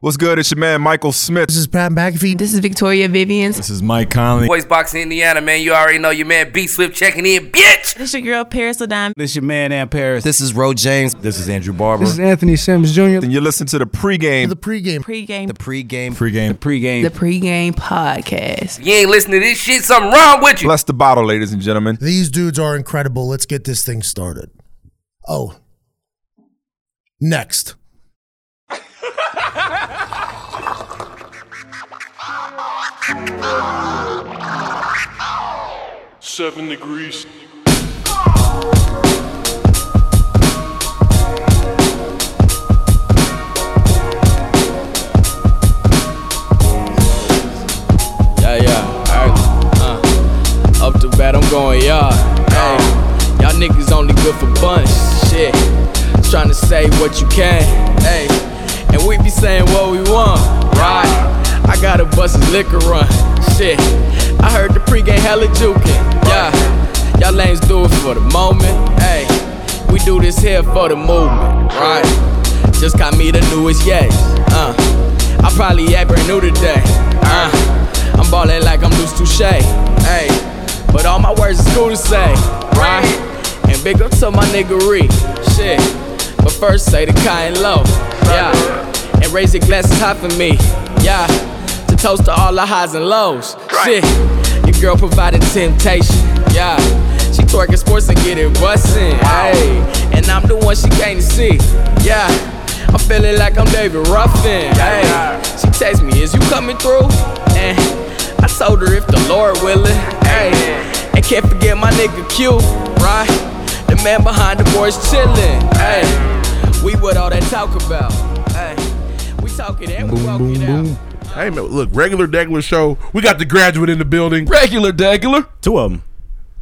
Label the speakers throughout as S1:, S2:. S1: What's good? It's your man Michael Smith.
S2: This is Pat McAfee.
S3: This is Victoria Vivians.
S4: This is Mike Conley.
S5: Voice Boxing Indiana, man. You already know your man B Swift checking in, bitch.
S3: This your girl Paris Ladon.
S6: This your man Ann Paris.
S7: This is Ro James. This is Andrew Barber.
S8: This is Anthony Sims Jr.
S1: And you're listening to the pregame.
S2: The pregame.
S3: Pre-game.
S7: The pregame.
S4: Pre-game.
S6: pregame.
S3: The pre-game podcast.
S5: If you ain't listening to this shit, something wrong with you.
S1: Bless the bottle, ladies and gentlemen.
S2: These dudes are incredible. Let's get this thing started. Oh. Next.
S9: Seven degrees.
S10: Yeah, yeah, alright. Uh, up to bat, I'm going, yeah. Hey, y'all niggas only good for bunch. Shit, tryna say what you can. Hey, and we be saying what we want, right? I got a bus of liquor run. Shit, I heard the pregame hella jukin'. Yeah, y'all lanes do it for the moment. Hey, we do this here for the movement, right? Just got me the newest yes. Uh, I probably act brand new today. Uh, I'm ballin' like I'm loose touche. Hey, but all my words is cool to say, right? And big up to my niggery, shit. But first say the kind low, yeah. And raise your glasses high for me, yeah. To toast to all the highs and lows, shit. Your girl provided temptation, yeah. She twerking sports and getting bustin', hey. And I'm the one she came to see, yeah. I'm feeling like I'm David Ruffin. Hey, she text me, is you coming through? And I told her if the Lord willing. Hey, and can't forget my nigga Q, right? The man behind the boys chillin'. Hey, we what all that talk about? Hey, we talk it and we walk it out.
S11: Hey, man, look, regular degular show. We got the graduate in the building.
S10: Regular degular,
S6: Two of them.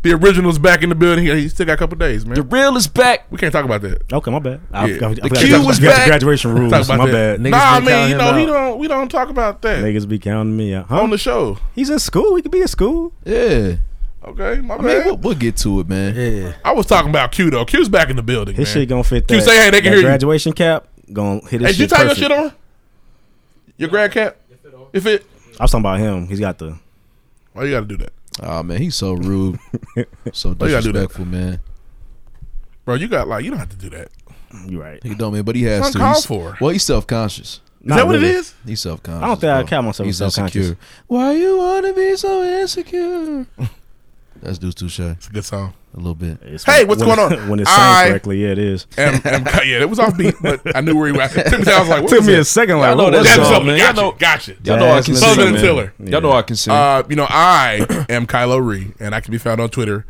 S11: The original's back in the building. He, he still got a couple days,
S10: the
S11: man.
S10: real is back.
S11: We can't talk about that.
S6: Okay, my bad. I,
S11: Yeah.
S6: I, I,
S11: The
S6: I,
S11: Q
S6: I,
S11: was
S6: I,
S11: back.
S6: Graduation rules.
S11: Talk about
S6: My
S11: that.
S6: bad.
S11: Nah,
S6: Niggas,
S11: I
S6: be
S11: mean,
S6: counting
S11: you
S6: him
S11: know, he
S6: out.
S11: don't. We don't talk about that
S6: Niggas be counting me out. Huh?
S11: on the show.
S6: He's in school. He could be in school.
S4: Yeah.
S11: Okay, my
S4: I mean,
S11: man.
S4: we'll, we'll get to it, man.
S6: Yeah.
S11: I was talking about Q though. Q's back in the building.
S6: His
S11: man.
S6: shit gonna fit that.
S11: You say, hey, they can
S6: that
S11: hear you.
S6: graduation cap. Gonna hit his
S11: Hey, did
S6: shit.
S11: you tie your
S6: perfect.
S11: shit on? Your grad cap? If it.
S6: I was talking about him. He's got the.
S11: Why you gotta do that,
S4: Oh man, he's so rude, so
S11: you gotta do that?
S4: disrespectful, man.
S11: bro? You got like you don't have to do that. Is
S6: You right.
S4: He don't man, but he has
S11: It's
S4: to.
S11: uncalled
S4: He's-
S11: for.
S4: Well, he's self conscious.
S6: Not
S11: that what
S6: really.
S11: it is?
S4: He's self conscious.
S6: I don't think I count myself
S4: He's
S6: as self-conscious.
S4: insecure. Why you wanna be so insecure? That's Deuce Touche a
S11: It's a good song.
S4: little bit.
S6: It's
S11: Hey,
S6: when-
S11: what's
S6: when
S11: going
S6: it-
S11: on?
S6: When it's
S11: All right.
S6: sang correctly, yeah, it is.
S11: And, and yeah, that was off beat, but I knew where he was. Took me down, I was like, what
S6: Took
S11: was
S6: me
S11: it?
S6: a second. Like,
S4: Y'all know
S6: what
S4: that
S6: was
S11: That's
S4: song,
S6: that?
S11: up.
S4: man.
S11: Gotcha.
S4: Y'all know-
S11: Gotcha.
S4: Y'all know I can
S11: Southern
S4: sing,
S11: and
S4: man.
S11: Tiller.
S4: Y'all know I can sing.
S11: Uh, you know, I am Kylo Ree, and I can be found on Twitter,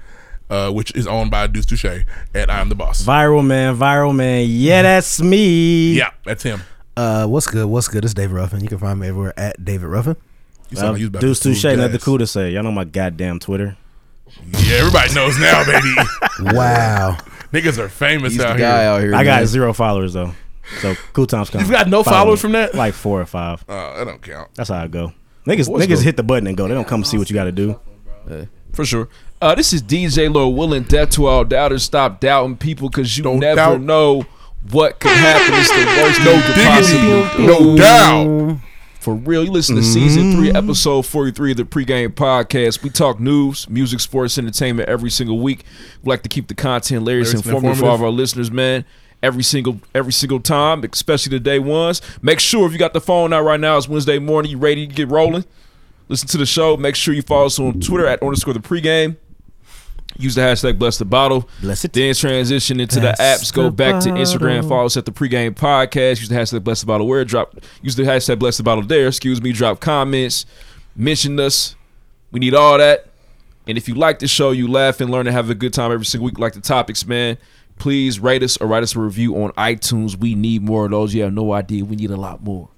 S11: uh, which is owned by Deuce Touche, and I'm the boss.
S6: Viral man, viral man. Yeah, that's me.
S11: yeah, that's him.
S2: Uh, what's good? What's good? It's David Ruffin. You can find me everywhere at David Ruffin.
S11: You sound
S6: Uh,
S11: like you was about
S6: Deuce
S11: to
S6: Touche,
S11: fool
S6: nothing
S11: guys.
S6: cool to say. Y'all know my goddamn Twitter.
S11: Yeah, everybody knows now, baby.
S2: Wow.
S11: Niggas are famous
S4: He's the
S11: out
S4: guy
S11: here.
S4: out here.
S6: I got
S4: man.
S6: zero followers though, so cool times coming.
S11: You've got no
S6: Follow me.
S11: followers from that?
S6: Like four or five.
S11: Oh, that don't count.
S6: That's how I go. Niggas,
S4: What's
S6: niggas
S4: up?
S6: hit the button and go. They don't come see what you got to do.
S12: For sure. Uh, this is DJ Lil willing death to all doubters. Stop doubting people because you
S11: Don't
S12: never
S11: doubt.
S12: know what could happen. It's the worst no could possibly
S11: Diggity,
S12: do.
S11: no doubt.
S12: For real, you listen to season three, episode 43 of the pregame podcast. We talk news, music, sports, entertainment every single week. We like to keep the content hilarious
S11: Hilarious
S12: and
S11: and
S12: informative for all of
S11: informative.
S12: our listeners, man. Every single every single time, especially the day ones. Make sure if you got the phone out right now, it's Wednesday morning, you ready to get rolling. Listen to the show. Make sure you follow us on Twitter at underscore the pregame. Use the hashtag bless the bottle.
S6: Bless it.
S12: Then transition into
S6: Bless
S12: the apps. Go
S6: the
S12: back to Instagram.
S6: bottle.
S12: Follow us at the pregame podcast. Use the hashtag bless the bottle where drop. Use the hashtag bless the bottle there. Excuse me. Drop comments. Mention us. We need all that. And if you like the show, you laugh and learn and have a good time every single week. Like the topics, man. Please rate us or write us a review on iTunes. We need more of those. You have no idea. We need a lot more.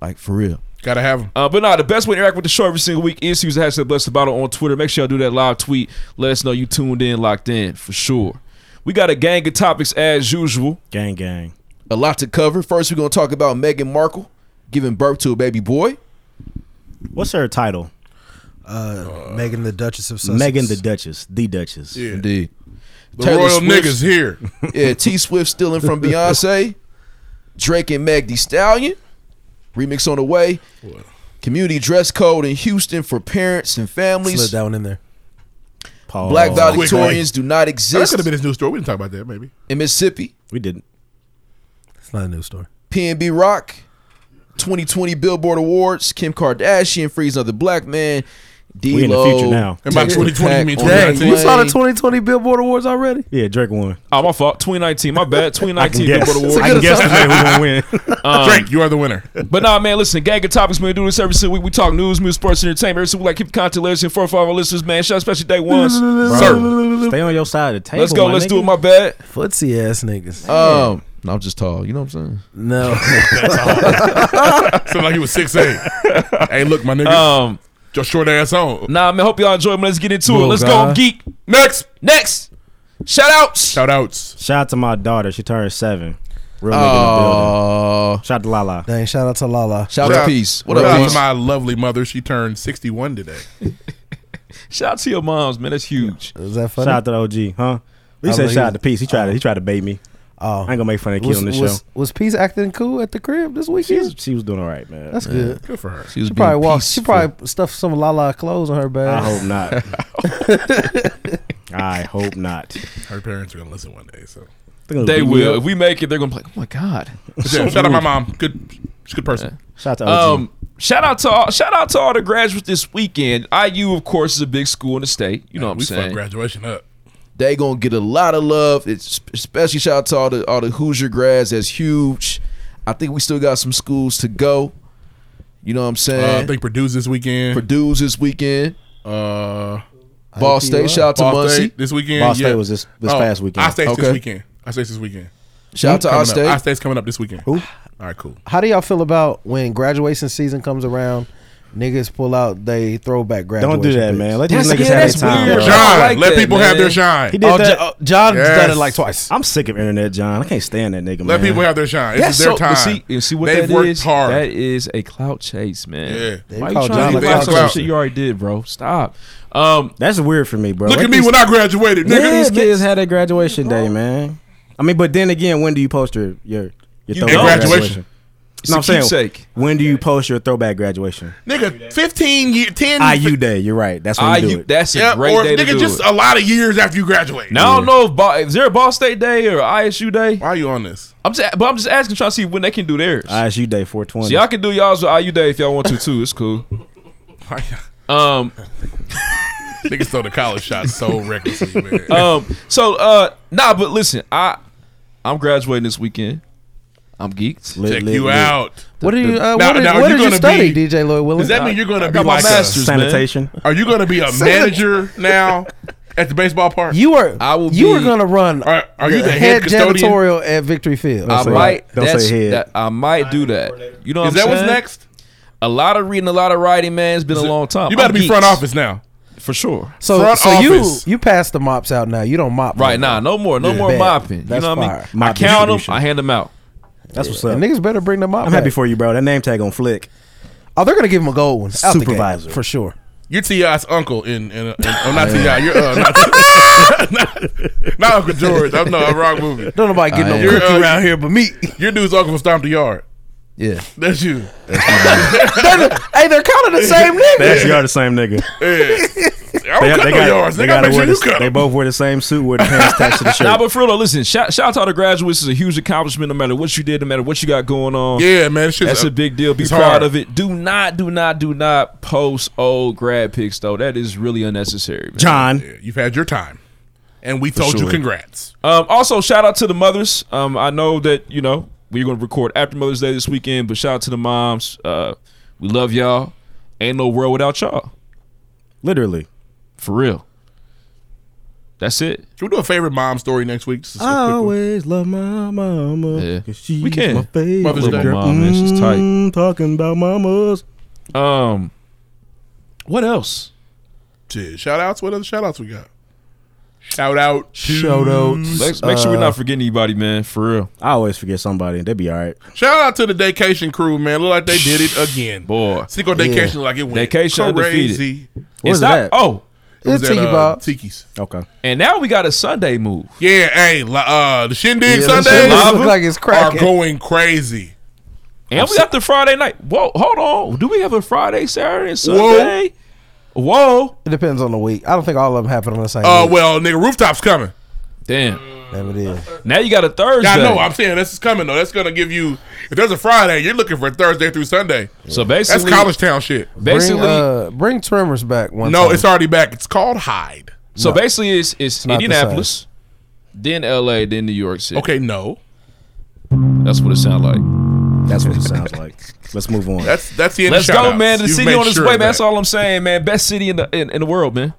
S4: like for real.
S11: Gotta have him.
S12: Uh, but nah, the best way to interact with the show every single week is to use the hashtag Bless the Bottle on Twitter. Make sure y'all do that live tweet. Let us know you tuned in, locked in, for sure. We got a gang of topics as usual.
S6: Gang, gang.
S4: A lot to cover. First, we're gonna talk about Meghan Markle giving birth to a baby boy.
S6: What's her title?
S2: Uh, Megan the Duchess of Sussex.
S6: Megan the Duchess, the Duchess.
S11: Yeah.
S4: Indeed.
S11: The
S4: Taylor
S11: royal
S4: Swift's-
S11: niggas here.
S4: Yeah, T Swift stealing from Beyonce, Drake and Meg Thee Stallion, remix on the way. Community dress code in Houston for parents and
S2: Slid
S4: families.
S2: that one in there.
S6: Paul.
S4: Black
S11: Quick,
S4: valedictorians do not
S11: That
S4: exist
S11: could have been his new story. We didn't talk about that, maybe.
S4: in Mississippi.
S6: We didn't.
S2: It's not a new story.
S4: PNB Rock, 2020 Billboard Awards, Kim Kardashian frees another black man. D-Lo,
S6: We in the future now.
S11: And by
S4: Texas
S11: 2020, you
S4: Tech
S11: mean
S4: on
S11: 2019?
S4: the
S11: You saw
S4: way.
S2: 2020 Billboard Awards already?
S6: Yeah, Drake won.
S12: Oh, my fault. 2019. My bad. 2019
S6: guess.
S12: Billboard
S6: I
S12: Awards.
S6: can guess today who's gonna win.
S11: Drake, you are the winner.
S12: But nah, man, listen, gang of topics, man. Do this every single week. We talk news, music, sports, entertainment. Every single week, like keep the content letters and four or five of our listeners, man. Shout out especially day ones. Sir,
S6: Stay on your side of the table.
S12: let's go.
S6: my
S12: Let's do it.
S6: nigga.
S12: My bad.
S2: Footsie ass niggas.
S6: Oh.
S4: Um, no, I'm just tall. You know what I'm saying?
S2: no.
S11: Sounded like he was 6'8. hey, look, my nigga.
S12: Um,
S11: your short ass on.
S12: nah, man. Hope y'all enjoy. Man, let's get into it.
S2: Little
S12: Let's go.
S2: guy.
S12: I'm geek.
S11: Next,
S12: Next, shout outs.
S11: shout outs.
S6: Shout out to my daughter. She turned seven. Real nigga in the building.
S4: Uh,
S6: Shout out to Lala.
S2: Dang, shout out to Lala.
S4: shout out to Peace. What
S11: Shout
S4: up,
S11: out
S4: Peace?
S11: to my lovely mother. She turned 61 today.
S12: Shout out to your moms, man. That's huge.
S2: Is that funny?
S6: Shout out to the OG, huh? He
S2: I
S6: said
S2: believe-
S6: shout out to Peace. He tried to he tried to bait me.
S2: oh.
S6: I ain't gonna make fun of the kid
S2: was,
S6: on this
S2: was,
S6: show.
S2: was Peace acting cool at the crib this
S6: She was,
S2: weekend?
S6: she was doing all right, man.
S2: That's good.
S11: Good for her.
S4: She was
S2: She probably
S4: being
S2: walked. She
S4: peaceful.
S2: probably stuffed some Lala clothes on her
S6: I
S2: bag.
S6: hope not. I hope not.
S11: Her parents are gonna listen one day. So
S12: They will. If we make it, they're gonna be like, oh my god.
S11: Yeah, shout out my mom. Good, she's a good person.
S6: Shout out to OG.
S12: Um, shout out to all, shout out to all the graduates this weekend. IU, of course, is a big school in the state. You know what I'm
S11: we fucked
S12: saying?
S11: graduation up.
S4: They gonna get a lot of love. It's especially shout out to all the all the Hoosier grads. That's huge. I think we still got some schools to go. You know what I'm
S12: Eh?
S11: Uh, I
S4: saying?
S11: think Purdue's this weekend.
S4: Purdue's this weekend.
S11: Uh,
S4: Ball State. Shout out to
S11: Ball
S4: Muncie.
S11: State this weekend.
S6: Ball
S11: yeah.
S6: State was this this
S11: Oh,
S6: past weekend.
S11: I State's
S4: Okay.
S11: this weekend. I State's this weekend.
S4: Shout out to
S11: Coming
S4: our
S11: up. I
S4: state.
S11: State's coming up this weekend. Who? All right, cool.
S2: How do y'all feel about when graduation season comes around? Niggas pull out they throwback graduation.
S6: Don't do that,
S2: pics?
S6: man. Let these
S12: That's-
S6: niggas
S12: yeah,
S6: have
S12: that's
S6: their time.
S12: weird.
S6: bro.
S12: John,
S11: Shine.
S12: like
S11: Let
S12: that,
S11: people have
S12: man.
S11: their shine.
S6: He did
S2: Oh,
S6: that.
S2: Jo- oh, John's
S11: Yes.
S2: done it like twice.
S6: I'm sick of internet, John. I can't stand that nigga, man.
S11: Let people have their shine. This
S12: That's
S11: is their
S12: so-
S11: time.
S12: but See, you see what
S11: They've
S12: that
S11: worked
S12: is?
S11: hard.
S12: That is a clout chase, man.
S11: Yeah.
S12: Why
S2: call John
S12: you trying to
S2: the
S12: do
S2: clout
S12: some
S11: chaser.
S12: shit you already did, bro? Stop. Um,
S6: That's weird for me, bro.
S11: Look
S6: Let
S11: at me
S6: these-
S11: when I graduated,
S6: Let
S11: nigga.
S6: these kids had their graduation day, man. I mean, but then again, when do you post your your your throwback
S11: don't.
S6: graduation?
S11: Graduation.
S12: it's
S6: No,
S12: a
S6: I'm saying,
S12: keepsake.
S6: when do you post your throwback graduation?
S11: Nigga, 15 years, 10
S6: IU day. You're right. That's when you do
S12: IU,
S6: it.
S12: that's a
S11: Yeah,
S12: great
S11: or
S12: day to
S11: nigga,
S12: do
S11: just
S12: it.
S11: a lot of years after you graduate.
S12: uh, Now I don't know if, Ball, is there a Ball State Day or ISU Day.
S11: Why are you on this?
S12: I'm just, but I'm just asking, trying to see when they can do theirs.
S6: ISU day 420.
S12: so y'all can do y'all's with IU Day if y'all want to too. It's cool.
S11: Why-
S12: Um,
S11: Niggas throw the college shot so recklessly, man.
S12: um, so uh, nah, but listen, I I'm graduating this weekend. I'm geeked.
S6: Lit,
S11: Check
S6: lit,
S11: you
S6: lit.
S11: out.
S2: What did you? Uh,
S11: Now-
S2: what did,
S11: now, are
S2: what
S11: you
S2: did you
S11: gonna
S2: study,
S11: be-
S2: DJ Lloyd Uh, Willis?
S11: Does that mean you're going to be
S12: got my
S11: like
S12: master's.
S11: a,
S12: man.
S6: Sanitation.
S11: Are you going to be a manager now at the baseball park?
S2: you were?
S12: I will
S2: You were
S12: be-
S2: gonna run.
S11: Are- are you
S2: the
S11: the head custodian?
S2: janitorial at Victory Field?
S12: I
S6: say
S12: might.
S6: that. Don't
S12: that's,
S6: say head.
S12: That, I might do that. You know what
S11: Is
S12: I'm
S11: that what's
S12: saying?
S11: next?
S12: A lot of reading, a lot of writing, man. It's been a long time.
S11: You better
S12: I'm
S11: be
S12: geeked,
S11: front office now.
S12: for sure.
S2: so,
S11: front
S2: so you
S11: office.
S2: you pass the mops out now. You don't mop
S12: Right now,
S2: now.
S12: no more, no
S2: Yeah.
S12: more
S2: Bet.
S12: mopping.
S2: That's
S12: you know what
S2: fire.
S12: I mean? I
S6: Mop
S12: count them,
S6: distribution.
S12: I hand them out.
S6: That's what's
S2: And
S6: up.
S2: niggas better bring the mop.
S6: I'm happy for you, bro. That name tag on Flick.
S2: Oh, they're gonna give him a gold one. Out the gate,
S6: Supervisor.
S2: for sure.
S11: You're T.I.'s uncle in, in, in oh, not T.I., you're, uh, not, not, not Uncle George. I'm, no, I'm wrong movie.
S2: Don't nobody get
S4: I
S2: no
S4: am.
S2: cookie
S11: You're, uh,
S2: around here but me.
S11: Your dude's uncle from Stomp the Yard.
S4: yeah.
S11: That's you.
S2: They're the- hey, they're kind of the same
S6: They
S2: nigga.
S6: actually are the same nigga.
S11: Yeah. I
S6: They,
S11: don't cut
S6: they
S11: no
S6: got-
S11: yards.
S6: they
S11: Nigga, I
S6: gotta
S11: make sure
S6: wear
S11: you
S6: the,
S11: cut
S6: they
S11: them.
S6: both wear the same suit with the pants attached to the shirt.
S12: Nah, but for real, though, listen. Shout, shout out to all the graduates. This is a huge accomplishment. No matter what you did, no matter what you got going on.
S11: Yeah, man. It's just
S12: That's a big deal. Be
S11: it's
S12: proud
S11: hard.
S12: of it. Do not, do not, do not post old grad pics though. That is really unnecessary. Man.
S6: John,
S11: Yeah, You've had your time. And we told you
S12: sure.
S11: congrats.
S12: Um, also, shout out to the mothers. Um, I know that you know we're gonna record after Mother's Day this weekend, but shout out to the moms. Uh, we love y'all. Ain't no world without y'all.
S6: literally.
S12: For real. That's it.
S11: Can we do a favorite mom story next week? Just a
S6: I
S11: quick one.
S6: always love my mama.
S12: Yeah.
S6: 'cause she's
S12: We can.
S6: My favorite
S11: Mother's Day.
S6: girl.
S12: Mom, man, she's tight.
S6: Mm, talking about mamas.
S12: Um, what else?
S11: Shit, shout outs. What other shout outs we got? Shout out. to-
S2: Shout outs.
S12: Make, make sure we're
S11: Uh,
S12: not forgetting anybody, man. For real,
S6: I always forget somebody. They be all right.
S11: Shout out to the vacation crew, man. Look like they did it again.
S12: boy.
S11: Cinco vacation like it went
S12: Vacation
S11: crazy. uh,
S12: It's
S6: is
S12: not.
S6: that?
S12: Oh,
S2: It's Tiki Bob.
S11: Tiki's.
S6: Okay.
S12: And now we got a Sunday move.
S11: Yeah, hey, li- uh, the Shindig
S2: Yeah, the
S11: Sundays
S2: shit
S12: Lava
S2: look like it's
S11: are
S2: cracking.
S11: going crazy.
S12: And we got the Friday night. Whoa, hold on. Do we have a Friday, Saturday, and Sunday? Whoa.
S2: It depends on the week. I don't think all of them happen on the same
S11: Uh,
S2: week.
S11: well, nigga, rooftop's coming.
S12: Damn.
S2: Damn it is.
S12: Now you got a Thursday.
S11: Yeah, I know. I'm saying this is coming though. That's gonna give you. If there's a Friday, you're looking for Thursday through Sunday.
S12: so
S11: That's
S12: basically,
S11: college town shit.
S12: Basically,
S2: bring, uh, bring Tremors back one
S11: No,
S2: time.
S11: it's already back. It's called Hyde.
S12: so basically, it's it's,
S2: not the
S12: Indianapolis, then L.A., then New York City.
S11: Okay, no,
S12: that's what it sounds like.
S6: That's what it sounds like. Let's move on.
S11: that's that's the end.
S12: Let's
S11: of
S12: go,
S11: shout-outs.
S12: man. The
S11: You've
S12: city
S11: made
S12: on its
S11: sure
S12: way,
S11: of that.
S12: man. That's all I'm saying, man. Best city in the in, in the world, man.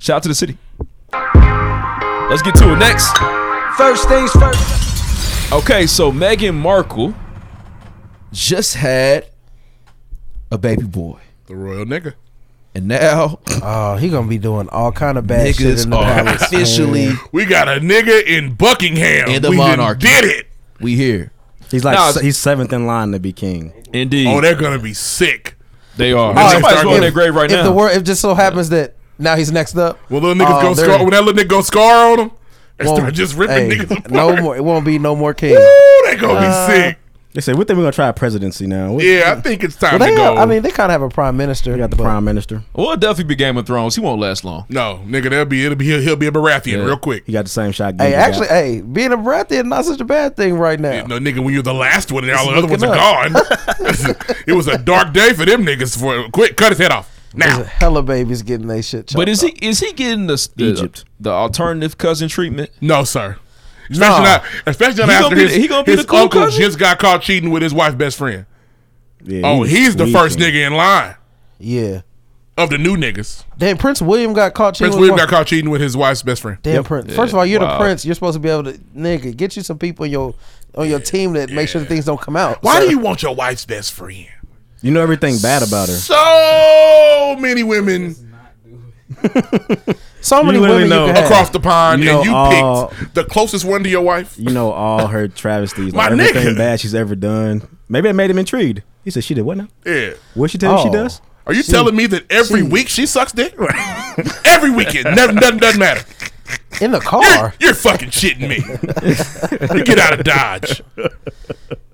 S12: Shout out to the city. Let's get to it. Next.
S10: First things first.
S12: Okay, so Meghan Markle.
S4: Just had a baby boy.
S11: The royal nigga.
S4: And now
S2: Oh, he gonna be doing all kind of bad shit in
S4: niggas
S2: the
S4: are
S2: palace. man.
S4: officially
S11: We got a nigga in Buckingham.
S4: In the
S11: we done
S4: monarchy.
S11: did it.
S4: we here.
S6: He's like
S12: Nah,
S6: se- he's seventh in line to be king.
S12: Indeed.
S11: Oh, they're gonna be sick.
S12: they are.
S11: Oh,
S12: Somebody's
S11: if-
S12: going in their
S11: if-
S12: grave right
S2: if
S12: now.
S2: the wor- if just so happens that now he's next up.
S11: When little niggas
S2: oh,
S11: go
S2: there-
S11: scar, when that little nigga go scar on them, they
S2: won't-
S11: start just ripping
S2: hey,
S11: niggas apart.
S2: No more. It won't be no more king.
S11: Ooh, they gonna be sick.
S6: They say, "What think we're gonna try presidency now?" We
S11: Yeah, I think it's
S2: Well,
S11: time
S2: they
S11: to go.
S2: have- I mean, they kind of have a prime minister.
S6: got the
S2: but-
S6: prime minister.
S12: well, it'll definitely be Game of Thrones. He won't last long.
S11: no, nigga, that'll be it'll be he'll, he'll be a Baratheon real quick.
S6: He got the same shot.
S2: Hey,
S6: Giga
S2: actually,
S6: got.
S2: hey, being a Baratheon not such a bad thing right now.
S11: No nigga, when you're the last one and all the other ones
S2: looking
S11: are gone, it was a dark day for them niggas. For quick, cut his head off
S2: There's a
S11: now.
S2: hella babies getting their shit.
S12: But
S2: chopped
S12: is he is he getting the, the
S6: Egypt.
S12: the alternative cousin treatment?
S11: No, sir. Especially
S2: Nah.
S11: not, especially not
S12: He gonna
S11: after
S12: be
S11: his,
S12: the- he gonna be
S11: his
S12: the cool
S11: uncle
S12: cousin?
S11: just got caught cheating with his wife's best friend.
S6: Yeah,
S11: Oh,
S6: he
S11: he's the
S6: tweaking.
S11: first nigga in line
S2: up. Yeah.
S11: of the new niggas.
S2: Damn, Prince William got caught cheating.
S11: Prince
S2: with
S11: William
S2: one-
S11: got caught cheating with his wife's best friend.
S2: Damn, Prince. First of all, you're
S12: Wow.
S2: the prince. You're supposed to be able to, nigga, get you some people on your on your team that make sure things don't come out.
S11: Why
S2: So-
S11: do you want your wife's best friend?
S6: You know everything bad about her.
S11: So many women
S2: So many
S6: really
S2: women
S6: know
S2: you can
S11: across
S2: have.
S11: the pond,
S6: You know,
S11: and you
S6: uh,
S11: picked the closest one to your wife.
S6: You know all her travesties,
S11: My
S6: like everything
S11: nigga.
S6: bad she's ever done. Maybe it made him intrigued. He said, "She did what now?
S11: Yeah.
S6: What she tell him
S2: Oh.
S6: she does?"
S11: Are you telling me that every week she sucks dick? every weekend, never, doesn't, doesn't matter.
S2: in the car.
S11: You're fucking shitting me. You get out of dodge.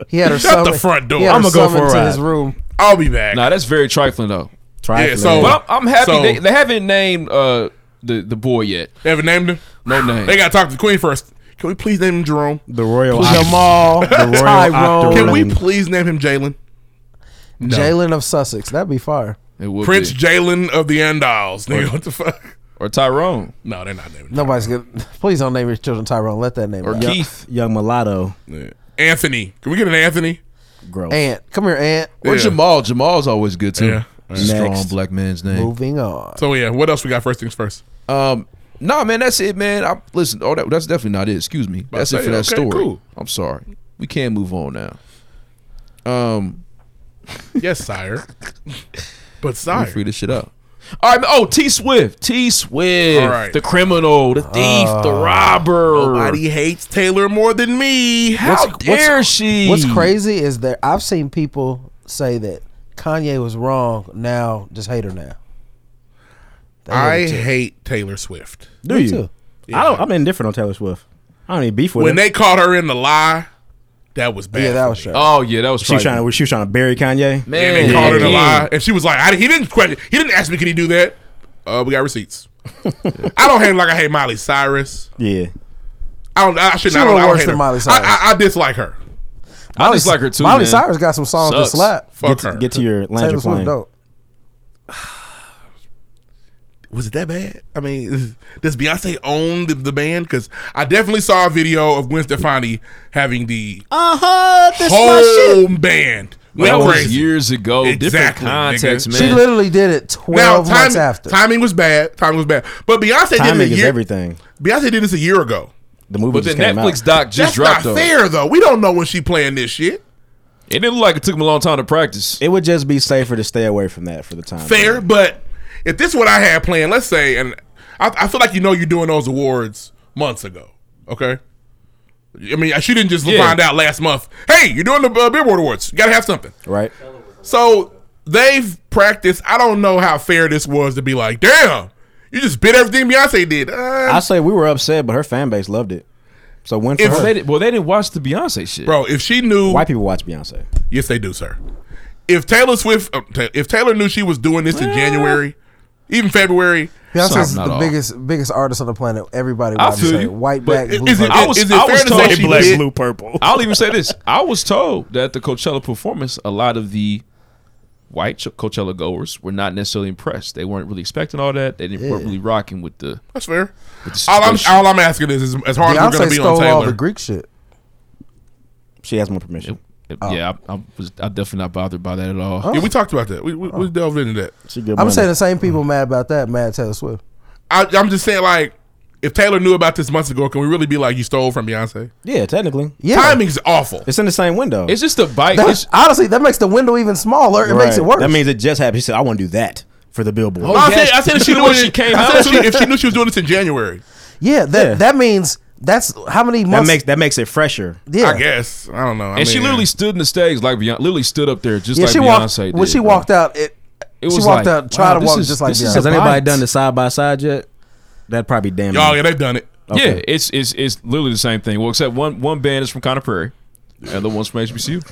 S2: He had her
S11: Shut the
S2: summoned-
S11: front door.
S2: He had her
S6: I'ma go for a
S2: summoned to
S6: ride.
S2: his room.
S11: I'll be back.
S12: Nah, that's very trifling though.
S6: Try
S11: Yeah, so-
S12: But I'm, I'm happy
S11: So-
S12: they, they haven't named uh the the boy yet.
S11: They haven't named him.
S12: No name.
S11: They gotta talk to the queen first. Can we please name him Jerome?
S6: the royal,
S2: Jamal,
S6: the royal
S2: Tyrone,
S11: Can we
S6: Octoroon.
S11: please name him Jalen?
S2: Jalen of Sussex. That'd be fire.
S12: It would
S11: Prince
S12: be.
S11: Jalen of the Andals. Nigga, what the fuck?
S12: or Tyrone
S11: No, they're not naming him.
S2: Nobody's gonna. Please don't name your children Tyrone. Let that name.
S12: or
S2: out.
S12: Keith.
S6: young mulatto
S11: Anthony. Can we get an Anthony?
S6: gross.
S2: Aunt, come here, Aunt.
S4: Or
S11: Yeah.
S4: Jamal. Jamal's always good too.
S11: Yeah.
S6: Next.
S12: black man's name.
S2: Moving on.
S11: So yeah, what else we got first things first?
S4: Um, nah, man, that's it, man. I listen. Oh, that, that's definitely not it. Excuse me. That's
S11: to
S4: it for
S11: say,
S4: that
S11: okay,
S4: story.
S11: cool.
S4: I'm sorry. We can move on now. Um,
S11: Yes, sire. but
S4: we
S11: sire.
S4: free this shit up.
S12: All right. Oh, T Swift. T Swift.
S11: All right.
S12: The criminal. The thief. the
S2: Ah.
S12: robber.
S11: Nobody hates Taylor more than me.
S12: How dare she?
S2: What's crazy is that I've seen people say that Kanye was wrong. Now just hate her now. They
S11: I
S2: hate her too.
S11: hate Taylor Swift.
S6: Do
S2: Me
S6: you?
S2: too.
S6: I don't. I'm indifferent on Taylor Swift. I don't need beef with
S11: When
S6: her.
S11: they caught her in the lie, that was bad.
S2: Yeah, that
S11: for
S2: was
S11: me.
S2: sure.
S12: Oh yeah, that was.
S6: she was
S12: trifling.
S6: trying. To, she was trying to bury Kanye.
S12: Man,
S11: And they called her in a
S12: again.
S11: lie, and she was like, I, "He didn't question. He didn't ask me. Can he do that? Uh, we got receipts. I don't hate like I hate Miley Cyrus.
S6: Yeah.
S11: I don't. I should
S2: She
S11: not.
S2: wrote
S11: I don't, I don't
S2: worse
S11: hate
S2: than
S11: her.
S2: Miley
S11: I,
S2: Cyrus.
S11: I, I dislike her.
S12: I just like her too.
S2: Miley
S12: man.
S2: Cyrus got some songs
S12: Sucks.
S2: to slap.
S11: Fuck her.
S6: Get to your
S2: Taylor
S6: Lander
S2: Swift,
S6: plane.
S2: dope.
S11: was it that bad? I mean, is- does Beyonce own the, the band? Because I definitely saw a video of Gwen Stefani having the
S3: Uh huh. That's my shit.
S11: whole band.
S12: That
S11: went
S12: was
S11: crazy.
S12: years ago. Different
S11: Exactly,
S12: context,
S11: nigga.
S12: man.
S2: She literally did it
S11: Now,
S2: twelve months
S11: timing,
S2: after.
S11: timing was bad. Timing was bad. But Beyonce did it
S6: Timing
S11: a
S6: is
S11: year.
S6: everything.
S11: Beyonce did this a year ago.
S6: The movie
S12: but the
S6: just came
S12: Netflix
S6: out.
S12: doc just
S11: That's not
S12: dropped though.
S11: fair, though. We don't know when she playing this shit.
S12: It didn't look like it took him a long time to practice.
S6: It would just be safer to stay away from that for the time.
S11: Fair, but if this is what I had planned, let's say, and I, I feel like you know you're doing those awards months ago. Okay. I mean, she didn't just
S12: Yeah.
S11: find out last month. Hey, you're doing the uh, Billboard Awards. You gotta have something.
S6: Right.
S11: So they've practiced. I don't know how fair this was to be like, damn, You just bit everything Beyonce did. Uh,
S6: I say we were upset, but her fan base loved it. So when for
S11: If
S6: her.
S11: they
S12: well, they didn't watch the Beyonce shit,
S11: bro, if she knew,
S6: white people watch Beyonce.
S11: yes, they do, sir. If Taylor Swift, uh, Ta- if Taylor knew she was doing this in January, even February,
S2: Beyonce is
S12: Not
S2: the
S12: all.
S2: biggest biggest artist on the planet. Everybody
S12: I
S2: wants
S12: feel
S2: to say
S12: you,
S2: white
S11: but
S2: back.
S11: i-
S2: blue
S11: is it,
S2: black.
S12: I was-
S11: is it
S12: I
S11: fair
S12: was
S11: to
S12: told
S11: say she
S12: black,
S11: did?
S7: purple.
S12: I'll even say this: I was told that the Coachella performance, a lot of the white Ch- Coachella goers were not necessarily impressed. They weren't really expecting all that. They didn't weren't really rocking with the.
S11: That's fair.
S12: With the
S11: All I'm,
S12: situation.
S11: all I'm asking is, is as hard as we're
S2: Beyonce
S11: going to be on
S2: stole all the
S11: Taylor.
S2: Greek shit.
S6: She has my permission.
S12: It- Yeah,
S11: Oh.
S12: I, I was. I'm definitely not bothered by that at all.
S11: Yeah, we talked about that. We, we,
S2: Oh.
S11: we delved into that.
S6: She good.
S2: I'm
S6: money.
S2: saying the same people mad about that. Mad at Taylor Swift.
S11: I, I'm just saying, like, if Taylor knew about this months ago, can we really be like, you stole from Beyonce?
S6: yeah, technically,
S2: Yeah.
S11: Timing's awful.
S6: it's in the same window.
S12: It's just a bite.
S2: That-
S12: It's,
S2: honestly, that makes the window even smaller. It makes it
S6: Right.
S2: worse.
S6: That means it just happened. She said, "I want to do that for the billboard."
S12: Oh,
S11: I
S12: yes.
S11: said, I said if she
S12: Even
S11: knew
S12: when
S11: it-
S12: she came
S11: I
S12: out.
S11: said if she, if she knew she was doing this in January,
S2: yeah, that
S6: Yeah.
S2: that means that's how many
S6: that
S2: months.
S6: makes that makes it fresher.
S2: yeah.
S11: I guess I don't know. I
S12: and she
S11: mean,
S12: literally stood in the stage like Beyonce. Literally stood up there just
S2: Yeah,
S12: like
S2: she walked
S12: Beyonce
S2: when
S12: did.
S2: she
S12: bro.
S2: walked out. It,
S12: It
S2: she
S12: was
S2: walked
S12: like,
S2: out, tried
S12: wow,
S2: to
S12: this
S2: walk
S12: is-
S2: just like
S12: this is
S2: Beyonce.
S12: a
S6: Has anybody
S12: bite.
S6: done the side by side yet? That probably damn.
S11: Oh
S6: near.
S11: yeah, they've done it.
S6: Okay.
S12: Yeah, it's it's it's literally the same thing. Well, except one one band is from Connor Prairie, and the other one's from HBCU.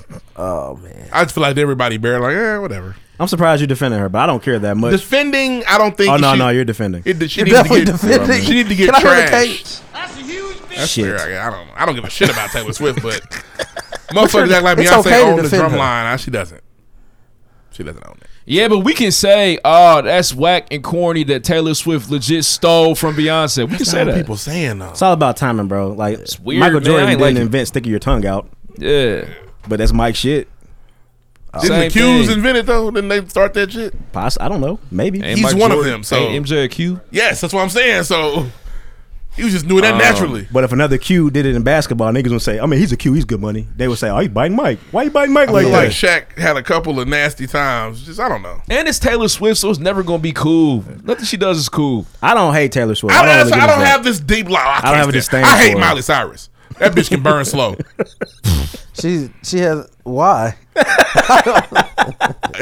S11: I just feel like everybody bare like, eh, whatever.
S6: I'm surprised you defended her, but I don't care that much.
S11: Defending, I don't think.
S6: oh no,
S11: she,
S6: no, you're defending.
S11: It, she
S2: You're
S11: needs
S2: definitely
S11: to get,
S2: defending.
S11: She needs to
S2: Can
S11: get
S2: I hear the
S11: trashed.
S2: cake?
S11: That's
S6: Shit.
S11: fair. I, I don't. I don't give a shit about Taylor Swift, but motherfuckers act like
S2: it's
S11: Beyonce
S2: okay to
S11: owned the
S2: defend
S11: drum
S2: her.
S11: line. Ah, She doesn't. She doesn't own it.
S12: Yeah, but we can say, oh, that's whack and corny that Taylor Swift legit stole from Beyonce. We can say that.
S11: People saying uh, though.
S6: It's all about timing, bro. Like
S12: weird,
S6: Michael
S12: man.
S6: Jordan
S12: I ain't
S6: didn't
S12: like it.
S6: invent sticking your tongue out,
S12: Yeah,
S6: but that's Mike shit.
S11: Didn't the
S12: Same
S11: Q's
S12: thing.
S11: invent it though? Didn't they start that shit?
S6: Poss- I don't know. Maybe.
S12: Ain't
S11: He's
S12: Michael
S11: one of them, so-
S12: ain't MJ a Q.
S11: Yes, that's what I'm saying. So he was just doing
S6: Um,
S11: that naturally.
S6: But if another Q did it in basketball, niggas would say, "I mean, he's a Q. He's good money." They would say, "Oh, he's biting Mike. Why you biting Mike
S11: I
S6: like
S11: feel
S6: that?"
S11: like Shaq had a couple of nasty times. Just I don't know.
S12: And it's Taylor Swift, so it's never gonna be cool. Nothing she does is cool.
S6: I don't hate Taylor Swift.
S11: I don't,
S6: really
S11: I
S6: give a
S11: don't
S6: fuck.
S11: have this deep love. I,
S6: don't
S11: can't
S6: have a
S11: stand-
S6: disdain
S11: I hate
S6: for her.
S11: Miley Cyrus. That bitch can burn slow.
S2: She she has why?
S11: Uh,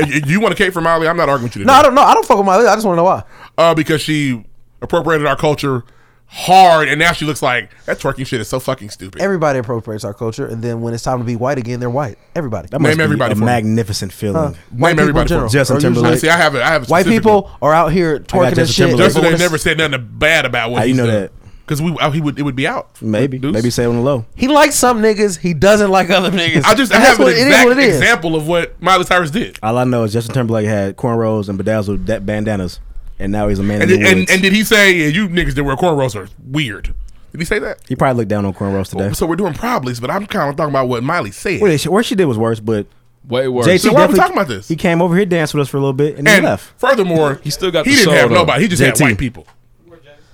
S11: you you want to cake for Miley? I'm not arguing with you. Today.
S2: No, I don't know. I don't fuck with Miley. I just want to know why.
S11: uh, because she appropriated our culture hard, and now she looks like that twerking shit is so fucking stupid.
S2: Everybody appropriates our culture, and then when it's time to be white again, they're white. Everybody.
S6: That must
S11: Name
S6: be
S11: everybody
S6: a
S11: for me.
S6: magnificent feeling.
S2: White people in
S11: everybody for
S2: general
S11: it.
S6: Justin
S2: are usually-
S6: Timberlake.
S11: See, I have a, I have a
S2: White
S11: specific
S2: people are out here twerking and
S6: Justin
S2: shit.
S11: one.
S6: Timberlake.
S11: Justin
S2: They
S11: ain't
S2: wanna-
S11: never said nothing bad about what
S6: How
S11: he's
S6: you know
S11: done.
S6: that?
S11: Because we uh, he would it would be out.
S6: Maybe.
S11: Deuce.
S6: Maybe say on the low.
S2: He likes some niggas. He doesn't like other niggas.
S11: I just I
S2: And that's
S11: have an
S2: what- it is
S11: exact
S2: what it is.
S11: example of what Miley Cyrus did.
S6: All I know is Justin Timberlake had cornrows and bedazzled da- bandanas, and now he's a man
S11: And,
S6: in the
S11: and,
S6: woods.
S11: and did he say yeah, you niggas that wear cornrows are weird? Did he say that?
S6: he probably looked down on cornrows today.
S11: So we're doing problems, but I'm kind of talking about what Miley said.
S6: What, she, what she did was worse, but
S12: Way worse.
S6: JT
S11: So why are we
S6: definitely-
S11: talking about this?
S6: He came over here, danced with us for a little bit, and, then
S11: and
S6: left.
S11: furthermore, he
S12: still got
S11: he
S12: the
S11: didn't
S12: soul,
S11: have
S12: though.
S11: nobody. He just had
S6: JT.
S11: white people.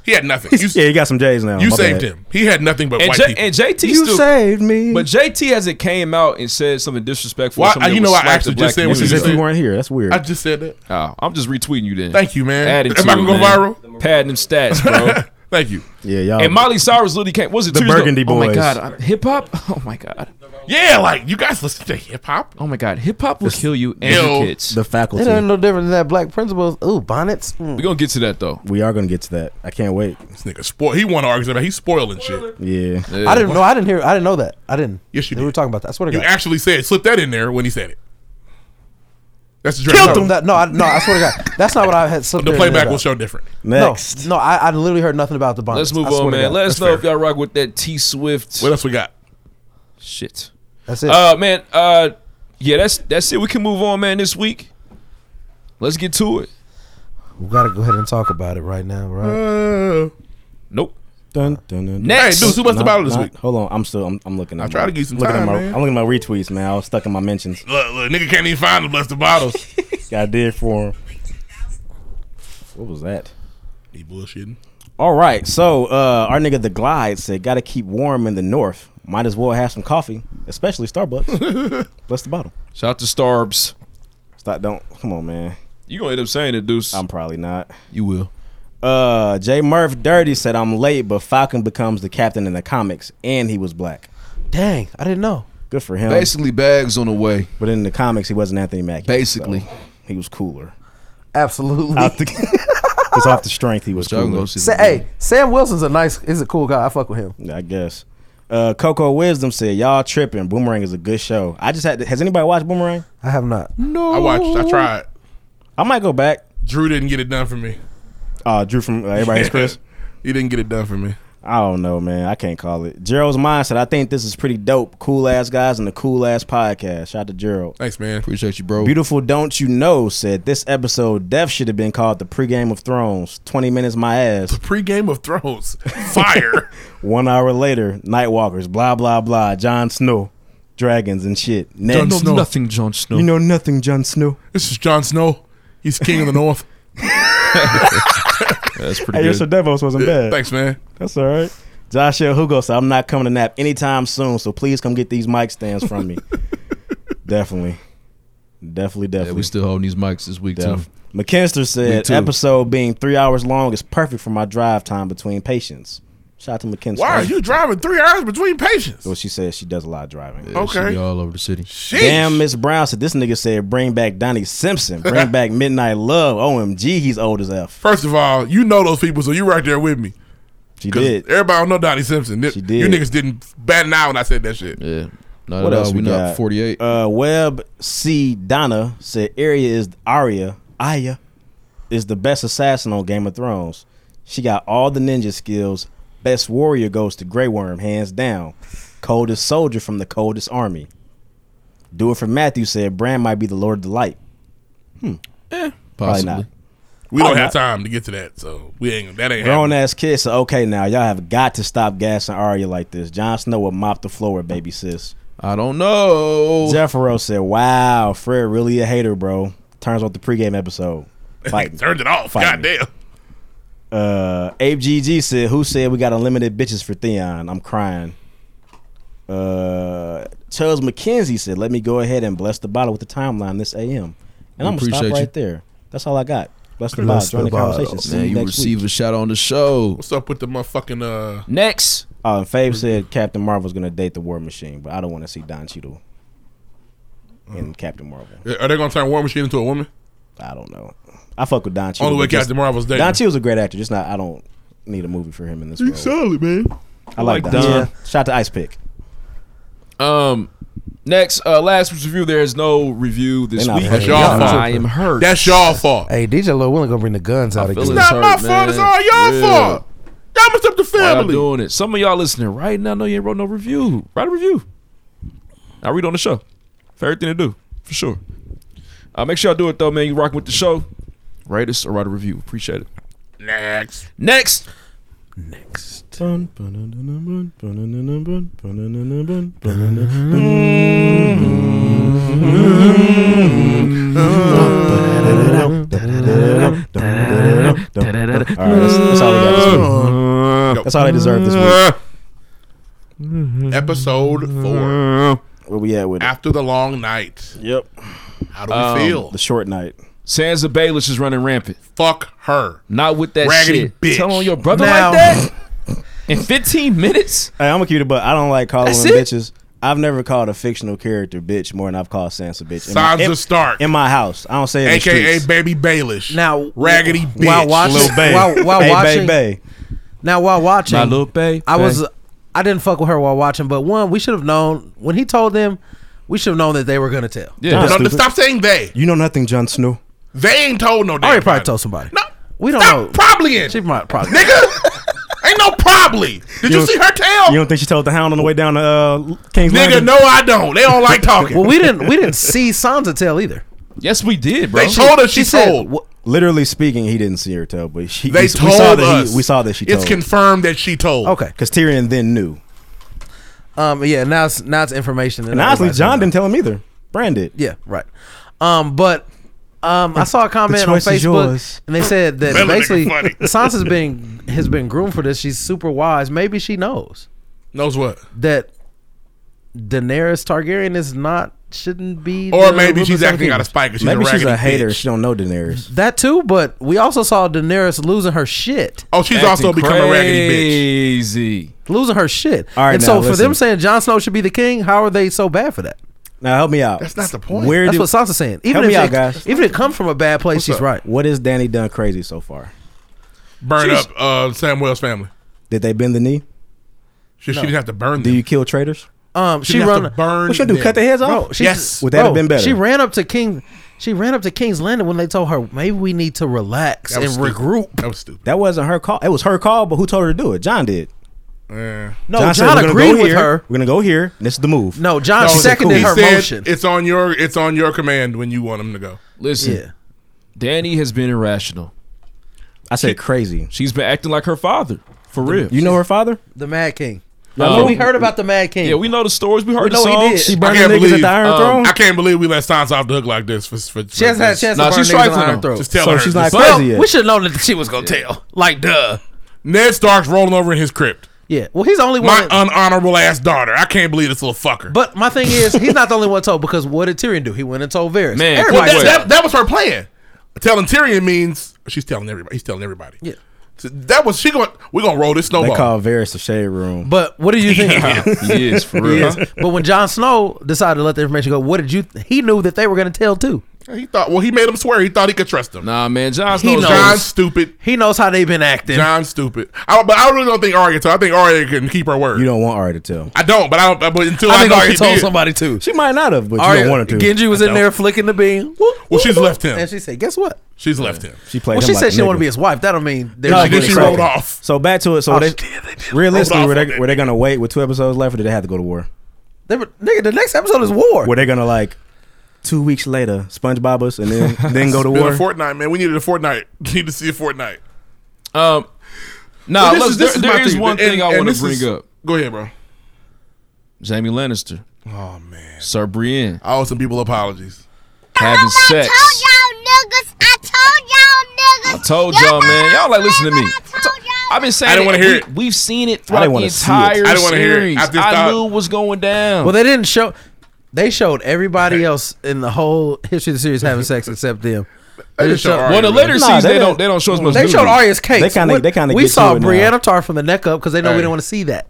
S11: He had nothing. You,
S6: yeah, he got some J's now.
S11: you
S6: My
S11: saved
S6: bad.
S11: him. He had nothing but
S12: and,
S11: white
S12: J-
S11: people.
S12: and JT
S6: You
S12: still.
S6: saved me.
S12: but JT hasn't came out and said something disrespectful.
S11: Why-
S12: or something
S11: you
S12: that
S11: know,
S12: would
S11: I
S12: slight
S11: actually
S12: the black
S11: just said what
S6: It's
S12: community.
S6: as if
S11: said.
S6: you weren't here. That's weird.
S11: I just said that.
S12: Oh, I'm just retweeting you then.
S11: Thank you, man.
S12: Add it
S11: Am I
S12: to
S11: gonna go
S12: it, man. Padding them stats, bro.
S11: Thank you.
S6: yeah, y'all.
S12: And Molly Cyrus literally came. Was it
S6: The
S12: two years ago?
S6: Burgundy
S12: Oh my
S6: Boys.
S12: god, hip hop. Oh my god.
S11: Yeah, like you guys listen to hip hop.
S12: Oh my god, hip hop will kill you and
S11: Yo.
S12: your kids.
S6: the faculty.
S2: It ain't no different than that black principles. Ooh, bonnets. Mm.
S12: We're gonna get to that though.
S6: we are gonna get to that. I can't wait.
S11: This nigga spoil. He want to argue about. He's spoiling shit.
S6: Yeah.
S2: I didn't know. I didn't hear. I didn't know that. I didn't.
S11: Yes, you
S2: We were
S11: did.
S2: talking about that. I swear to
S11: You
S2: God.
S11: actually said slip that in there when he said it. That's the
S2: No,
S11: direct-
S2: that- no, I, no, I swear to God. That's not what I had.
S11: The playback will show different.
S6: Next.
S2: No, no I, I literally heard nothing about the bonnets.
S12: Let's move
S2: I swear
S12: on,
S2: to
S12: man.
S2: God.
S12: Let us
S11: That's
S12: know
S11: fair.
S12: if y'all rock with that T Swift
S11: What else we got?
S12: shit.
S2: That's it.
S12: Uh, man. Uh, yeah, that's that's it. We can move on, man. This week, let's get to it.
S2: we gotta go ahead and talk about it right now, right?
S11: Uh,
S12: Nope.
S6: Dun, dun, dun, dun.
S12: Next.
S11: Hey, dude, who must have
S6: Not-
S11: battled this
S6: not-
S11: week?
S6: Hold on, I'm still I'm, I'm looking. I
S11: tried to give you some
S6: looking
S11: time,
S6: at my,
S11: man.
S6: I'm looking at my retweets, man. I was stuck in my mentions.
S11: look, look, nigga can't even find the busted bottles.
S6: I did for him. What was that?
S11: he bullshitting.
S6: All right, so uh, our nigga the Glide said, "Gotta keep warm in the north. Might as well have some coffee, especially Starbucks. Bless the bottle.
S12: Shout out to Starbs.
S6: Stop. Don't come on, man.
S12: You gonna end up saying it, Deuce?
S6: I'm probably not."
S12: you will.
S6: Uh, J. Murph Dirty said, "I'm late, but Falcon becomes the captain in the comics, and he was black.
S2: Dang, I didn't know.
S6: Good for him.
S4: Basically, bags on the way.
S6: But in the comics, he wasn't Anthony Mackie.
S4: Basically.
S6: so he was cooler.
S2: Absolutely.
S6: Out the- It's off the strength he was
S4: Y'all gonna
S6: cool.
S4: see
S2: Sa- hey, Sam Wilson's a nice, is a cool guy. I fuck with him.
S6: I guess. Uh, Coco Wisdom said, "Y'all tripping. Boomerang is a good show. I just had. To, has anybody watched Boomerang?
S2: I have not.
S11: I watched. I tried.
S6: I might go back.
S11: Drew didn't get it done for me.
S6: Uh, Drew from uh, Everybody's Chris.
S11: he didn't get it done for me.
S6: I don't know, man. I can't call it. Gerald's mind said, I think this is pretty dope. Cool ass guys and the cool ass podcast. Shout out to Gerald.
S11: Thanks, man.
S4: Appreciate you, bro.
S6: Beautiful Don't You Know said this episode Def should have been called the pregame of Thrones. Twenty minutes my ass.
S11: Pre-game of Thrones, fire.
S6: One hour later, Nightwalkers, blah blah blah, Jon Snow, dragons and shit. Ned,
S11: Jon Snow.
S12: nothing, Jon Snow.
S6: you know nothing, Jon Snow.
S11: this is Jon Snow. He's king of the north.
S12: That's pretty
S6: Hey,
S12: good.
S6: your Devos wasn't bad.
S11: Thanks, man.
S6: That's all right. Joshua Hugo said, I'm not coming to nap anytime soon, so please come get these mic stands from me. definitely. Definitely,
S4: Yeah,
S6: definitely.
S4: we still holding these mics this week
S6: Yeah.
S4: too.
S6: McKinster said,
S4: too.
S6: episode being three hours long is perfect for my drive time between patients. Shout out to McKinster.
S11: Why are you driving three hours between patients?
S6: Well, she says she does a lot of driving.
S4: Yeah, should
S11: Okay.
S4: be all over the city.
S11: Sheesh.
S6: Damn, Miss Brown said, this nigga said, bring back Donnie Simpson. Bring back Midnight Love. OMG, he's old as F.
S11: First of all, you know those people, so you right there with me.
S6: She
S11: 'Cause
S6: did.
S11: Everybody don't know Donnie Simpson. She
S6: did.
S11: You niggas didn't bat an eye when I said that shit.
S4: Yeah. Not
S6: What
S4: at
S6: else
S4: all.
S6: we
S4: We
S6: got?
S4: not 48.
S6: Uh, Web C Donna said Arya is Arya. Arya is the best assassin on Game of Thrones. She got all the ninja skills. Best warrior goes to Grey Worm, hands down. Coldest soldier from the coldest army. Do it for Matthew said Bran might be the Lord of the Light. Probably
S4: possibly.
S6: not.
S11: We
S6: Oh,
S11: don't have
S6: no.
S11: time to get to that, so we ain't. That ain't
S6: Grown
S11: happening.
S6: ass kid said, okay now, y'all have got to stop gassing Arya like this. Jon Snow will mop the floor with baby sis.
S4: I don't know.
S6: Jeffero said, wow, Fred really a hater, bro. Turns out the pregame episode. Fighting.
S11: Turned it off.
S6: Fight me.
S11: Goddamn.
S6: Uh, Abe GG said, "Who said we got unlimited bitches for Theon?" I'm crying. Uh, Charles McKenzie said, "Let me go ahead and bless the bottle with the timeline this AM." And I'm gonna stop
S4: appreciate
S6: right
S4: you.
S6: there. That's all I got. Bless the bottle.
S2: Bless
S6: Join
S2: the
S6: the
S2: bottle.
S6: conversation. See
S4: Man,
S6: you
S4: you
S6: next
S4: receive
S6: week.
S4: a shot on the show.
S11: What's up with the motherfucking uh?
S12: Next.
S6: Oh, and Fave said Captain Marvel's gonna date the War Machine, but I don't want to see Don Cheadle
S4: Mm.
S6: in Captain Marvel.
S11: Are they gonna turn War Machine into a woman?
S6: I don't know. I fuck with Don Cheadle.
S11: Only way
S6: but just-
S11: Captain Marvel's dating.
S6: Don Cheadle's a great actor. Just not. I don't need a movie for him in this. Role.
S4: solid, man.
S6: I like,
S12: like
S6: Don.
S12: Don.
S6: Yeah. Shout out to Ice Pick.
S12: Um, next. Uh, last week's review. There is no review this
S6: They not
S12: week.
S6: hurt. That's
S11: y'all fault.
S12: I am hurt.
S11: That's y'all fault.
S2: Hey, DJ Lil Willie gonna bring the guns out
S12: feel
S2: again.
S12: it.
S11: Not my
S12: hurt, man.
S11: fault. It's all y'all
S12: Yeah.
S11: fault. Y'all messed up the
S12: Why y'all
S11: family.
S12: doing it. Some of y'all listening right now know you ain't wrote no review. Write a review. I read on the show. Favorite thing to do, for sure. Uh, make sure y'all do it though, man. You rocking with the show. Rate us or write a review. Appreciate it.
S11: Next.
S12: Next.
S6: All right, that's, that's all we got this week.
S11: Mm-hmm.
S6: That's all they deserve this week.
S11: Episode four.
S6: Where we at with it?
S11: After the long night.
S6: Yep.
S11: How do we feel?
S6: The short night.
S12: Sansa Baelish is running rampant.
S11: Fuck her.
S12: Not with that
S11: Raggedy
S12: shit.
S11: bitch.
S12: Tell on your brother
S2: Now-
S12: like that in 15 minutes.
S6: Hey, I'm a cutie, but I don't like calling
S12: That's
S6: them
S12: it?
S6: bitches. I've never called a fictional character bitch more than I've called Sansa bitch. In my,
S11: Sansa
S6: in-
S11: Stark,
S6: in my house. I don't say it in the
S11: aka
S6: streets.
S11: Baby Baelish.
S2: Now,
S11: raggedy bitch.
S2: while watching,
S6: Lil Bae.
S2: while, while
S6: hey,
S2: watching,
S6: Bae, Bae.
S2: now while watching,
S12: My little babe.
S2: I was, I didn't fuck with her while watching, but one, we should have known when he told them, we should have known that they were gonna tell.
S12: Yeah.
S6: Nah,
S11: No,
S6: stupid.
S11: stop saying they.
S6: You know nothing, Jon Snow.
S11: They ain't told no damn.
S2: Ari probably
S11: body.
S2: told somebody.
S11: No,
S2: we don't
S11: stop
S2: know.
S11: Probably in.
S2: She might probably.
S11: Nigga, ain't no probably. Did you,
S6: You-
S11: see her tail?
S6: You don't think she told the hound on the way down to uh, King's
S11: Oh. Nigga,
S6: Landing?
S11: no, I don't. They don't like talking.
S2: Well, we didn't, we didn't see Sansa tell either.
S12: Yes, we did, bro.
S11: they told us she, told.
S2: "Wha-
S6: Literally speaking, he didn't see her tell, but she.
S11: they
S6: we,
S11: told
S6: we saw that
S11: us.
S6: He, we saw that she told.
S11: It's confirmed that she told.
S2: Okay.
S6: Because Tyrion then knew.
S2: Um. Yeah. Now it's now it's information.
S6: And honestly,
S2: everybody's
S6: John
S2: gonna know.
S6: didn't tell him either. Brand did.
S2: Yeah. Right. Um. But. Um, I saw a comment on
S6: choice is
S2: Facebook,
S6: yours.
S2: and they said that
S11: That nigga
S2: basically
S11: funny.
S2: Sansa's been has been groomed for this. She's super wise. Maybe she knows
S11: Knows what?
S2: that Daenerys Targaryen is not shouldn't be.
S11: Or
S2: the
S11: maybe
S2: ruler
S11: she's
S2: Seven
S11: acting out of
S2: Kingdoms.
S11: spite because she's
S6: Maybe
S11: a raggedy
S6: she's a hater.
S11: bitch. Mm-hmm.
S6: She don't know Daenerys.
S2: That too, but we also saw Daenerys losing her shit,
S11: Oh, she's also become a raggedy bitch.
S12: Crazy.
S2: losing her shit.
S6: All right,
S2: and
S6: now,
S2: so for
S6: listen.
S2: them saying Jon Snow should be the king, how are they so bad for that?
S6: Now help me out.
S11: That's not the point.
S6: Where
S2: That's
S6: did,
S2: what Sansa's saying. Even
S6: Help
S2: if
S6: me
S2: it,
S6: out, guys.
S2: even if it comes from a bad place, she's right.
S6: What has Danny done crazy so far?
S11: burn
S12: She's-
S11: up uh, Sam Wells' family.
S6: Did they bend the knee?
S11: She, she didn't have to burn
S6: Do
S11: them.
S6: you kill traitors?
S2: Um,
S11: She
S2: she
S11: didn't have
S2: run.
S11: to burn
S6: What you gonna do?
S11: them.
S6: Cut their heads off?
S2: Bro, she,
S11: Yes.
S6: Would that have
S2: bro,
S6: been better?
S2: She ran up to King. She ran up to King's Landing when they told her maybe we need to relax
S11: That
S2: and
S11: was stupid.
S2: regroup.
S11: That was stupid.
S6: That wasn't her call. It was her call, but who told her to do it? John did.
S11: Yeah.
S2: No, John,
S6: John, said, "We're gonna
S2: Oh, agreed
S6: go
S2: with
S6: here.
S2: her.
S6: We're gonna go here. And this is the move.
S2: No, John
S11: No,
S2: seconded
S11: he
S2: her
S11: said,
S2: motion.
S11: It's on your it's on your command when you want him to go.
S12: Listen,
S2: Yeah,
S12: Danny has been irrational.
S6: I said crazy.
S12: She's been acting like her father for real.
S6: You know her father?
S2: the Mad King.
S12: Um,
S2: we heard about the Mad King.
S12: Yeah, we know the stories. We heard
S2: We
S12: the
S2: know he did.
S12: songs.
S6: She
S11: I
S6: burned the
S11: can't
S6: niggas at
S11: believe-
S6: the Iron
S12: um,
S6: Throne.
S11: I can't believe we let Sansa off the hook like this. For, for,
S2: she hasn't had a chance
S12: Nah,
S2: to burn
S12: she's
S2: niggas
S12: trifling
S2: on her
S12: though.
S2: throat.
S11: Just tell
S6: So
S11: her.
S6: Oh, she's not
S11: Just-
S2: Well,
S6: crazy yet.
S2: we should know that she was gonna tell. Like, duh.
S11: Ned Stark's rolling over in his crypt.
S2: Yeah. Well, he's the only
S11: My
S2: one. that-
S11: unhonorable ass daughter. I can't believe this little fucker.
S2: but my thing is, he's not the only one told because what did Tyrion do? He went and told Varys.
S12: Man,
S11: Well,
S2: everybody.
S11: that,
S12: Wait.
S11: that, that was her plan. Telling Tyrion means she's telling everybody. He's telling everybody.
S2: Yeah.
S11: So that was she going. We're gonna roll this
S6: They
S11: snowball.
S6: call Varys the shade room.
S2: but what do you think?
S12: he is for real.
S2: But when Jon Snow decided to let the information go, what did you? He knew that they were going to tell too.
S11: He thought. Well, he made him swear. He thought he could trust him.
S12: Nah, man, John
S2: He
S12: Snow.
S2: knows.
S11: John's stupid.
S2: He knows how they've been acting.
S11: John's stupid. I, don't- but I really don't think Arya. told- I think Arya can keep her word.
S6: you don't want Arya to tell.
S11: I don't. But I don't. But until I,
S2: I think
S11: know
S2: Arya
S11: she
S2: told
S11: did.
S2: somebody too.
S6: She might not have, but you
S2: Arya,
S6: don't want her to.
S2: Genji was in there flicking the beam. Whoop,
S11: Well,
S2: whoop,
S11: she's
S2: whoop.
S11: left him.
S2: and she said, "Guess what?
S11: She's left him.
S6: She played.
S2: Well,
S6: him
S2: she
S6: like
S2: said
S6: a
S2: she didn't want
S6: nigga.
S2: to be his wife. That don't mean they're
S6: No,
S2: not
S11: And then
S2: gonna
S11: she
S2: accept
S11: rolled
S2: it.
S11: off.
S6: So back to it. So
S2: Oh,
S6: they,
S2: she did, they did.
S6: realistically,
S11: Rolled
S6: were
S11: off
S6: they,
S11: on
S6: were
S11: that
S6: they gonna wait with two episodes left, or did they have to go to war?
S2: They were, nigga, the next episode is war.
S6: Were they gonna like two weeks later SpongeBob us and then then go to
S11: Been a
S6: war?
S11: Fortnite, man. We needed a Fortnite. Need to see a Fortnite.
S12: Um,
S11: But
S12: nah,
S11: this
S12: look,
S11: is- this
S12: there-
S11: my
S12: there is
S11: thing.
S12: one
S11: And-
S12: thing I
S11: and
S12: want
S11: this
S12: to bring
S11: is-
S12: up.
S11: Go ahead, bro.
S12: Jamie Lannister,
S11: Oh man,
S12: Sir Brienne,
S11: I owe some people apologies.
S12: having sex.
S8: I told y'all niggas. I told y'all niggas.
S12: I told y'all, man. Y'all like listen to me.
S8: I told y'all.
S12: I've been saying
S11: I didn't
S12: it,
S11: wanna
S12: and
S11: hear
S12: we,
S11: it.
S12: We've seen it throughout the
S6: wanna see it. I
S12: entire
S11: didn't wanna hear it.
S12: series.
S11: I
S12: I,
S11: just thought-
S12: knew what's going down.
S2: well, they didn't show. They showed everybody else in the whole history of the series having sex except them.
S11: They just show Arya.
S12: well, the later
S6: Nah,
S12: seasons
S6: they
S12: they
S6: didn't-
S12: don't they don't show as much.
S2: They showed
S12: nudity.
S2: Arya's cakes.
S6: They kinda-
S2: What-
S6: they kinda
S2: We
S6: get
S2: saw
S6: to it now.
S2: Brianna Tar from the neck up because they know
S11: Hey.
S2: we didn't want to see that.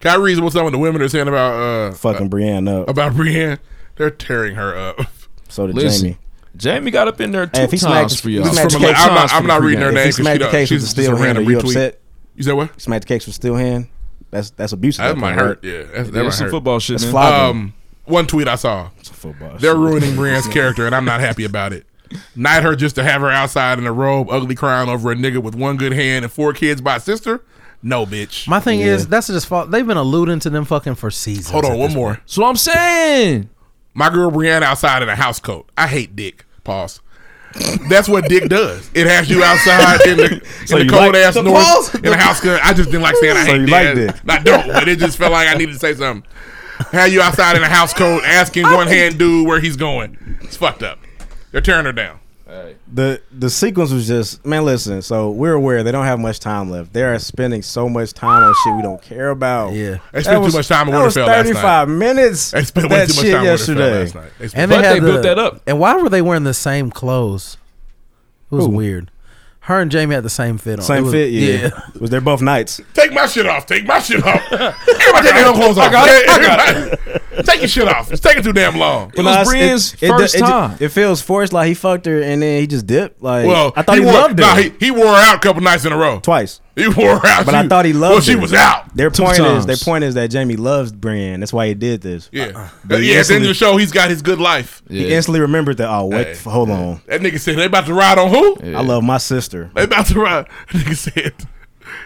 S11: Can I read what some of the women are saying about uh
S6: Fucking Brienne up.
S11: about Brienne? They're tearing her up.
S6: So did
S12: Listen,
S6: Jamie.
S12: Jamie. got up in there two
S6: Hey, if he smacked-
S12: times for y'all.
S6: he
S11: This
S6: smacked
S11: is
S6: the
S11: from like,
S6: cakes
S11: I'm
S12: times
S11: not,
S12: for
S11: I'm
S12: the
S11: not
S12: free
S11: reading her
S12: game.
S11: name
S6: If he
S11: because she
S6: smacked the
S11: don't-
S6: case with
S11: she's
S6: the
S11: just a
S6: steel hand, are
S11: random
S6: you
S11: retweet.
S6: upset?
S11: You said what?
S6: Smacked the cakes with steel hand. That's that's abusive.
S11: That
S6: point,
S11: might
S6: right?
S11: hurt. Yeah, that's, that
S12: Yeah,
S11: might
S12: some
S11: hurt.
S12: football shit,
S6: That's
S12: man.
S6: flogging.
S11: Um, one tweet I saw.
S6: football.
S11: They're
S6: shit.
S11: ruining Brienne's character, and I'm not happy about it. Not her just to have her outside in a robe, ugly crown over a nigga with one good hand and four kids by a sister. No, bitch.
S2: My thing is that's just fault. They've been alluding to them fucking for seasons.
S11: Hold on, one more.
S12: That's what I'm saying.
S11: My girl Brianna outside in a house coat. I hate dick. Pause. That's what dick does. It has you outside in the, in the
S6: you like-
S11: cold ass
S6: The
S11: north
S6: pause?
S11: in a house coat. I just didn't like saying I
S6: So
S11: hate
S6: you
S11: dick.
S6: like dick.
S11: I don't, but it just felt like I needed to say something. Have you outside in a house coat asking one hand dude where he's going? It's fucked up. They're tearing her down.
S6: the the sequence was just man. Listen, so we're aware they don't have much time left. They are spending so much time on shit we don't care about.
S2: Yeah.
S11: They spent too much time in Winterfell last
S6: Thirty
S11: night.
S6: five minutes.
S11: They spent
S6: of
S11: way
S6: that
S11: too much
S6: shit
S11: time in Winterfell
S6: yesterday.
S11: last night. They spent-
S2: And they,
S12: But
S2: had
S12: they
S2: the,
S12: built that up.
S2: And why were they wearing the same clothes? It was weird. Her and Jamie had the same fit on. It
S6: Same
S2: was-
S6: fit, yeah. Was there both nights?
S11: take my shit off. Take my shit off. Everybody take their own clothes off. Everybody- Take your shit off. It's taking too damn long.
S12: It was Brienne's
S6: it- it-
S12: first
S6: it-
S12: time.
S6: It, feels forced, like he fucked her and then he just dipped. Like
S11: Well,
S6: I thought he,
S11: wore,
S6: loved her
S11: nah, he, he wore her out a couple nights in a row.
S6: twice.
S11: He wore her out.
S6: But
S11: She-
S6: I thought he loved. Uh-uh.
S11: Well, she
S6: her.
S11: was out.
S6: Their
S12: Two
S6: point
S12: times.
S6: is their point is that Jamie loves Brienne. That's why he did this.
S11: Yeah.
S6: But he
S11: yeah, at the end
S6: instantly-
S11: of the show, he's got his good life.
S6: He
S12: Yeah.
S6: instantly remembered that. Oh, wait,
S11: Hey.
S6: f- hold on.
S11: That nigga said, they about to ride on who?
S6: I love my sister.
S11: They about to ride. That nigga said,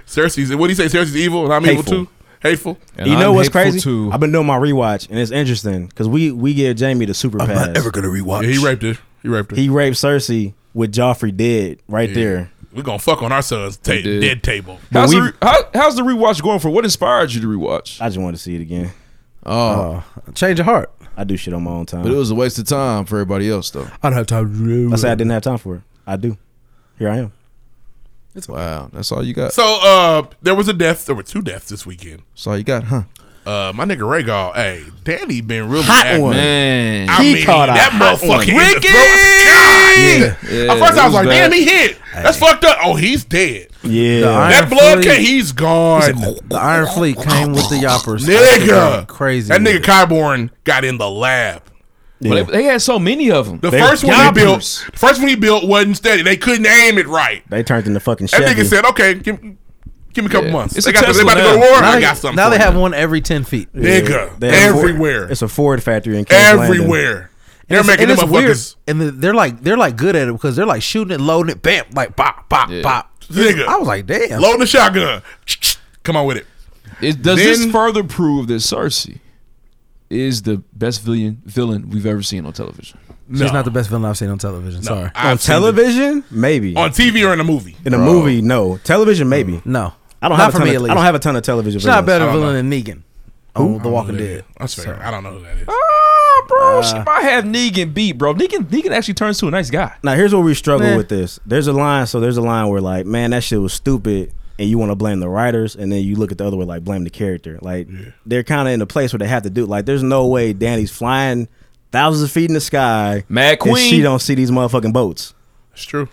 S11: Cersei's, what do you say? Cersei's evil and I'm
S6: Hateful.
S11: evil too? Hateful.
S12: And
S6: you
S12: I'm
S6: know what's
S12: hateful
S6: crazy?
S12: too.
S6: I've been doing my rewatch, and it's interesting because we we give Jamie the super pass.
S2: gonna rewatch.
S11: Yeah, he raped her. He raped her.
S6: he raped Cersei with Joffrey dead right there.
S11: We're going to fuck on our son's ta-
S12: did.
S11: dead table.
S12: How's the,
S6: we-
S12: re- how, how's the rewatch going for? What inspired you to rewatch?
S6: I just wanted to see it again.
S4: Oh,
S2: Change of heart.
S6: I do shit on my own time.
S4: but it was a waste of time for everybody else, though.
S2: I don't have time to do
S6: I said I didn't have time for it. I do. Here I am.
S4: Wow, that's all you got.
S11: So uh, there was a death. There were two deaths this weekend.
S4: That's all you got, huh?
S11: Uh, my nigga Rhaegal, hey, Danny been really
S6: Hot
S11: active.
S6: one.
S12: Man,
S11: I
S6: He
S11: mean,
S6: caught a
S11: that
S6: hot one.
S11: motherfucker hit the throat. God.
S12: Yeah.
S11: At first,
S12: Yeah,
S11: I was
S12: it was
S11: like,
S12: bad.
S11: "Damn, he hit. That's fucked up. Oh, he's dead.
S6: Yeah.
S2: I-
S11: That
S2: Iron
S11: blood,
S2: Fleet.
S11: came, he's gone,
S2: The Iron Fleet came with the yoppers.
S11: nigga.
S2: Crazy.
S11: That nigga Kyborn got in the lab.
S12: But they, they had so many of them.
S11: The first one he built, the first one he built wasn't steady. They couldn't aim it right.
S6: They turned into fucking
S11: That
S6: Chevy.
S11: nigga said, "Okay, give, give me a couple months.
S6: It's
S11: they
S6: a
S11: got they
S6: Tesla
S11: about to go to
S6: now.
S11: war.
S6: Now
S11: I
S6: they-
S11: got something."
S6: now
S11: for
S6: they
S11: you."
S6: have
S9: one every ten feet.
S11: Nigga,
S6: They have a Ford-
S11: everywhere.
S6: it's a Ford factory in Kings Landing.
S11: Everywhere.
S6: They're
S2: And it's- and
S6: making them
S2: it's weird.
S6: motherfuckers-
S2: And the- they're like they're like good at it because they're like shooting it, loading it, bam, like bop, bop, bop.
S11: Nigga,
S2: I was like, damn.
S11: Loading the shotgun. Come on with it.
S12: It, does
S11: Then-
S12: this further prove that Cersei is the best villain villain we've ever seen on television?
S2: She's not the best villain I've seen on television. Sorry.
S6: on television, maybe.
S11: On TV or in a movie?
S6: In a
S2: Bro.
S6: movie, no. Television, maybe.
S2: No.
S6: I don't
S2: Mm. Not
S6: have
S2: for
S6: a ton
S2: me,
S6: of,
S2: at
S6: I don't
S2: least.
S6: have a ton of television.
S2: She's not a
S6: villains.
S2: better villain than Negan on The Walking Dead.
S11: That's fair. I don't know who that is.
S12: Ah, bro, she might have Negan beat, bro. Negan, Negan actually turns to a nice guy.
S6: Now here's where we struggle
S12: Meh.
S6: with this. There's a line, so there's a line where like, man, that shit was stupid, and you want to blame the writers, and then you look at the other way like, blame the character. Like they're kind of in a place where they have to do. Like there's no way Danny's flying thousands of feet in the sky,
S12: Mad
S6: and she
S2: Queen.
S6: don't see these motherfucking boats.
S11: It's true.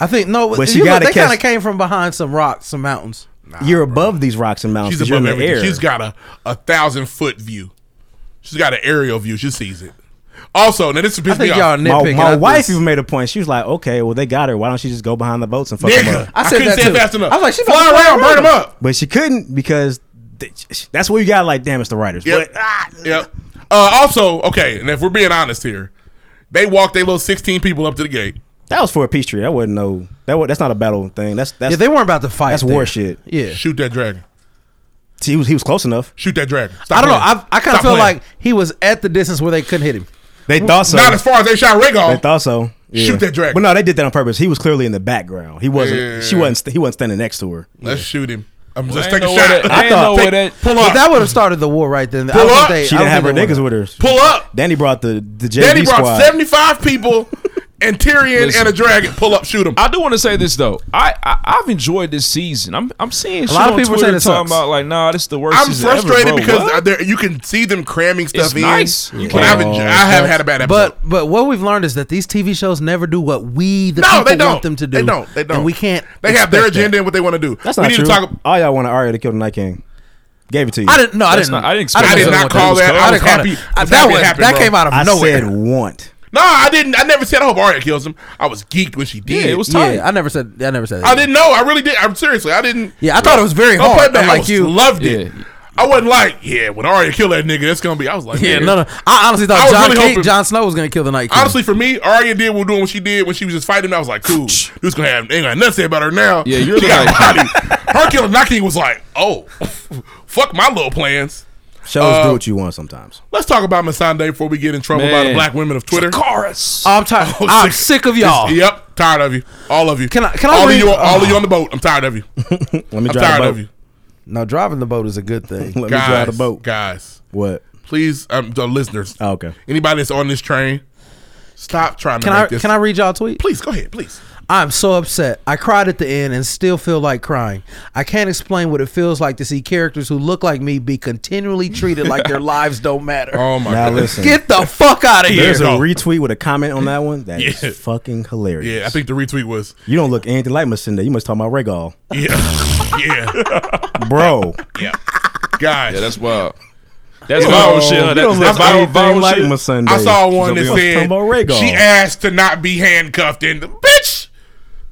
S2: I think no,
S6: But
S2: but
S6: she
S2: you know,
S6: gotta
S2: they kind
S6: catch-
S2: of came from behind some rocks, some mountains.
S6: you're above these rocks and
S2: Um,
S6: mountains.
S11: She's
S6: 'cause you're
S11: above
S6: in the
S11: everything.
S6: air.
S11: She's got a, a thousand foot view. She's got an aerial view. She sees it. Also, now this is pissed me off.
S6: My, my wife even made a point. She was like, "Okay, well they got her. Why don't she just go behind the boats and fuck them
S11: Nigga,
S6: up?"
S11: I, couldn't say it fast enough.
S2: I was like, she
S11: fly
S2: about to fly
S11: around, burn
S2: around.
S11: them up.
S6: But she couldn't because th- that's where you got like, damn, it's the writers.
S11: Yep.
S2: ah,
S11: yep. Uh, also, okay, and if we're being honest here, they walked their little sixteen people up to the gate.
S6: That was for a peace tree. That wasn't no. That was, that's not a battle thing. That's that's.
S11: Yeah, they
S2: weren't about to fight.
S6: That's
S11: there.
S6: war shit.
S2: Yeah.
S11: Shoot that dragon.
S6: See, he was he was close enough.
S11: Shoot that dragon.
S2: I don't know. I, I kind of feel like he was at the distance where they couldn't hit him.
S6: They thought so.
S11: Not as far as they shot Rhaegal.
S6: They thought so.
S11: Shoot that dragon.
S6: But no, they did that on purpose. He was clearly in the background. He wasn't.
S11: Yeah.
S6: She wasn't. st- He wasn't standing next to her.
S11: Let's shoot him. I'm just
S6: ain't
S11: taking a
S6: no way
S11: shot.
S6: that- I ain't no way that-
S11: pull
S2: But
S11: up.
S2: that would have started the war right then.
S11: Pull
S2: don't think
S11: up.
S2: they-
S6: she
S2: I
S6: didn't
S2: don't
S6: have her
S2: think they
S6: niggas
S2: would've.
S6: with her.
S11: Pull up.
S6: Danny brought the the JV
S11: Danny brought
S6: squad.
S11: 75 people and Tyrion and a dragon. Pull up, shoot him.
S12: I do want to say this though. I, I I've enjoyed this season. I'm I'm seeing
S11: A
S12: shit
S11: lot of
S12: on
S11: people
S12: Twitter
S11: saying it
S12: talking
S11: sucks.
S12: about like, nah, this is the worst.
S11: I'm
S12: season ever,
S11: frustrated
S12: bro.
S11: because
S12: What?
S11: there, you can see them cramming stuff
S12: It's
S11: in.
S12: nice.
S11: You can- I haven't- I haven't had a bad episode.
S2: But but what we've learned is that these TV shows never do what we the
S11: no,
S2: people
S11: they don't.
S2: want them to do.
S11: They don't. They don't.
S2: And we can't.
S11: They have their
S2: expect that.
S11: agenda and what they want to do.
S6: That's
S11: we
S6: not
S11: need
S6: true.
S11: to talk.
S6: All y'all want Arya to kill the Night King. Gave it to you.
S2: I didn't. No, I didn't.
S11: I did not call that. I was
S2: didn't call
S11: happy.
S2: that. I-
S11: I was
S2: That
S11: happy it
S2: was
S11: happened,
S2: that
S11: bro.
S2: came out of
S6: I
S2: nowhere.
S6: said want.
S11: No, I didn't. I never said I hope Arya kills him. I was geeked when she did.
S2: Yeah, Yeah, I never said. I never said that.
S11: I didn't know. I really did. I'm seriously. I didn't.
S2: Yeah, I thought it was very
S11: Don't
S2: hard,
S11: play back. I
S2: unlike
S11: was-
S2: you.
S11: loved it. I wasn't like, yeah, when Arya kill that nigga, it's gonna be. I was like,
S2: Yeah,
S11: man.
S2: no, no. I honestly thought
S11: was
S2: John
S11: really
S2: King,
S11: hoping-
S2: John Snow was gonna kill the Night King.
S11: Honestly, for me, Arya did what doing what she did when she was just fighting. I was like, cool. Dude's gonna have ain't got nothing to say about her now.
S12: Yeah, you're
S11: She
S12: the
S11: got
S12: Night
S11: body. Her killing Night King was like, oh, fuck my little plans.
S6: Shows
S11: Uh,
S6: do what you want sometimes.
S11: Let's talk about Masande before we get in trouble by the
S6: Man.
S11: black women of Twitter.
S12: Chorus.
S2: I'm tired. I'm sick of y'all.
S11: Yep, tired of you. All of you. Can I?
S2: can I
S11: All
S2: read-
S11: of you. All of you on the boat. I'm tired of you.
S6: Oh. Let me
S11: I'm
S6: drive
S11: tired
S6: the boat.
S11: of you.
S2: No, driving the boat is a good thing.
S6: Let me
S11: guys,
S6: drive the boat. Oh.
S11: guys.
S6: What?
S11: Please, um, the listeners.
S6: okay.
S11: Anybody that's on this train, stop trying
S2: Can
S11: to
S2: I
S11: make this.
S2: can I read y'all tweet?
S11: Please go ahead. Please.
S2: I'm so upset. I cried at the end and still feel like crying. I can't explain what it feels like to see characters who look like me be continually treated like their lives don't matter.
S11: Oh my
S6: Now listen.
S2: Get the fuck out of here.
S6: There's a
S2: No.
S6: retweet with a comment on that one. That is
S11: Yeah.
S6: fucking hilarious.
S11: Yeah, I think the retweet was.
S6: You don't look anything like Masinda. You must talk about Rhaegal.
S11: Yeah. yeah.
S6: Bro.
S11: Yeah. Guys.
S12: Yeah, that's wild. That's
S11: You
S12: viral
S11: don't-
S12: shit. Huh?
S11: you
S12: That-
S11: don't
S12: that's
S11: look
S12: viral,
S11: anything
S12: viral
S6: like
S12: shit.
S6: my son.
S11: I
S6: Sunday.
S11: saw one that
S6: Somebody was talking about
S11: said
S6: Rhaegal.
S11: she asked to not be handcuffed, and bitch,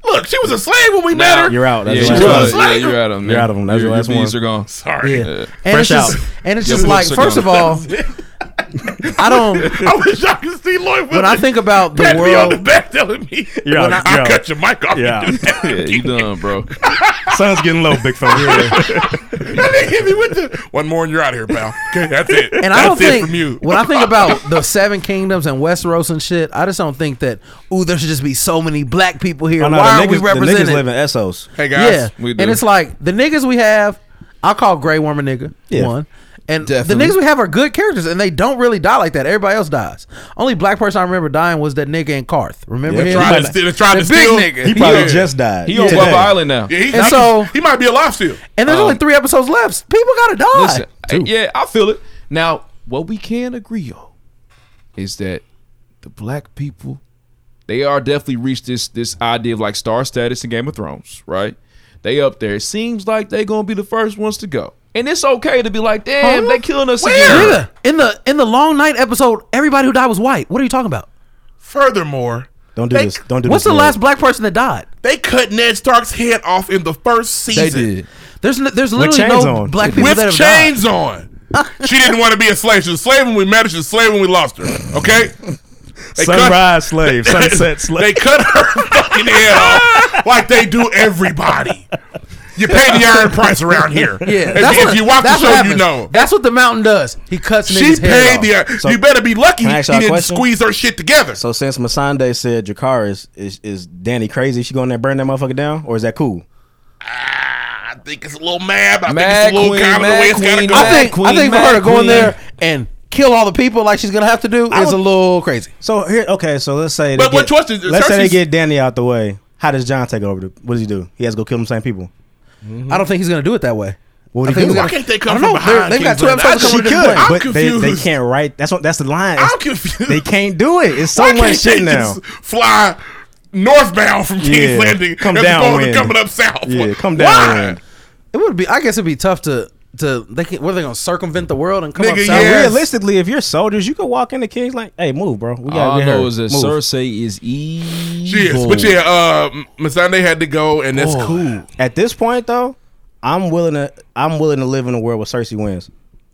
S11: look, she was a slave when we met her.
S6: You're out. That's
S12: yeah,
S6: the
S12: you're
S6: last
S12: out.
S6: one.
S12: Yeah, you're out of them.
S6: You're out of them. That's
S12: your,
S6: the last
S12: your bees
S6: one.
S12: are gone.
S11: Sorry.
S12: Yeah.
S2: And it's just and it's
S12: Your
S2: just like
S12: boots are
S2: first
S12: gone.
S2: of all, I don't
S11: I wish I could see Lloyd.
S2: when I think about the
S11: Pat me on
S2: world
S11: the back telling me,
S6: You're
S11: when
S6: out,
S11: I,
S6: you're
S11: I
S6: out.
S11: cut your mic off.
S6: Yeah.
S11: You do that.
S12: yeah, you done, bro.
S6: Sun's getting low, big fella.
S11: And they hit me with the one more, and you're out of here, pal. Okay, that's it.
S2: And
S11: that's
S2: I don't
S11: it
S2: think
S11: from you.
S2: when I think about the Seven Kingdoms and Westeros and shit, I just don't think that ooh, there should just be so many black people here.
S6: Oh, no,
S2: Why
S6: the
S2: are we
S6: niggas,
S2: represented?
S6: The niggas live in Essos.
S11: Hey guys,
S2: yeah, and it's like the niggas we have. I call Grey Worm a nigga
S6: Yeah.
S2: one, and
S6: Definitely.
S2: the niggas we have are good characters, and they don't really die like that. Everybody else dies. Only black person I remember dying was that nigga in Carth. Remember him?
S11: Yeah, tried to steal- tried
S2: the
S11: to
S2: big
S11: steal.
S2: nigga.
S6: He probably just died.
S12: He on
S6: today.
S12: Guava Island now.
S11: Yeah, he,
S2: And
S11: he-
S2: so-
S11: he might be alive still.
S2: And there's
S12: Um,
S2: only three episodes left. People gotta die.
S12: Listen, yeah, I feel it. Now, what we can agree on is that the black people, they are definitely reached this this idea of like star status in Game of Thrones, right? They up there. It seems like they gonna be the first ones to go. And it's okay to be like, damn,
S2: Huh?
S12: they killing us again.
S2: Nigga, in the in the long night episode, everybody who died was white. What are you talking about?
S11: Furthermore,
S6: Don't do
S11: They-
S6: this. Don't do
S2: what's
S6: this.
S2: the last black person that died?
S11: They cut Ned Stark's head off in the first season.
S2: There's n- there's
S6: With
S2: literally
S6: chains
S2: no
S6: on.
S2: black people
S11: with
S2: that have
S11: chains on. she didn't want to be a slave. She was a slave when we met her. She was a slave when we lost her. Okay. They cut-
S7: Sunrise slave, sunset slave.
S11: They cut her fucking head off like they do everybody. You pay the iron price around here.
S2: died. Yeah,
S11: If, you- if you watch the
S2: that's
S11: show,
S2: what
S11: you
S2: happens.
S11: know.
S2: That's what the mountain does. He cuts
S11: She
S2: niggas' head
S11: paid
S2: off.
S11: the. iron.
S6: So-
S11: you better be lucky
S6: Can
S11: he
S6: I ask y'all a
S11: didn't
S6: question?
S11: squeeze her shit together.
S6: So since Masande said Jakar is, is is Danny crazy, she going there and burn that motherfucker down, or is that cool?
S11: I think it's a little mad. but I think
S12: Mad
S11: it's a little
S12: queen,
S11: kind of the
S12: mad
S11: way it's gotta
S12: queen,
S11: go.
S12: mad
S2: I think I
S12: Queen,
S2: think for
S12: Mad
S2: her to go in
S12: Queen.
S2: there and kill all the people like she's gonna have to do
S6: I
S2: is a
S6: would-
S2: little crazy.
S6: So here, okay, so let's say, they
S11: But- but
S6: get-
S11: trust it,
S6: let's say they
S11: Cersei's-
S6: get Danny out the way. How does John take over? The, what does he do? He has to go kill them same people.
S2: I don't think he's gonna do it that way. I
S6: What would he
S2: think
S6: do?
S2: he's
S11: Why
S2: gonna-
S11: can't they
S2: I don't
S11: come from
S2: know. They're-
S11: behind?
S2: they've got
S11: King's
S2: two
S11: Landing?
S2: episodes
S11: I-
S2: coming
S11: she
S2: to
S11: could.
S2: this
S11: I'm
S6: but they, they
S11: confused.
S6: can't write. That's what. That's the line.
S11: I'm
S6: It's-
S11: confused.
S6: They can't do it. It's so
S11: Why
S6: much
S11: can't
S6: shit
S11: they
S6: now.
S11: just fly northbound from King's
S6: Yeah,
S11: Landing
S6: come
S11: as opposed to
S6: downwind.
S11: coming up south?
S6: Yeah, come
S11: Why?
S6: down.
S2: It would be. I guess it'd be tough to to. They can, what are they gonna circumvent the world and come
S11: Nigga,
S2: up
S11: yeah.
S2: south?
S11: Yes.
S6: Realistically, if you're soldiers, you could walk into King's like, hey, move, bro. We gotta
S12: All I
S6: get
S12: know
S6: her.
S12: is that
S6: Move.
S12: Cersei is evil.
S11: She is. But yeah, uh, Masande had to go, and that's
S6: Oh.
S11: cool.
S6: At this point, though, I'm willing to. I'm willing to live in a world where Cersei wins.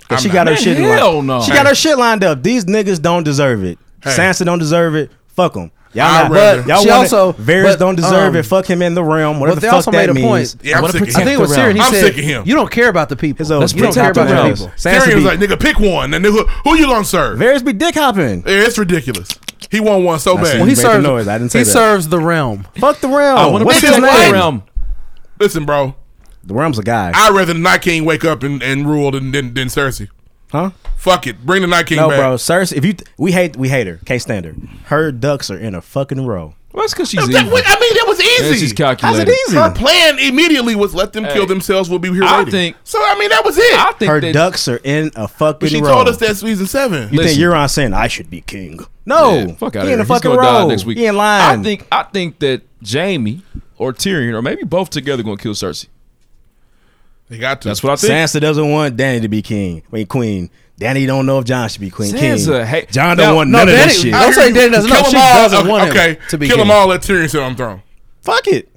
S6: 'Cause
S11: I'm
S6: she
S11: not-
S6: got her
S12: Man,
S6: shit.
S12: hell
S6: lined.
S12: no.
S6: She got her shit lined up. These niggas don't deserve it. Sansa don't deserve it. Fuck them. Y'all,
S11: I'd
S6: not,
S11: rather-
S6: y'all
S2: She
S6: want
S2: also-
S6: it. Varys
S2: but,
S6: don't deserve
S2: um,
S6: it. Fuck him in the realm. Whatever
S2: But
S6: the
S2: they
S6: fuck
S2: also
S6: that
S2: made a
S6: means.
S2: point.
S11: Yeah, I'm sick of him.
S2: I think it was
S6: the realm.
S2: Tyrion. He
S11: I'm
S2: said,
S11: sick of him.
S2: "You don't care about the people.
S6: His old-
S2: you don't
S12: protect
S2: care about
S12: the
S2: the
S12: realm.
S2: people."
S6: Sansa
S11: Tyrion was
S6: be-
S11: like, nigga, pick one. And nigga, who you gonna serve? Yeah,
S6: Varys be dick hopping.
S11: It's ridiculous. He won one so
S6: That's
S11: bad.
S2: Well, he
S6: Make the
S2: serves.
S6: noise. I didn't say
S2: he
S6: that.
S2: serves the realm.
S6: Fuck the realm.
S12: I want to
S6: What's
S12: be
S6: his
S12: that
S6: name?
S12: realm.
S11: Listen, bro.
S6: The realm's a guy.
S11: I'd rather the Night King wake up and, and rule than, than, than Cersei.
S6: huh?
S11: Fuck it. Bring the Night King
S6: No,
S11: back.
S6: bro. Cersei. If you, we hate, we hate her. Can't stand her. Her ducks are in a fucking row.
S12: Well, that's because she's
S11: That-
S12: evil.
S11: that- I mean, that was
S12: And
S11: easy.
S12: she's calculated.
S6: easy?
S11: Her plan immediately was let them kill themselves. We'll be here
S12: I
S11: later.
S12: think-
S11: so. I mean, that was it.
S12: I think
S6: Her
S12: that,
S6: ducks are in a fucking
S11: but she
S6: row.
S11: told us that season seven.
S6: You
S12: Listen.
S6: think Euron's saying I should be king? No,
S12: Yeah, fuck out
S6: he in
S12: here.
S6: the
S12: He's
S6: fucking
S12: gonna die
S6: row.
S12: next week.
S6: He in line.
S12: I think I think that Jamie or Tyrion or maybe both together gonna kill Cersei.
S11: they got to.
S12: That's what I think.
S6: Sansa doesn't want Danny to be king. Wait, queen. Danny don't know if John should be queen.
S12: Sansa,
S6: King.
S12: hey-
S6: John
S12: Now-
S6: don't want
S12: no,
S6: none of
S2: Danny-
S6: that shit.
S2: I- Don't
S11: hear
S2: say
S11: you.
S2: Danny doesn't know.
S11: Kill
S2: She
S11: them all.
S2: doesn't
S11: okay,
S2: want him
S11: okay.
S2: to be
S11: kill them
S2: king.
S11: all. Let Tyrion sit on the throne,
S6: Fuck it.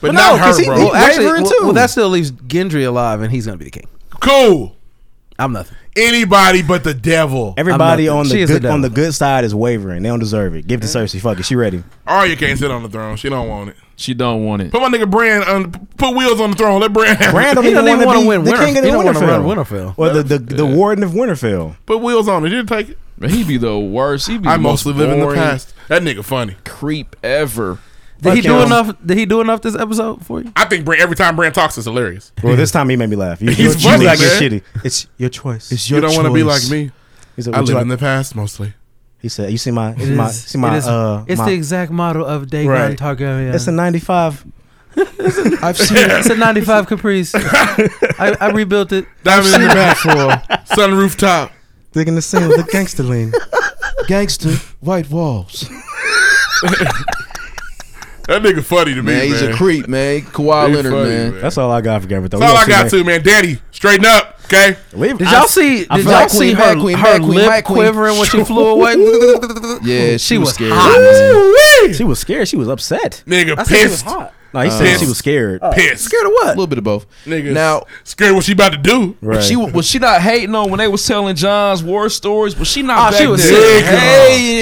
S11: but
S6: no,
S11: not her,
S6: 'cause he-
S11: bro.
S6: he-
S2: Well, actually,
S6: wavering
S2: well,
S6: too.
S2: well, that still leaves Gendry alive, and he's gonna be the king.
S11: cool.
S2: I'm nothing.
S11: Anybody but the devil.
S6: Everybody
S2: nothing.
S6: on
S2: She
S6: the
S2: is a
S6: good,
S2: devil.
S6: on the good side is wavering. They don't deserve it. Give it to Cersei. Fuck it. She ready.
S11: Arya can't sit on the throne. She don't want it.
S12: She don't want it.
S11: Put my nigga Bran on. Put wheels on the throne. Let Bran. Have
S6: Brand
S11: it.
S6: don't
S2: He
S6: even
S2: don't even
S6: want
S2: wanna
S6: to be
S2: win
S6: the
S2: Winter-
S6: king of
S2: he
S6: the
S2: don't wanna
S6: Winterfell.
S2: run Winterfell.
S6: Or the, the, the warden of Winterfell.
S11: Put wheels on it. You didn't take it.
S12: he be the worst. He be
S11: I
S12: the
S11: mostly
S12: most
S11: live in the
S12: boring
S11: past. That nigga funny.
S12: creep ever.
S2: Did he
S6: Fuck
S2: do
S6: him.
S2: enough? Did he do enough this episode for you?
S11: I think Bran, every time Bran talks, it's hilarious.
S6: Well, this time he made me laugh. You,
S11: He's
S6: you-
S11: funny,
S6: you like
S11: man.
S6: it's shitty. It's your choice. It's
S11: you don't want to be like me.
S6: He said,
S11: I
S6: "Would
S11: live
S6: you
S11: in
S6: like-"
S11: the past mostly.
S6: He said, "You see my, you see my, see my,
S2: it is-
S6: uh,
S2: it's
S6: my-
S2: the exact model of Dagon
S6: Right.
S2: Targaryen.
S6: it's a '95
S2: I've seen it. It's a 95 Caprice. I, I rebuilt it.
S11: Diamond in the back floor. Sun rooftop.
S6: Digging the same with the gangster lean.
S4: Gangster, white walls.
S11: That nigga funny to me,
S4: Man,
S11: man.
S4: he's a creep, man. Kawhi
S11: He
S4: Leonard,
S11: funny,
S4: man.
S6: That's all I got for Gavin.
S11: That's all I got to, man. Daddy, straighten up, okay?
S6: Did
S2: Did y'all see? Did
S6: I
S2: y'all
S6: feel like
S2: see
S4: Queen,
S2: her,
S4: Mad Queen,
S2: her
S4: Mad Queen,
S2: lip
S4: Mad Queen.
S2: quivering when she flew away?
S4: Yeah, she,
S2: she
S4: was,
S2: was
S4: scared.
S2: hot.
S4: man.
S6: She was scared. She was upset.
S11: Nigga,
S2: said she was
S11: pissed.
S2: hot. Uh,
S6: No, he said
S11: Pissed.
S6: she was scared.
S11: Pissed.
S2: Scared of
S4: A
S2: what?
S4: little bit of both.
S11: Nigga,
S4: Now,
S11: scared what she about to do.
S6: Right.
S12: She wa- was she not hating on when they was telling John's war stories? Was she not?
S2: Oh,
S12: back
S2: she was
S12: there?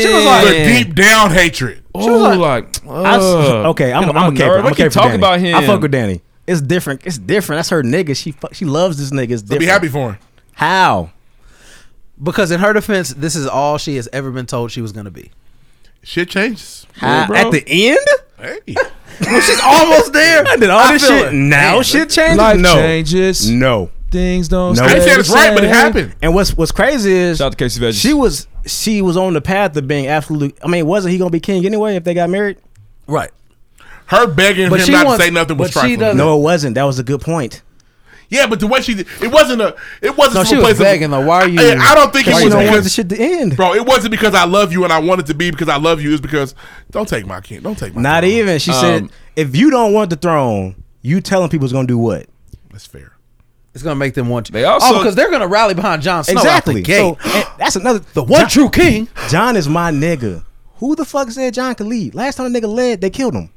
S2: sick. She was like-
S11: The deep down hatred.
S12: She was Oh, like,
S6: I-
S12: ugh.
S6: okay, I'm,
S12: Get
S6: I'm,
S12: uh, on
S6: okay.
S12: my nerve.
S6: I'm
S12: We
S6: okay
S12: can
S6: for
S12: talk
S6: Danny.
S12: about him.
S6: I fuck with Danny. It's different. It's different. That's her nigga. She fuck, she loves this nigga. It's
S11: So
S6: different.
S11: be happy for him.
S6: How?
S2: Because in her defense, this is all she has ever been told she was going to be.
S11: Shit changes.
S6: How?
S12: bro.
S6: At the end?
S11: Hey.
S2: She's almost there.
S6: I did all
S2: I
S6: this
S2: feel
S6: shit.
S2: it.
S6: Now shit changes.
S12: Life
S6: no.
S12: changes.
S6: No.
S12: Things don't.
S6: No.
S11: I
S12: stay
S11: didn't say it's
S12: the
S11: right, but it
S12: same.
S11: happened.
S6: And what's what's crazy is
S12: Shout out to Casey Veggies.
S6: she was she was on the path of being absolute. I mean, wasn't he gonna be king anyway if they got married?
S2: Right.
S11: Her begging
S2: But
S11: him
S2: she
S11: not
S2: wants-
S11: to say nothing was
S2: but she
S11: trifling.
S2: doesn't-
S6: No, it wasn't. That was a good point.
S11: Yeah, but the way she did, it wasn't a it wasn't
S2: No,
S11: from
S2: she
S11: a
S2: was
S11: place
S2: begging,
S11: of,
S2: though. Why are you-
S11: I, I don't think it
S6: She
S11: was
S6: don't want the
S11: because
S6: shit to end.
S11: bro, it wasn't because I love you and I wanted to be because I love you. It's because don't take my kid. Don't take my
S6: Not
S11: throne.
S6: even. She
S12: Um,
S6: said, if you don't want the throne, you telling people's gonna do what?
S11: That's fair.
S2: It's gonna make them want to.
S6: They also-
S2: oh, because they're gonna rally behind Jon Snow. Out the
S6: exactly.
S2: gate.
S6: So, and that's another
S2: the one true king.
S6: John is my nigga. Who the fuck said John could lead? Last time a nigga led, they killed him.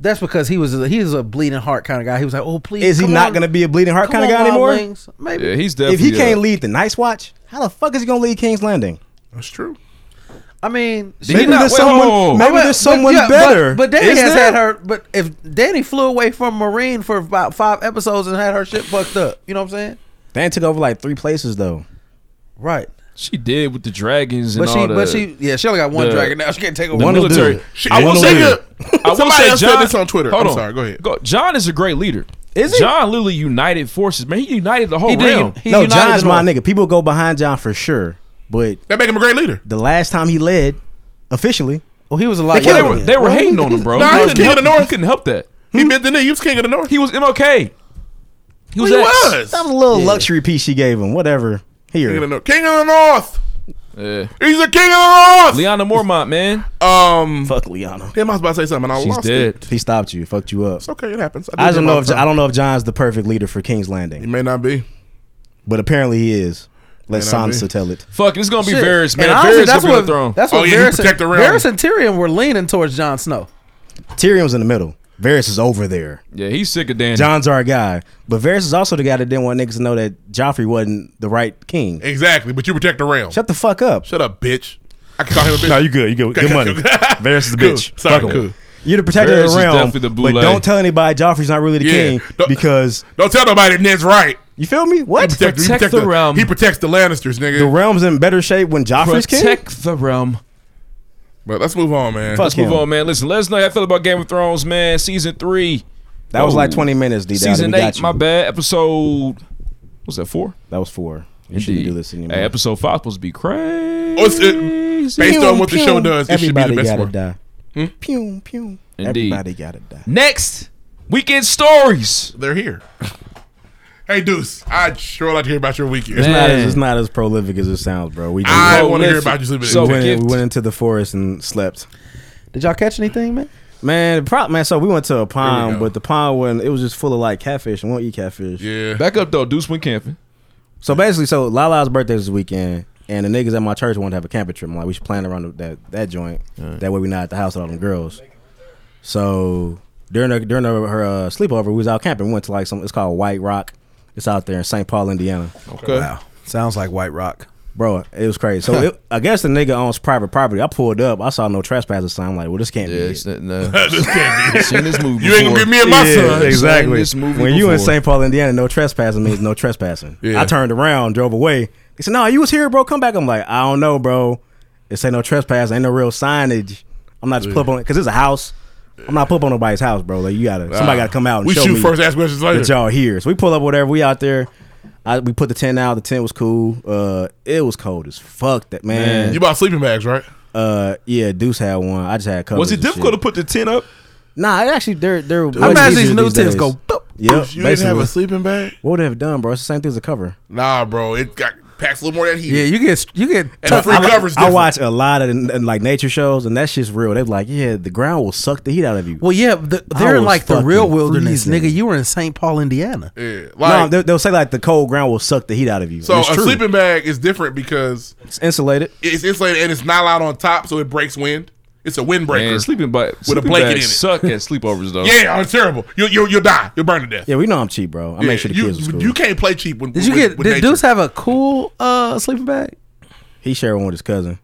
S2: That's because he was a, he was a bleeding heart kind of guy. He was like, oh please.
S6: Is he
S2: come
S6: not
S2: on.
S6: gonna be a bleeding heart
S2: Come
S6: kind of
S2: on,
S6: guy
S2: Wild
S6: anymore?
S2: Wings. Maybe.
S12: Yeah, he's
S6: If he
S12: definitely,
S6: can't
S12: uh,
S6: lead the Night's Watch, how the fuck is he gonna lead King's Landing?
S11: That's true.
S2: I mean,
S6: Maybe there's someone-
S12: Oh.
S6: maybe there's someone
S2: yeah,
S6: better.
S2: But, but Danny
S6: Is
S2: has
S6: there?
S2: had her. But if Danny flew away from Marine for about five episodes and had her shit fucked up, you know what I'm saying?
S6: Dan took over like three places though.
S2: Right.
S12: She did with the dragons and
S2: But she-
S12: all
S2: but
S12: the-
S2: she- yeah, she only got one dragon now. She can't take over
S12: the
S2: one. One'll do
S12: military.
S2: it.
S12: She-
S2: One'll do it.
S12: I will
S11: Somebody
S12: say
S11: else said
S12: John,
S11: this on Twitter.
S12: Hold
S11: I'm
S12: on.
S11: sorry, go ahead.
S12: John is a great leader. Is he? John literally united forces. Man, he united the whole
S11: He did.
S12: realm.
S6: no, John's my nigga. People go behind John for sure, but
S11: that make him a great leader.
S6: The last time he led, officially,
S2: well, he was a
S11: lot
S12: They, were, they were hating on him, bro.
S11: Nah, he was
S12: couldn't
S11: king of
S12: help,
S11: the north.
S12: he couldn't help that.
S2: Hmm?
S11: He bent the knee. He was king of the north.
S12: He was MLK. He was.
S11: Well, he
S12: that.
S11: was.
S6: That was a little
S11: Yeah.
S6: luxury piece she gave him. Whatever.
S11: King of the
S6: Here,
S11: north. King of the north.
S12: Yeah.
S11: He's the king of the north.
S12: Liana Mormont, man.
S11: Um,
S6: fuck Liana.
S11: Damn, I was about to say something. And I
S6: she's
S11: lost
S6: dead.
S11: It.
S6: He stopped you. Fucked you up.
S11: It's okay. It happens.
S6: I
S11: do
S6: don't
S11: that
S6: know
S11: all
S6: if
S11: the
S6: I
S11: time.
S6: don't know if John's the perfect leader for King's Landing. He
S11: may not be,
S6: but apparently he is. Let
S11: May not be.
S6: Sansa tell it.
S12: Fuck, it's gonna be
S2: Shit.
S12: Varys, man.
S2: And honestly,
S12: Varys
S2: that's
S12: gonna be on
S2: what
S12: the throne.
S2: that's
S12: Oh,
S2: what
S12: yeah, he
S2: Varys,
S12: protect
S2: and,
S12: the realm.
S2: Varys and Tyrion were leaning towards Jon Snow.
S6: Tyrion's in the middle. Varys is over there.
S12: Yeah, he's sick of Danny.
S6: John's our guy, but Varys is also the guy that didn't want niggas to know that Joffrey wasn't the right king.
S11: Exactly, but you protect the realm.
S6: Shut the fuck up.
S11: Shut up, bitch. I can call him a bitch.
S6: No, you good. You good. Good money. Varys is the
S11: Cool.
S6: bitch.
S11: Sorry,
S6: Fuck him.
S11: cool.
S6: You're the protector
S11: Varys
S6: of
S11: is
S6: the realm,
S11: definitely the
S6: but
S11: Boulay.
S6: don't tell anybody Joffrey's not really the
S11: Yeah.
S6: king
S11: Don't-
S6: because
S11: Don't tell nobody that Ned's right.
S6: You feel me? What?
S11: He protect, he
S6: Protect
S11: protect
S6: the
S11: the, realm. He protects the Lannisters, nigga.
S6: the realm's in better shape when Joffrey's king.
S12: Protect the realm.
S11: But let's move on, man.
S12: Let's move on, man. Listen, let us know how you feel about Game of Thrones, man. Season three. Oh,
S6: That was like 20 minutes, D-Dowdy.
S12: Season
S6: We got
S12: eight,
S6: you.
S12: my bad. Episode was that four?
S6: That was four. You shouldn't do this anymore.
S12: Hey, episode five supposed to be crazy.
S11: Oh, it's- it- based on what the show does, it should be the
S6: Everybody
S11: best
S6: gotta
S11: one.
S6: die.
S11: Hmm?
S6: Pew pew.
S12: Indeed.
S6: Everybody gotta die.
S12: Next, weekend stories.
S11: They're here. Hey, Deuce, I'd sure like to hear about your weekend.
S6: It's not, as, it's not as prolific as it sounds, bro. We
S11: I Well, wanna hear listen, about you sleeping in.
S6: So
S11: so
S6: we went,
S11: gift-
S6: we went into the forest and slept.
S2: Did y'all catch anything, man?
S6: Man, the prop man. So we went to a pond,
S12: go.
S6: but the pond wasn't. It was just full of like catfish, and we won't eat catfish.
S11: Yeah.
S12: Back up though. Deuce went camping.
S6: So basically, so Lala's birthday was this weekend, and the niggas at my church wanted to have a camping trip. I'm like, we should plan around the, that that joint. That way, we not at the house with all them girls. So during her, during her, her, uh, sleepover, we was out camping. We went to like some. It's called White Rock. It's out there in St. Paul, Indiana.
S12: Okay.
S2: Wow, sounds like White Rock.
S6: Bro, it was crazy. So it, I guess the nigga owns private property. I pulled up. I saw no trespassers sign. I'm like, well, this can't be. it.
S11: this can't be.
S12: Seen this movie
S11: You ain't gonna
S12: before.
S11: give me and my
S6: Yeah,
S11: son.
S6: Exactly.
S12: this movie
S6: when you in
S12: before.
S6: St. Paul, Indiana, no trespassing means no trespassing.
S11: Yeah.
S6: I turned around, drove away. He said, "No, you was here, bro. Come back." I'm like, "I don't know, bro. It say no trespass. Ain't no real signage. I'm not just pull up on it because it's a house. I'm not pull up on nobody's house, bro. Like you gotta somebody gotta come out and
S11: Ah. we
S6: show
S11: shoot
S6: me
S11: first, ask questions later.
S6: that y'all here. So we pull up, whatever. We out there. I, we put the tent out. The tent was cool. Uh, it was cold as fuck. That man.
S11: You bought sleeping bags, right?
S6: uh, yeah, Deuce had one. I just had.
S12: Was
S6: covers
S12: it
S6: and shit.
S12: difficult to put the tent up?
S6: Nah, it actually they're they're.
S2: I imagine these new tents go. boop.
S6: Yep,
S11: You didn't have
S6: basically.
S11: a sleeping bag?
S6: What would it have done, bro? It's the same thing as a cover.
S11: Nah, bro. It got packs a little more than he.
S2: Yeah, you get you get
S11: And the free
S6: I,
S11: cover's
S6: I
S11: different.
S6: watch a lot of the- like nature shows, and that shit's real. They're like, yeah, the ground will suck the heat out of you.
S2: Well, yeah, the,
S6: I
S2: they're in
S6: was
S2: like the
S6: fucking
S2: real wilderness,
S6: freezing.
S2: nigga. You were in St. Paul, Indiana.
S11: Yeah,
S6: no,
S11: like
S6: they, they'll say like the cold ground will suck the heat out of you.
S11: so.
S6: And it's
S11: A
S6: true.
S11: sleeping bag is different because
S6: it's insulated.
S11: it's insulated and it's not out on top, so it breaks wind. It's a windbreaker.
S12: Man, sleeping by
S11: a blanket in it.
S12: Suck at sleepovers though.
S11: yeah, it's terrible. You you you'll die. You'll burn to death.
S6: Yeah, we know I'm cheap, bro. I
S11: Yeah,
S6: make sure the
S11: you,
S6: kids are
S11: you-
S6: cool.
S11: you can't play cheap. When,
S2: Did you
S11: with-
S2: get?
S11: with
S2: Did
S11: nature.
S2: Deuce have a cool uh, sleeping bag?
S6: he shared one with his cousin.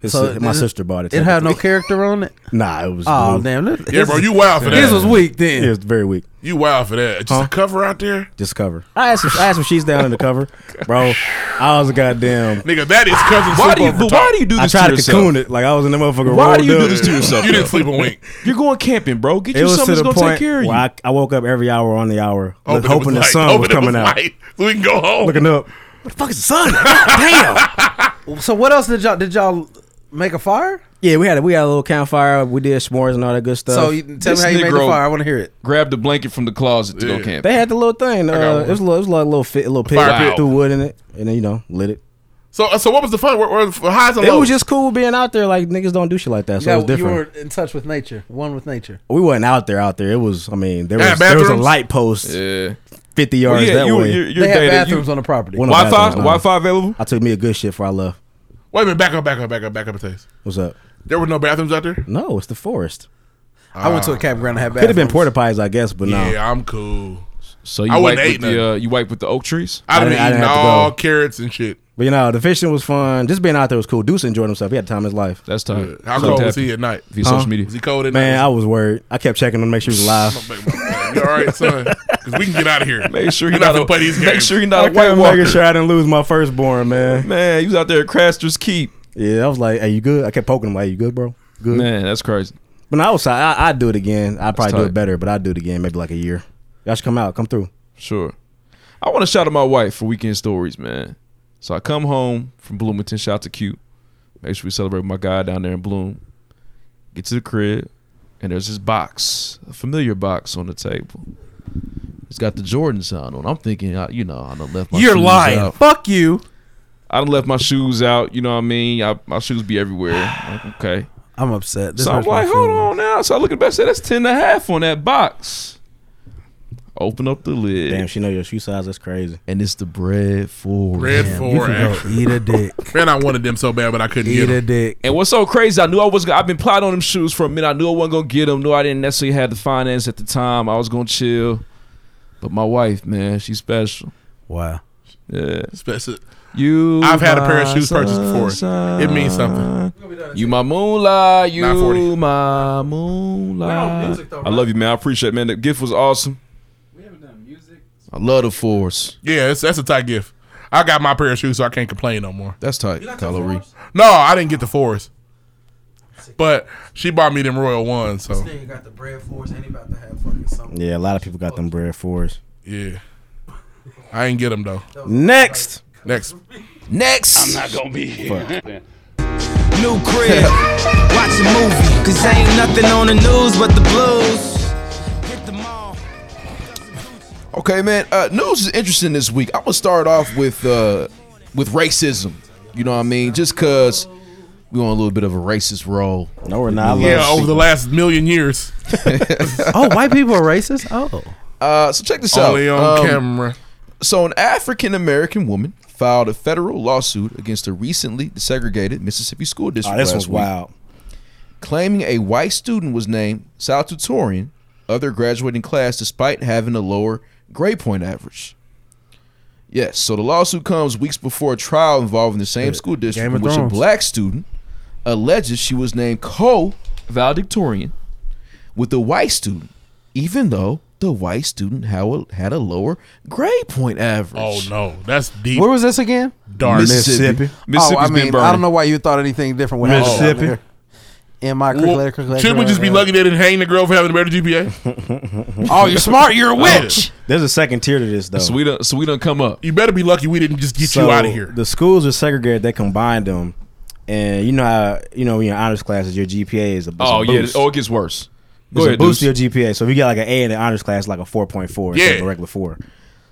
S6: His si- my
S2: it-
S6: sister bought it.
S2: It had no
S6: technically.
S2: character on it.
S6: Nah, it was.
S2: Oh
S6: blue.
S2: damn! look-
S11: Yeah, bro, you wild for that.
S2: His was weak then.
S6: It was very weak.
S11: You wild for that. Just a cover out there,
S6: Just cover. I had some. I had some sheets down in the cover, bro. I was a goddamn.
S11: nigga. That is cousin
S12: Why
S11: sleep
S12: do you?
S11: over
S12: But
S11: top.
S12: why do you do
S6: I
S12: this
S6: tried
S12: to
S6: to
S12: yourself?
S6: cocoon it like I was in the motherfucker.
S12: Why
S6: rolled
S12: do you do
S6: up.
S12: this to yourself?
S11: You didn't
S12: though?
S11: sleep a wink.
S12: You're going camping, bro. Get
S6: It
S12: you
S6: was
S12: something
S6: to
S12: that's
S6: the
S12: gonna
S6: point
S12: take care of you.
S6: where I, I woke up every hour on the hour, look,
S11: Hoping it
S6: hoping the
S11: was light.
S6: sun was
S11: Hoping it
S6: coming out.
S11: light. So we can go home.
S6: Looking up, what the fuck is the sun? Damn.
S2: So what else did y'all did y'all make a fire?
S6: Yeah, we had a, we had a little campfire. We did s'mores and all that good stuff.
S2: so you, tell me
S12: this
S2: how you made the
S12: Negro-
S2: fire. I want to hear it.
S12: Grabbed a blanket from the closet to go
S11: Yeah.
S12: camping.
S6: they had the little thing.
S11: got
S6: Uh,
S11: one.
S6: it was a little, it was like a little fit, a little pit,
S11: Fire pit.
S6: threw wood in it, and then you know lit it.
S11: So so what was the fun? Where, where, highs and
S6: It
S11: lows.
S6: was just cool being out there. Like niggas don't do shit like that, so
S2: Yeah,
S6: it was
S2: you
S6: different.
S2: were in touch with nature, one with nature.
S6: we wasn't out there, out there. It was, I mean, there
S11: Had
S6: was there was a
S11: bathrooms?
S6: light post
S12: Yeah.
S6: 50 yards
S12: Well, yeah,
S6: that
S12: you-
S6: way.
S12: you're- you're They have dating- bathrooms you- on the property.
S6: One of
S12: Wi-Fi?
S6: bathrooms, no.
S12: Wi-Fi available?
S6: I took me a good shit before I left.
S11: Wait a minute, back up, back up, back up, back up, please.
S6: What's up?
S11: There were no bathrooms out there.
S6: No, it's the forest.
S11: I went to a
S2: campground that had
S6: Could have been porta pies, I guess, but no.
S11: Yeah, I'm cool.
S12: So
S6: you
S11: I
S6: wiped
S11: wouldn't
S6: with
S11: ate
S6: the,
S11: nothing.
S12: uh, you wipe with the oak trees?
S11: I'd
S6: I
S11: have
S6: didn't- I
S11: been
S6: didn't
S11: eating
S6: have to
S11: all
S6: go.
S11: carrots and shit.
S6: But you know, the fishing was fun. Just being out there was cool. Deuce enjoyed himself. He had the time of his life.
S12: That's
S11: tight. How cold was he at night? Via social media. Was he cold at
S6: Man,
S11: night?
S6: I was worried. I kept checking him to make sure he was alive.
S11: You all right, son? Because we can get out of here.
S12: Make sure
S11: We're
S12: you're
S11: not
S12: not
S11: gonna
S12: a-
S11: play these games.
S12: make sure you're
S6: I
S12: not a
S6: kept
S12: White Walker.
S6: Making sure I didn't lose my firstborn, man.
S12: Man, he was out there at Craster's Keep.
S6: Yeah, I was like, "Hey, you good?" I kept poking him. Like, "You good, bro? Good."
S12: Man, that's crazy.
S6: But no, I was I, I'd do it again. I'd probably do
S12: tight.
S6: it better, but I'd do it again. Maybe like a year. Y'all should come out. Come through.
S12: Sure. I want to shout out my wife for weekend stories, man. So I come home from Bloomington. Shout out to Q. Make sure we celebrate with my guy down there in Bloom. Get to the crib, and there's this box, a familiar box on the table. It's got the Jordan sign on. I'm thinking, I, you know, I done left my
S2: You're
S12: shoes
S2: lying.
S12: out.
S2: Fuck you.
S12: I done left my shoes out. You know what I mean? I, my shoes be everywhere. Like, okay.
S2: I'm upset. This
S12: so I'm
S2: hurts my
S12: like, hold on now. So I look at the back, say that's 10 and a half on that box. Open up the lid.
S6: Damn, she know your shoe size. That's crazy.
S12: And it's the bread for
S11: Bread for
S2: eat a dick.
S11: Man, I wanted them so bad, but I couldn't get them.
S2: dick.
S12: And what's so crazy? I knew I was. I've been plotting on them shoes for a minute. I knew I wasn't gonna get them. Knew I didn't necessarily have the finance at the time. I was gonna chill. But my wife, man, she's special.
S2: Wow.
S12: Yeah.
S11: Special.
S12: You.
S11: I've had a pair of
S12: my
S11: shoes purchased before.
S12: sunshine.
S11: It means something.
S12: You my moonlight. You
S11: 940.
S12: my moonlight. I love you, man. I appreciate, it, man. The gift was awesome. We haven't done music. I love the force.
S11: Yeah, it's, that's a tight gift. I got my pair of shoes, so I can't complain no more.
S12: That's tight, Kylo Ree.
S11: No, I didn't get the fours. But she bought me them royal ones, so
S2: got the bread for us. Ain't about to have fucking something.
S6: Yeah, a lot of people got them bread fours.
S11: yeah. I ain't get them though.
S6: Next.
S11: Next.
S3: Next.
S11: I'm not gonna be here.
S3: New crib. Watch a movie. Cause ain't nothing on the news but the blues.
S4: Okay, man. Uh, news is interesting this week. I'm gonna start off with uh, with racism. You know what I mean? Just cause we on a little bit of a racist roll.
S6: No, we're
S11: yeah, over the last million years.
S2: oh, white people are racist. Oh,
S4: Uh, so check this
S11: Only
S4: out.
S12: um,
S4: Um,
S11: on camera.
S4: So an African American woman filed a federal lawsuit against a recently desegregated Mississippi school district.
S6: Oh, this
S4: last
S6: was
S4: week,
S6: wild.
S4: Claiming a white student was named salutatorian of their graduating class despite having a lower grade point average. Yes, so the lawsuit comes weeks before a trial involving the same school district
S2: Game
S4: in
S2: of
S4: which a
S2: Thrones.
S4: black student alleges she was named co
S12: valedictorian
S4: with the white student, even though the white student had a, had a lower grade point average.
S11: Oh no, that's deep.
S2: where was this again?
S11: Dark.
S4: Mississippi.
S2: oh, I mean, I don't know why you thought anything different. When I was down there. In my
S11: Well,
S2: well,
S11: Shouldn't we just be lucky they didn't hang the girl for having a better GPA?
S2: Oh, you're smart. You're a
S11: witch.
S6: There's a second tier to this though.
S12: So we don't. So we don't come up.
S11: You better be lucky we didn't just get you out of here.
S6: The schools are segregated. They combined them, and you know how you know in your honors classes your GPA is a is a
S12: Oh yeah.
S6: boost.
S12: Oh, it gets worse.
S6: Go
S12: Go ahead,
S6: boost
S12: dude.
S6: to your GPA. So if you got like an A in the honors class, like a four point four instead of
S12: Yeah.
S6: a regular four.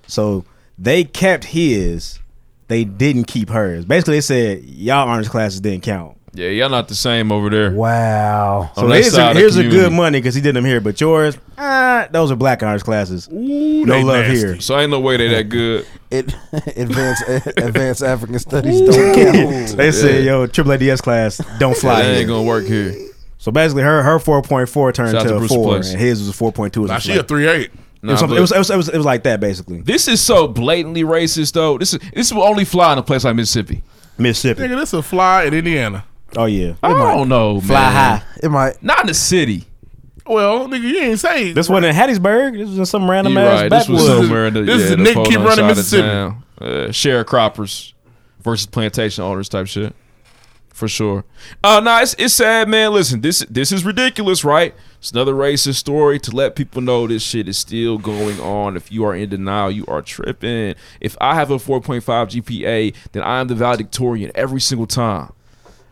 S6: So they kept his. They didn't keep hers. Basically, they said y'all honors classes didn't count.
S12: Yeah, y'all not the same over there.
S2: Wow.
S6: So here's, a, here's a good money because he did them here, but yours, ah, those are black honors classes. no
S12: they
S6: love
S12: nasty.
S6: here.
S12: So ain't no way they that good.
S2: It advanced advanced African studies don't count.
S6: they said, yo, triple ADS class, don't fly.
S12: That ain't
S6: here.
S12: gonna work here.
S6: So basically, her her four point four turned
S12: Shout out
S6: to,
S12: to
S6: a
S12: Bruce
S6: four,
S12: Place.
S6: and his was a four point two.
S11: Nah, she a three eight.
S6: it, was something- it was- it was- it was- it was like that basically.
S12: This is so blatantly racist, though. This is this will only fly in a place like Mississippi.
S6: Mississippi.
S11: Nigga, this a fly in Indiana.
S6: Oh yeah.
S12: I don't know.
S6: Fly
S12: man.
S6: high.
S2: It might.
S12: Not in the city.
S11: Well, nigga, you ain't say
S6: This wasn't in Hattiesburg. This was in some random
S12: You're
S6: ass
S12: right. This
S6: backwoods.
S12: was somewhere in the.
S11: This
S12: yeah,
S11: is a
S12: the
S11: nigga
S12: folk
S11: keep
S12: on the
S11: running
S12: side of
S11: Mississippi.
S12: town. Uh, sharecroppers versus plantation owners type shit. For sure. Uh no, it's, it's sad, man. Listen, this this is ridiculous, right? It's another racist story to let people know this shit is still going on. If you are in denial, you are tripping. If I have a 4.5 GPA, then I am the valedictorian every single time.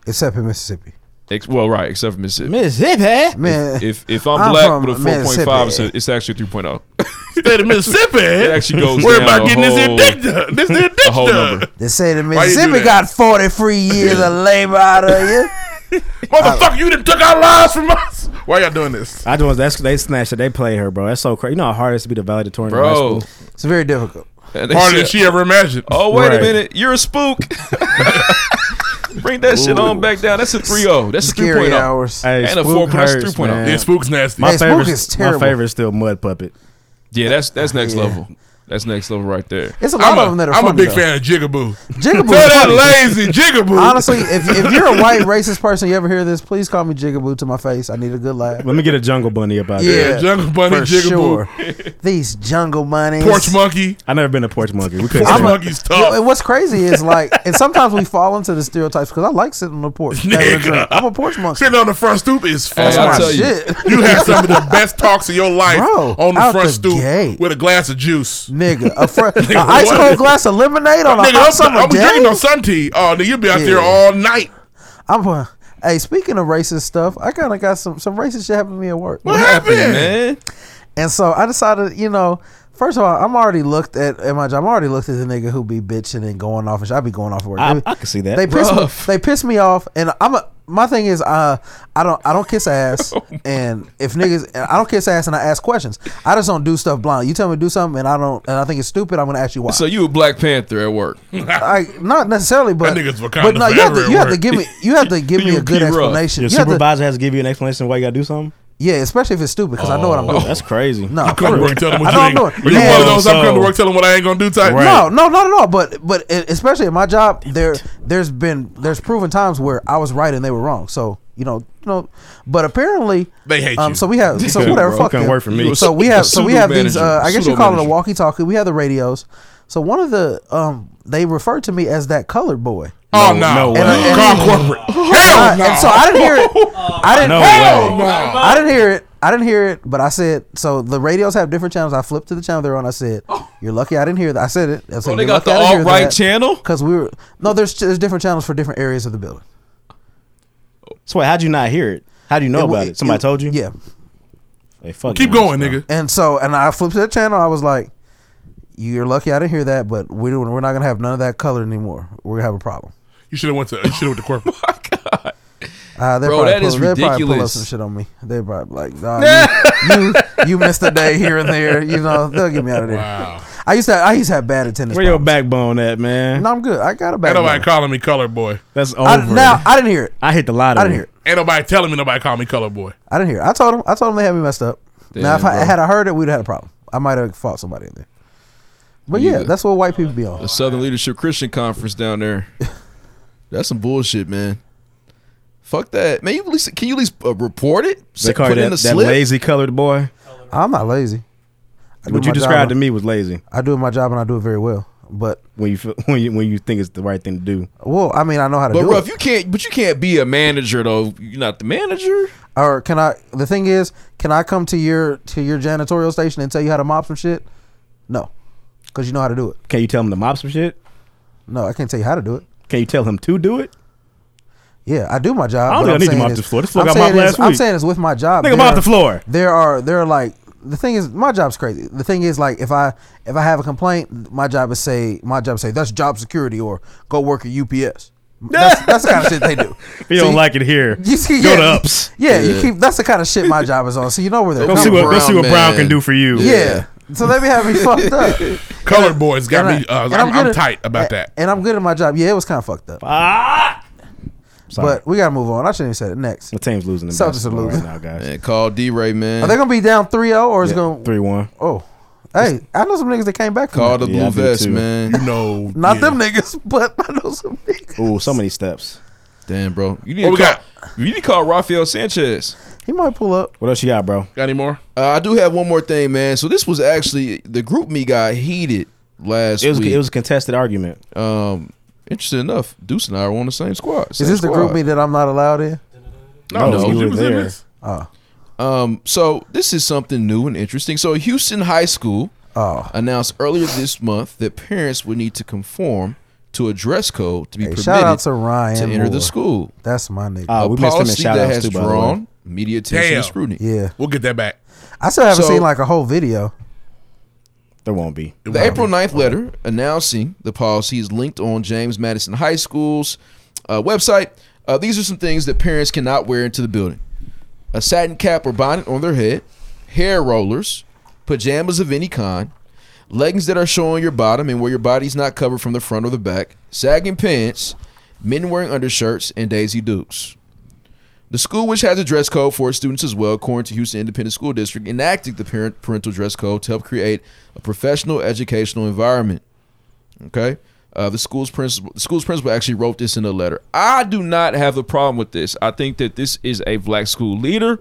S2: Except in Mississippi.
S12: Ex- well, right, except for Mississippi.
S6: Mississippi.
S2: Man.
S12: If if I'm,
S2: I'm
S12: black
S2: from
S12: with a 4.5, it's,
S2: Mississippi.
S12: a, it's actually oh. a 3.0.
S11: state of Mississippi.
S12: It actually goes
S11: Worry
S12: down
S11: about
S12: a
S11: getting this here
S12: whole-
S11: dick done. This here dick
S12: whole
S11: done.
S12: number.
S2: They say the
S11: Why you do
S2: Mississippi
S11: that?
S2: got 40 free years of labor out of you.
S11: Motherfucker, you done took our lives from us. Why y'all doing this?
S6: I just that's they snatched her. They play her, bro. That's so crazy. You know how hard it is to be the valedictorian in high
S12: Bro.
S6: school?
S2: It's very difficult.
S12: And they
S11: Harder than
S12: said,
S11: she ever imagined.
S12: Oh wait a
S6: Right.
S12: minute, you're a spook. Bring that shit on back down. That's a
S11: oh.
S12: 3-0. That's a
S2: Scary
S12: 3.0.
S2: hours.
S6: Hey,
S12: and a
S6: spook
S12: 4 point oh.
S6: hurts,
S12: that's 3.0.
S6: man.
S11: Yeah, spook's nasty.
S6: My
S2: Hey, spook
S6: favorite
S2: is terrible.
S6: My favorite's still mud puppet.
S12: Yeah, that's that's next
S2: Yeah.
S12: level. That's next level right there.
S2: It's a lot
S11: I'm
S2: of them that
S11: a,
S2: are
S11: I'm a
S2: funny,
S11: big
S2: though.
S11: fan of Jigaboo.
S2: Jigaboo.
S11: Tell
S2: is
S11: that
S2: funny.
S11: lazy Jigaboo.
S2: Honestly, if, if you're a white racist person, you ever hear this, please call me Jigaboo to my face. I need a good laugh.
S6: Let me get a jungle bunny about
S2: Yeah.
S6: yeah.
S11: yeah, Jungle Bunny,
S2: For
S11: Jigaboo,
S2: sure. These jungle bunnies.
S11: Porch Monkey.
S6: I never been to Porch Monkey. We couldn't.
S11: Porch
S6: stand it.
S11: Monkey's
S2: You know,
S11: tough.
S2: and what's crazy is like, and sometimes we fall into the stereotypes because I like sitting on the porch. having a
S11: Nigga.
S2: drink. I'm a porch monkey.
S11: Sitting on the front stoop is fun.
S12: Hey, I'll
S2: my
S12: tell you.
S2: shit.
S11: You had some of the best talks of your life
S2: Bro,
S11: on the
S2: out
S11: front
S2: the
S11: stoop
S2: gate.
S11: with a glass of juice.
S2: Nigga, a fr- an
S11: Nigga,
S2: ice
S11: what?
S2: cold glass of lemonade on a
S11: Nigga,
S2: hot
S11: I'm,
S2: summer
S11: I'm
S2: day.
S11: drinking on sun tea. Oh, nigga, you'll be out there
S2: Yeah.
S11: all night.
S2: I'm. Uh, hey, speaking of racist stuff, I kind of got some some racist shit happened to me at work.
S11: What happened,
S12: man?
S2: And so I decided, you know, first of all, I'm already looked at at my job. I'm already looked at the nigga who be bitching and going off and shit. I be going off work.
S6: I,
S2: They-
S6: I could see that.
S2: they piss me,
S12: Rough.
S2: they piss me off and i'm a my thing is uh i don't i don't kiss ass
S11: Oh
S2: and if niggas and i don't kiss ass and i ask questions i just don't do stuff blind you tell me to do something and i don't and i think it's stupid i'm gonna ask you why
S12: So you a Black Panther at work?
S2: I, not necessarily but
S11: nigga's Wakanda
S2: but no you have
S11: forever
S2: to
S11: at
S2: you have to
S11: work.
S2: give me you have to give me a
S12: You
S2: good
S12: be rough.
S2: explanation
S6: Your
S2: you have to,
S6: supervisor has to give you an explanation why you gotta do something.
S2: yeah especially if it's stupid because i know what i'm
S4: Oh.
S2: doing
S6: Oh, That's crazy.
S2: no
S11: I come to work and tell them what
S2: I
S11: you
S2: know
S11: ain't.
S2: I'm
S11: You
S2: doing.
S11: one of
S6: Yeah,
S11: those I'm coming to
S6: so-
S11: work telling them what I ain't gonna do type.
S6: Right.
S2: No, no, not at all. But but e- especially at my job, there there's been there's proven times where I was right and they were wrong. So you know, you know, but apparently
S11: They hate
S2: um,
S11: you.
S2: So we have so
S6: couldn't,
S2: whatever.
S6: bro.
S2: Fuck
S6: Couldn't
S2: them.
S6: work for me.
S12: You a
S2: So we
S12: pseudo-
S2: have so we have these. Uh,
S12: pseudo-manager.
S2: I guess you call it a
S12: Pseudo-manager.
S2: walkie-talkie. We have the radios. So one of the um, they referred to me as that colored boy.
S11: Oh no,
S6: no way.
S2: And-
S11: call
S2: and-
S11: corporate.
S2: Uh,
S11: Hell no.
S2: And so I didn't hear it. I didn't.
S6: No
S11: Hell
S6: way.
S11: no.
S2: I didn't hear it. I didn't hear it, but I said so. The radios have different channels. I flipped to the channel they're on. I said, "You're lucky I didn't hear that." I said it. I said,
S12: Oh, they
S2: "You're lucky
S12: got the
S2: I didn't
S12: alt
S2: hear
S12: right
S2: that."
S12: channel.
S2: Because we were no, there's there's different channels for different areas of the building.
S6: So wait, how'd you not hear it? How do you know
S2: It w-
S6: about it? Somebody told you?
S2: Yeah,
S6: Hey, fuck
S11: Keep
S6: it,
S11: going,
S6: man.
S11: nigga.
S2: and so and I flipped to the channel. I was like, "You're lucky I didn't hear that," but we're doing, we're not gonna have none of that color anymore. We're gonna have a problem.
S11: You should have went to you should have went to corporate.
S2: Uh, they'll
S12: Bro,
S2: probably
S12: that
S2: pull,
S12: is
S2: they'll probably pull up
S12: ridiculous.
S2: some shit on me. They're probably like, nah, you, you, you missed a day here and there. You know, they'll get me out of there.
S11: Wow.
S2: I used to I used to have bad attendance.
S6: Where your
S2: problems.
S6: backbone at, man?
S2: No, I'm good. I got a
S11: Ain't
S2: bad.
S11: nobody
S2: memory.
S11: calling me color boy.
S6: That's over.
S2: I, now I didn't hear it.
S6: I hit the lottery.
S2: I didn't hear it.
S11: Ain't nobody telling me nobody call me color boy.
S2: I didn't hear it. I told him. I told him they had me messed up. now, if
S12: Damn,
S2: I
S12: bro.
S2: had I heard it, we'd have had a problem. I might have fought somebody in there. But
S12: Me
S2: yeah,
S12: either.
S2: that's what white people be on.
S12: Southern Leadership Christian Conference down there.
S4: That's some bullshit, man. Fuck that, man. You at least can you at least uh, report it?
S6: They
S4: Say-
S6: call
S4: put
S6: you
S4: it in
S6: that,
S4: the
S6: that
S4: slip.
S6: lazy colored boy.
S2: I'm not lazy. I do
S6: What
S2: my
S6: you described
S2: job,
S6: to me was lazy.
S2: I do my job and I do it very well. But
S6: When you feel, when you when you think it's the right thing to do.
S2: well, I mean, I know how to
S12: But
S2: do
S12: rough,
S2: it.
S12: you can't. But you can't be a manager though. You're not the manager.
S2: Or can I? The thing is, can I come to your to your janitorial station and tell you how to mop some shit? No, because you know how to do it.
S6: Can you tell him to mop some shit?
S2: No, I can't tell you how to do it.
S6: Can you tell him to do it?
S2: Yeah, I do my job.
S6: I
S2: but
S6: don't think I
S2: I'm saying
S6: need to mop
S2: is-
S6: this floor. This
S2: I'm
S6: floor got mopped
S2: saying is-
S6: last
S2: I'm
S6: week.
S2: saying it's with my job.
S6: Nigga,
S2: there
S6: mop
S2: are-
S6: the floor.
S2: There are there are like the thing is my job's crazy. The thing is like if I if I have a complaint, my job is say my job is say that's job security or go work at UPS. That's, that's the kind of shit they do.
S6: If you
S2: See,
S6: don't like it here,
S2: you see-
S6: go
S2: yeah,
S6: to ups.
S2: Yeah, you keep. That's the kind of shit my job is on. So you know where they're
S6: Go
S4: Come
S6: see
S2: coming
S6: what
S2: from.
S6: go see what
S4: Brown
S6: Brown
S4: man.
S6: can do for you.
S2: Yeah. So they be having me fucked up.
S11: Color boys got me. Uh,
S2: and
S11: I'm,
S2: good
S11: I'm
S2: at-
S11: tight about that.
S2: And I'm good at my job. Yeah, it was kind of fucked up. But we gotta move on. I shouldn't even say it next.
S6: the team's losing. in
S2: Celtics are
S6: basketball
S2: losing.
S6: right now, guys.
S4: Man, call D Ray, man.
S2: Are they gonna be down 3-0 or is it gonna
S6: Three one.
S2: Oh, hey, I know some niggas that came back from
S4: call
S2: that.
S4: the
S6: Yeah, I
S4: blue
S6: do
S4: vest,
S6: too.
S4: man.
S11: No,
S2: Not
S11: yeah.
S2: them niggas, but I know some niggas.
S6: Ooh, so many steps.
S4: Damn, bro.
S12: You need
S11: What
S12: to
S11: we
S12: call,
S11: got?
S12: You need to call Rafael Sanchez.
S2: He might pull up.
S6: What else you got, bro?
S11: Got any more?
S4: Uh, I do have one more thing, man. So this was actually the group me got heated last
S6: It was
S4: week.
S6: it was a contested argument.
S4: um, interesting enough. Deuce and I were on the same squad.
S2: Is
S4: same
S2: this the
S4: squad.
S2: group me that I'm not allowed in?
S6: No, you were
S11: in
S6: there.
S11: this?
S4: Um, so this is something new and interesting. So Houston High School
S2: Oh,
S4: announced earlier this month that parents would need to conform to a dress code to be
S2: hey,
S4: permitted
S2: shout out to
S4: to
S2: Ryan.
S4: enter
S2: Moore.
S4: the school.
S2: That's my nigga.
S6: Uh,
S4: a
S6: we missed him in
S4: policy
S6: shout
S4: that
S6: outs
S4: has
S6: too, by the way.
S4: drawn media attention
S11: Damn.
S4: and scrutiny.
S2: yeah,
S11: We'll get that back.
S2: I still haven't
S4: So-
S2: seen like a whole video.
S6: There won't be.
S4: The April 9th letter announcing the policy is linked on James Madison High School's uh, website. Uh, these are some things that parents cannot wear into the building a satin cap or bonnet on their head, hair rollers, pajamas of any kind, leggings that are showing your bottom and where your body's not covered from the front or the back, sagging pants, men wearing undershirts, and Daisy Dukes. The school, which has a dress code for its students as well, according to Houston Independent School District, enacted the parent parental dress code to help create a professional educational environment. Okay, uh, the school's principal, the school's principal actually wrote this in a letter.
S12: I do not have a problem with this. I think that this is a black school leader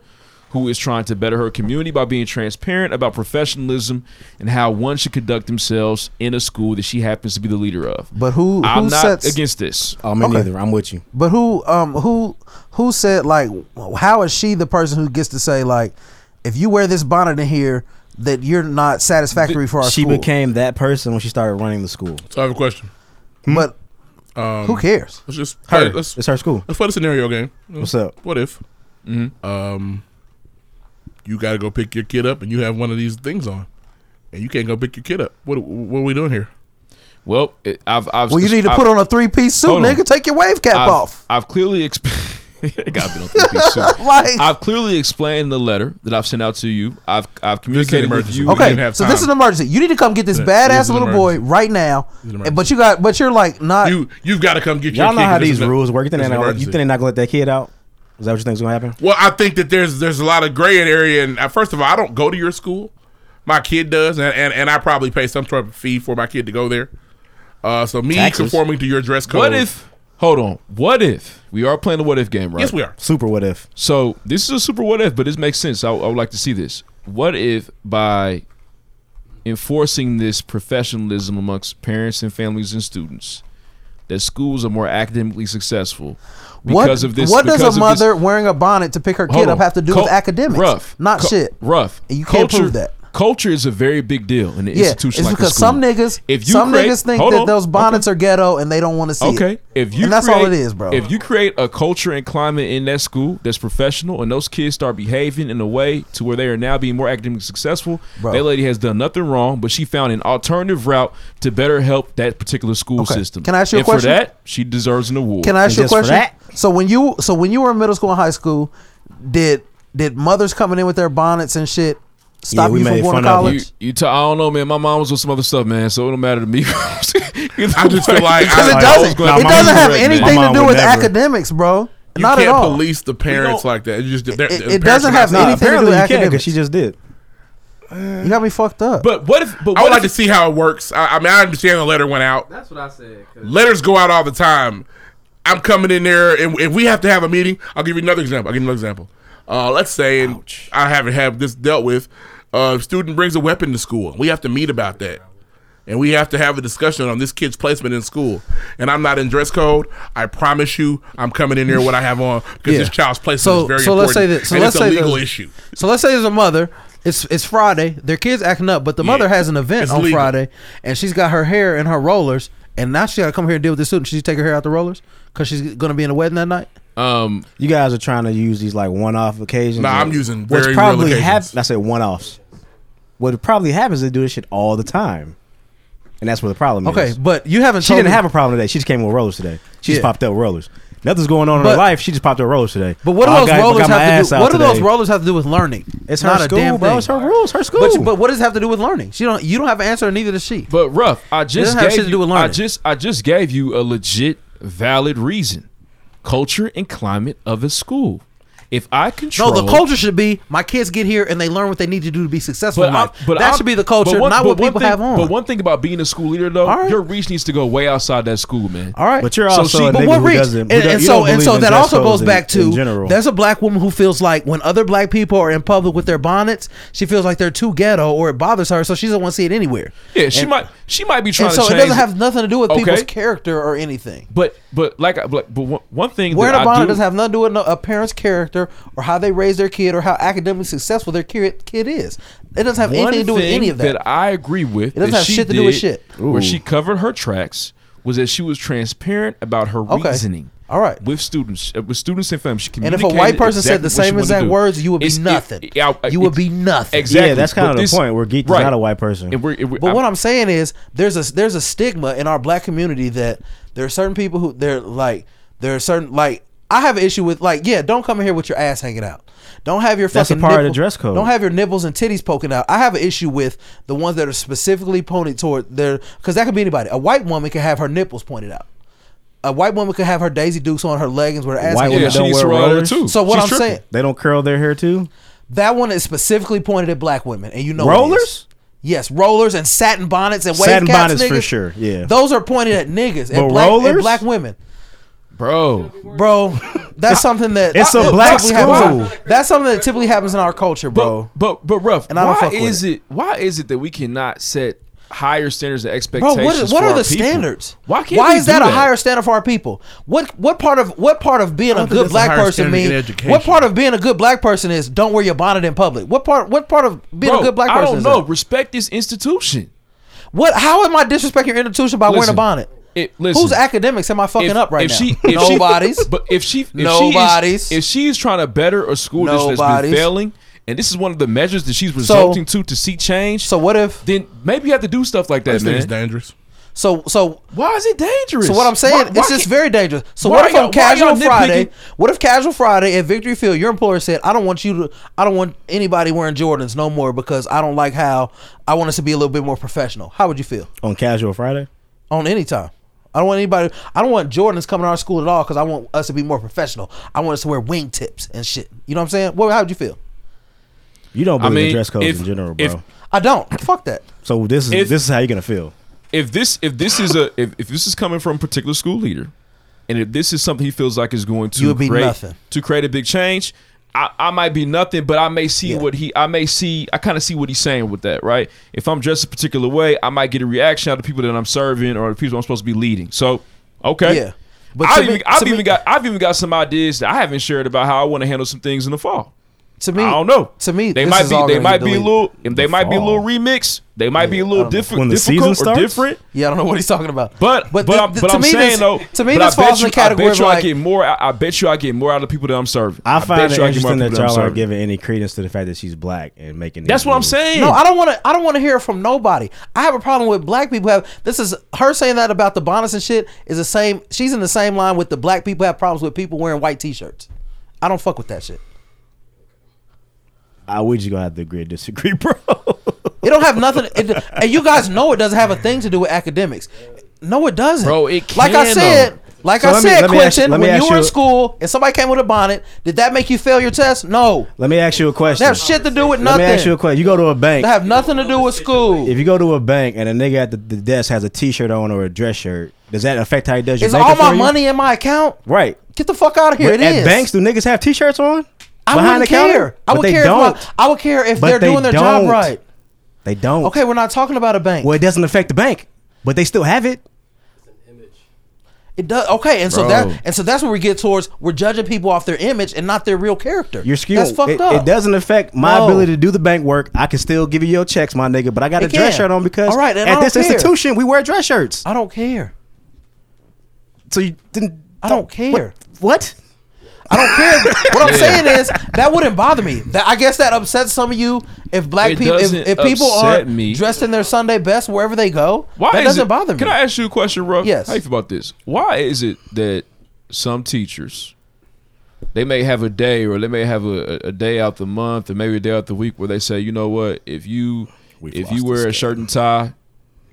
S12: who is trying to better her community by being transparent about professionalism and how one should conduct themselves in a school that she happens to be the leader of.
S2: But who?
S12: I'm
S2: who
S12: not
S2: sets,
S12: against this.
S6: Oh, me neither. I'm with you.
S2: But who? Um, who? Who said like? How is she the person who gets to say like, if you wear this bonnet in here, that you're not satisfactory for our
S6: she
S2: school?
S6: became that person when she started running the school.
S11: So I have a question.
S2: but
S11: Um,
S2: Who cares?
S11: Let's just
S6: Her.
S11: play- let's,
S6: It's her school.
S11: Let's play the scenario game.
S6: What's up?
S11: What if?
S12: Mm-hmm.
S11: Um, you got to go pick your kid up, and you have one of these things on, and you can't go pick your kid up. What what are we doing here?
S12: Well, it, I've, I've
S2: well, you need to
S12: I've-
S2: put on a three piece suit,
S12: Hold on.
S2: nigga. Take your wave cap
S12: I've,
S2: off.
S12: I've clearly explained. Got me on three-piece suit.
S2: Like-
S12: I've clearly explained in the letter that I've sent out to you. I've I've communicated with
S11: emergency.
S12: you.
S11: We
S2: Okay,
S11: didn't have
S2: so this
S11: time.
S2: is an emergency. You need to come get this
S11: Yeah, this
S2: badass
S11: is an
S2: little boy right now.
S11: emergency.
S2: But you got, but you're like not.
S11: You you've got to come get
S6: Y'all
S11: your kid.
S6: know how
S11: 'cause this
S6: these
S11: is a-
S6: rules work. You think, they're
S11: this is an
S6: not, gonna- you
S11: emergency.
S6: think they're not gonna let that kid out? Is that what you think is gonna happen?
S11: Well, I think that there's there's a lot of gray area, and uh, first of all, I don't go to your school. My kid does, and, and, and I probably pay some sort of fee for my kid to go there. Uh, so me
S6: Taxes.
S11: conforming to your dress code.
S12: What if? Hold on. What if we are playing the what if game, right?
S11: Yes, we are.
S6: Super. What if?
S12: So this is a super what if, but this makes sense. I, I would like to see this. What if by enforcing this professionalism amongst parents and families and students, that schools are more academically successful because
S2: what,
S12: of this?
S2: What does
S12: because
S2: a
S12: of this-
S2: mother wearing a bonnet to pick her
S12: Hold
S2: kid up
S12: on.
S2: have to do
S12: Cul-
S2: with academics?
S12: Rough,
S2: not
S12: Cu-
S2: shit.
S12: Rough.
S2: And you can't prove that.
S12: Culture is a very big deal in an
S2: Yeah, it's
S12: institution like
S2: because
S12: a school.
S2: some niggas,
S12: if you
S2: some
S12: create-
S2: niggas think
S12: hold
S2: that
S12: on.
S2: those bonnets are ghetto and they don't want to see it.
S12: Okay, if you
S2: and that's all
S12: create-
S2: it is, bro.
S12: If you create a culture and climate in that school that's professional, and those kids start behaving in a way to where they are now being more academically successful,
S2: Bro.
S12: that lady has done nothing wrong, but she found an alternative route to better help that particular school
S2: Okay.
S12: system.
S2: Can I ask you a
S12: and
S2: question?
S12: For that, she deserves an award.
S2: Can I ask
S6: And
S2: you a
S6: just for
S2: question?
S6: that-
S2: So when you so when you were in middle school and high school, did did mothers coming in with their bonnets and shit stop
S6: we
S2: you from
S6: made
S2: going to
S6: fun of
S12: You,
S2: college?
S12: you t- I don't know, man. My mom was with some other stuff, man, so it don't matter to me. I
S11: I just feel like
S2: Because it
S11: I,
S6: Like, I was
S2: doesn't.
S6: glad
S2: It
S6: my
S2: doesn't
S6: mom
S2: have
S6: was red, man.
S2: anything to
S6: My mom
S2: do
S6: would
S2: with
S6: never.
S2: academics, bro.
S11: you
S2: Not at
S11: can't
S2: all.
S11: police the parents like that. You just they're-
S2: It-
S11: the
S2: it
S11: parents
S2: doesn't
S11: are not
S2: have Anything
S6: Nah,
S11: saying-
S2: to do
S6: apparently
S2: with
S6: you can
S2: academics.
S6: because she just did.
S2: You got me fucked up.
S12: But what if? But
S11: I
S12: what
S11: would like to
S12: if-
S11: see how it works. I, I mean, I understand the letter went out.
S10: That's what I said.
S11: Letters go out all the time. I'm coming in there, and if we have to have a meeting, I'll give you another example. I'll give you another example. Uh, let's say, and I haven't had this dealt with. A student brings a weapon to school. We have to meet about that, and we have to have a discussion on this kid's placement in school. And I'm not in dress code. I promise you, I'm coming in there what I have on because
S2: Yeah.
S11: this child's placement
S2: So-
S11: is very
S2: so
S11: important.
S2: let's say that- so
S11: and
S2: let's
S11: it's a
S2: say
S11: legal
S2: those-
S11: issue.
S2: So let's say there's a mother. It's it's Friday. Their kids acting up, but the mother has an event
S11: it's
S2: on
S11: legal.
S2: Friday, and she's got her hair in her rollers, and now she got to come here and deal with this student. She's take her hair out the rollers because she's gonna be in a wedding that night.
S12: um,
S6: You guys are trying to use these like one-off occasions.
S11: Nah,
S6: or-
S11: I'm using
S6: which
S11: very real
S6: probably
S11: occasions.
S6: happens. I said one-offs. What probably happens is they do this shit all the time, and that's where the problem
S2: Okay,
S6: is.
S2: but you haven't.
S6: She
S2: told
S6: didn't
S2: me-
S6: have a problem today. She just came with rollers today. She just
S2: Yeah.
S6: popped up rollers. Nothing's going on in
S2: But-
S6: her life. She just popped up rollers today.
S2: But what do
S6: Oh, I
S2: those
S6: got-
S2: rollers
S6: got my
S2: have
S6: ass
S2: to do?
S6: out
S2: What do those
S6: today.
S2: rollers have to do with learning?
S6: It's her school, bro. It's her rules. Her school.
S2: But you- but what does it have to do with learning? She don't. You don't have an answer, and neither does she.
S12: But rough, I just
S2: doesn't have
S12: gave
S2: shit to
S12: you,
S2: do with learning.
S12: I just I just gave you a legit valid reason. Culture and climate of a school. If I
S2: No,
S12: control
S2: the culture should be my kids get here and they learn what they need to do to be successful. in
S12: I-
S2: life. that
S12: I-
S2: should be the culture,
S12: but one-
S2: not
S12: but
S2: what
S12: one
S2: people
S12: thing-
S2: have on.
S12: But one thing about being a school leader though,
S2: All right.
S12: your reach needs to go way outside that school, man.
S2: All right,
S6: But you're
S12: So
S6: also
S12: she-
S6: a
S12: but
S6: nigga
S2: what
S6: who
S2: reach?
S6: doesn't.
S2: And,
S6: who don't-
S2: and
S6: you
S2: so
S6: don't
S2: and
S6: believe
S2: so
S6: in
S2: that
S6: dress
S2: also
S6: codes
S2: goes
S6: in-
S2: back to
S6: in general.
S2: there's a black woman who feels like when other black people are in public with their bonnets, she feels like they're too ghetto or it bothers her, so she doesn't want to see it anywhere.
S12: Yeah, she
S2: And-
S12: might she might be trying
S2: And so
S12: to
S2: it
S12: change.
S2: doesn't have nothing to do with
S12: Okay.
S2: people's character or anything.
S12: but but like I- but, but one, one thing
S2: Wearing
S12: that
S2: a
S12: I
S2: bonnet
S12: do,
S2: doesn't have nothing to do with no, a parent's character or how they raise their kid or how academically successful their kid, kid is. It doesn't have
S12: one
S2: anything to do with
S12: thing
S2: any of that.
S12: I agree with.
S2: It doesn't
S12: that
S2: have
S12: she
S2: shit to do with
S12: did,
S2: shit.
S12: Where she covered her tracks was that she was transparent about her
S2: Okay.
S12: reasoning.
S2: All right.
S12: With students, uh, with students and families, she
S2: and if a
S12: communicated
S2: white person said the
S12: exactly what
S2: same
S12: she wanted to
S2: exact
S12: do.
S2: words, you would be
S12: It's- it-
S2: nothing.
S12: yeah, I-
S2: you would
S12: it's-
S2: be nothing.
S12: Exactly.
S6: Yeah, that's kind
S12: But
S6: of the
S12: this-
S6: point where Geek
S12: right.
S6: is not a white person.
S12: And we're, and we're-
S2: But
S12: I-
S2: what I'm saying is, there's a there's a stigma in our black community that there are certain people who they're like there are certain like I have an issue with like, yeah, don't come in here with your ass hanging out. Don't have your
S6: That's a
S2: fucking
S6: part of the
S2: nipple-
S6: dress code.
S2: Don't have your nipples and titties poking out. I have an issue with the ones that are specifically pointed toward their because that could be anybody. A white woman could have her nipples pointed out. A white woman could have her Daisy Dukes on her leggings with her ass.
S6: White
S2: hanging
S6: women
S2: out.
S6: don't wear rollers.
S2: So what I'm saying,
S6: they don't curl their hair too.
S2: that one is specifically pointed at black women, and you know it
S6: Rollers?
S2: is. Yes, rollers and satin bonnets and wave
S6: Satin
S2: caps,
S6: bonnets for
S2: niggas.
S6: sure, yeah.
S2: those are pointed at niggas
S6: But
S2: and black, and
S6: rollers?
S2: black women,
S4: bro.
S2: bro. That's something that
S6: It's a
S2: that
S6: black
S2: typically happens-
S6: school.
S2: That's something that typically happens in our culture, bro.
S12: But but rough.
S2: And I don't
S12: why
S2: fuck with
S12: is it. Why is it that we cannot set higher standards and
S2: Bro,
S12: expectations?
S2: what, is- what
S12: for
S2: are
S12: our
S2: the
S12: people?
S2: standards?
S12: Why can't
S2: Why
S12: we
S2: is
S12: do
S2: that, a higher standard for our people? What what part of what part of being
S11: I
S2: a
S11: don't think
S2: good
S11: that's a
S2: black
S11: higher
S2: person
S11: standard in
S2: mean?
S11: education.
S2: What part of being a good black person is don't wear your bonnet in public? What part what part of being
S12: Bro,
S2: a good black
S12: I
S2: person?
S12: don't
S2: is
S12: know.
S2: that?
S12: Respect this institution.
S2: What? How am I disrespecting your institution by wearing a
S12: Listen,
S2: bonnet?
S12: It, listen,
S2: Whose academics am I fucking
S12: if-
S2: up right
S12: if
S2: now?
S12: She, if
S2: Nobody's.
S12: She, but if she, if
S2: Nobody's.
S12: She is, if she is trying to better a school district that's been
S2: Nobody's.
S12: failing, and this is one of the measures that she's resulting to to see change.
S2: so what if?
S12: then maybe you have to do stuff like that,
S11: This thing's
S12: man.
S11: dangerous.
S2: So so
S12: Why is it dangerous?
S2: so what I'm saying,
S12: Why- why
S2: it's just
S12: can't-
S2: very dangerous. So
S12: why
S2: what if
S12: y'all-
S2: on
S12: why y'all
S2: casual Friday?
S12: nitpicking?
S2: What if casual Friday at Victory Field, your employer said, "I don't want you to, I don't want anybody wearing Jordans no more because I don't like how I want us to be a little bit more professional." How would you feel
S6: On casual Friday,
S2: on any time? I don't want anybody. I don't want Jordans coming to our school at all because I want us to be more professional. I want us to wear wingtips and shit. You know what I'm saying? What? How would you feel?
S6: you don't
S12: I
S6: believe
S12: mean,
S6: in dress codes
S12: if-
S6: in general, bro.
S12: if-
S2: I don't. Fuck that.
S6: so this is
S12: if-
S6: this is how you're gonna feel.
S12: if this if this is a if, if this is coming from a particular school leader, and if this is something he feels like is going to
S2: You would be
S12: create,
S2: nothing.
S12: to create a big change, I, I might be nothing, but I may see
S2: Yeah.
S12: what he I may see I kind of see what he's saying with that, right? If I'm dressed a particular way, I might get a reaction out of the people that I'm serving or the people I'm supposed to be leading. So, okay,
S2: Yeah.
S12: But
S2: to
S12: I've,
S2: me-
S12: even, I've
S2: to me-
S12: even got I've even got some ideas that I haven't shared about how I want to handle some things in the fall.
S2: To me,
S12: I don't know.
S2: To me,
S12: they
S2: this
S12: might
S2: is
S12: be
S2: all
S12: they
S2: gonna
S12: might
S2: get
S12: be a
S2: deleted.
S12: little they might be a
S6: fall.
S12: little remix. They might be a
S2: I
S12: little
S2: don't know.
S12: different,
S6: When the season
S12: difficult or
S6: starts?
S12: different.
S2: Yeah, I don't know what he's talking about.
S12: But but
S2: thi-
S12: I'm,
S2: thi-
S12: but
S2: to
S12: I'm
S2: me,
S12: saying
S2: this,
S12: though,
S2: to me
S12: but I
S2: this
S12: bet
S2: falls in
S12: you-
S2: the category
S12: I bet
S2: of
S12: you I
S2: like
S12: get more. I, I bet you I get more out of the people that I'm serving.
S6: I find
S12: bet
S6: it
S12: you I get more
S6: interesting
S12: out of
S6: that
S12: people I'm
S6: y'all are
S12: serving.
S6: giving any credence to the fact that she's black and making.
S12: That's
S6: these
S12: what I'm
S6: moves.
S12: saying.
S2: No, I don't want to. I don't want to hear it from nobody. I have a problem with black people have. This is her saying that about the bonnets and shit is the same. She's in the same line with the black people have problems with people wearing white t-shirts. I don't fuck with that shit.
S6: I we just gonna have to agree, to disagree, bro.
S2: It don't have nothing. It, and you guys know it doesn't have a thing to do with academics. No, it doesn't.
S12: Bro, it
S2: like I
S12: can,
S2: said. Like
S6: So
S2: I
S6: let me-
S2: said,
S6: let me ask-
S2: Quentin,
S6: let me
S2: when
S6: ask
S2: you were
S6: you-
S2: in school and somebody came with a bonnet, did that make you fail your test? No.
S6: Let me ask you a question.
S2: That have shit to do with
S6: Let
S2: nothing.
S6: me ask you a question. You go to a bank.
S2: That have nothing to do with school.
S6: If you go to a bank and a nigga at the, the desk has a T-shirt on or a dress shirt, does that affect how he does your
S2: Is
S6: banking
S2: all my
S6: for you?
S2: money in my account?
S6: Right.
S2: Get the fuck out of here!
S6: But
S2: it
S6: at
S2: is.
S6: banks, do niggas have T-shirts on?
S2: I
S6: Behind the
S2: wouldn't
S6: counter?
S2: care. I
S6: But
S2: would
S6: they
S2: care.
S6: don't.
S2: If my, I would care if
S6: But
S2: they're
S6: they
S2: doing their
S6: don't.
S2: job right.
S6: They don't.
S2: Okay, we're not talking about a bank.
S6: Well, it doesn't affect the bank, but they still have it.
S2: It does. Okay, and so
S4: Bro.
S2: that and so that's where we get towards. We're judging people off their image and not their real character.
S6: You're skewed.
S2: That's fucked
S6: it,
S2: up.
S6: it doesn't affect my
S2: No.
S6: ability to do the bank work. I can still give you your checks, my nigga, but I got
S2: It
S6: a dress
S2: can.
S6: shirt on because
S2: All right, and I
S6: at
S2: don't
S6: this
S2: care.
S6: institution we wear dress shirts.
S2: I don't care.
S6: So you didn't.
S2: I don't care.
S6: What? what?
S2: I don't care. what I'm saying is that wouldn't bother me. That I guess that upsets some of you if black
S12: It
S2: people if,
S12: doesn't
S2: if people
S12: upset
S2: are
S12: me.
S2: dressed in their Sunday best wherever they go.
S12: Why
S2: that
S12: is
S2: doesn't
S12: it-
S2: bother me.
S12: Can I ask you a question, Ruff?
S2: Yes.
S12: How you feel about this? Why is it that some teachers they may have a day or they may have a, a day out the month or maybe a day out the week where they say, you know what, if you
S6: We've
S12: if
S6: lost
S12: you
S6: this
S12: wear
S6: game.
S12: a shirt and tie,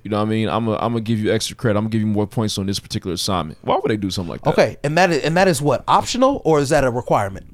S12: you know what I mean, I'm gonna I'm gonna give you extra credit. I'm gonna give you more points on this particular assignment. Why would they do something like that?
S2: okay, and that is and that is what optional or is that a requirement?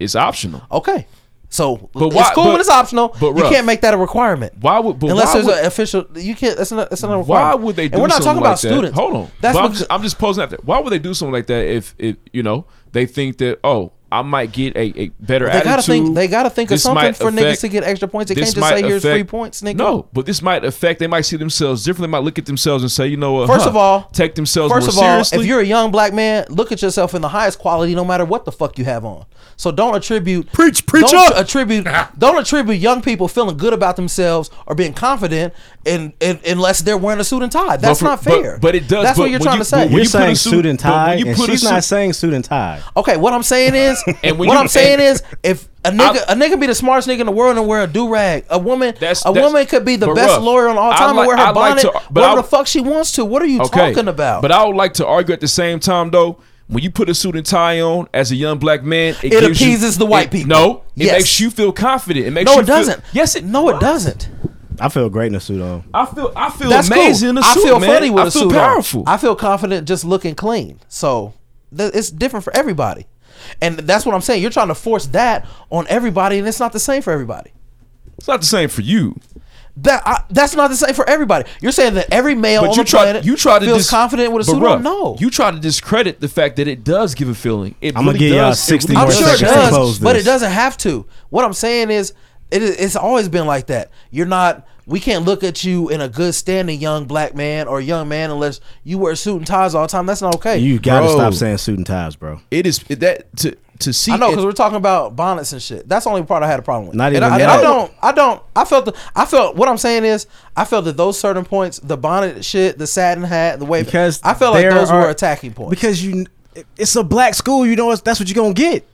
S12: It's optional.
S2: Okay. So
S12: But
S2: it's
S12: why-
S2: cool
S12: but-
S2: when it's optional.
S12: but
S2: you
S12: Ruff,
S2: can't make that a requirement.
S12: Why would but
S2: Unless
S12: why
S2: there's
S12: would,
S2: an official, you can't. That's not. That's not a
S12: Why
S2: requirement.
S12: would they do
S2: And we're not talking
S12: something
S2: about
S12: like that?
S2: students.
S12: Hold on.
S2: That's
S12: But I'm,
S2: because-
S12: just, I'm just posing that. Why would they do something like that if, if you know, they think that, oh, I might get a, a better
S2: they
S12: attitude?
S2: gotta think. They gotta think of
S12: This
S2: something
S12: might
S2: for niggas
S12: affect-
S2: to get extra points. They can't
S12: this
S2: just
S12: might
S2: say here's
S12: affect-
S2: free points, nigga.
S12: No, but this might affect. They might see themselves differently. They might look at themselves and say, you know what?
S2: First
S12: huh,
S2: of all-
S12: take themselves
S2: First
S12: more
S2: of all,
S12: seriously.
S2: if you're a young black man, look at yourself in the highest quality, no matter what the fuck you have on. So don't attribute
S6: Preach, preach
S2: don't
S6: up.
S2: attribute don't attribute young people feeling good about themselves or being confident, in, in, unless they're wearing a suit and tie.
S12: But
S2: That's
S12: for-
S2: not
S12: but-
S2: fair.
S12: but it does-
S2: That's
S12: but
S2: what you're
S12: when
S2: trying to
S12: you-
S2: say.
S12: when
S6: You're
S12: you put
S6: saying
S12: a
S6: suit,
S12: suit-
S6: and
S12: but when
S6: tie,
S12: you
S6: and
S12: put a
S6: she's not
S12: suit-
S6: saying suit and tie.
S2: Okay, what I'm saying is,
S12: And when
S2: what
S12: you-
S2: I'm saying
S12: and-
S2: is, if a nigga a nigga be the smartest nigga in the world and wear a do rag, a woman
S12: That's-
S2: a
S12: that's-
S2: woman could be the
S12: but
S2: best
S12: Ruff,
S2: lawyer on all
S12: I
S2: time and
S12: like-
S2: wear her
S12: I like
S2: bonnet,
S12: to- but
S2: whatever
S12: I-
S2: the fuck she wants to. What are you
S12: okay,
S2: talking about?
S12: But I would like to argue at the same time, though. When you put a suit and tie on as a young black man, it,
S2: It
S12: gives you-
S2: appeases the white
S12: it-
S2: people.
S12: No, it
S2: Yes.
S12: makes you feel confident. It makes
S2: No,
S12: you
S2: it
S12: feel-
S2: doesn't.
S12: yes, it.
S2: No, it doesn't.
S6: I feel great in a suit on.
S12: I feel I feel
S2: That's
S12: amazing
S2: cool.
S12: in a
S2: I
S12: suit,
S2: feel
S12: man.
S2: funny with
S12: I
S2: a
S12: feel
S2: suit. on.
S12: powerful.
S2: I feel confident just looking clean. So th- it's different for everybody, and that's what I'm saying. You're trying to force that on everybody, and it's not the same for everybody.
S12: It's not the same for you.
S2: That I, that's not the same for everybody. You're saying that every male
S12: But
S2: on
S12: you
S2: the
S12: try,
S2: planet
S12: you try to
S2: feels
S12: dis-
S2: confident with a
S12: but
S2: suit
S12: bruh,
S2: on. No,
S12: you try to discredit the fact that it does give a feeling. It
S6: I'ma
S12: really
S6: give y'all
S12: does. It
S6: 60
S12: really
S2: I'm
S6: more
S12: does.
S2: sure it
S6: seconds to
S2: does,
S6: close
S2: but
S6: this.
S2: it doesn't have to. What I'm saying is, it is it's always been like that. You're not. We can't look at you in a good standing, young black man or young man, unless you wear suit and ties all the time. That's not okay.
S6: You gotta
S4: Bro.
S6: stop saying suit and ties, bro.
S4: It is it- that to to see.
S2: I know
S4: it-
S2: because we're talking about bonnets and shit. That's the only part I had a problem with.
S6: Not
S2: And
S6: even
S2: I, and
S6: that.
S2: I don't. I don't. I felt. The, I felt. What I'm saying is, I felt that those certain points, the bonnet shit, the satin hat, the way
S6: Because
S2: I felt like
S6: there
S2: those were
S6: are-
S2: attacking points.
S6: Because you, it's a black school. You know it's- that's what you're gonna get.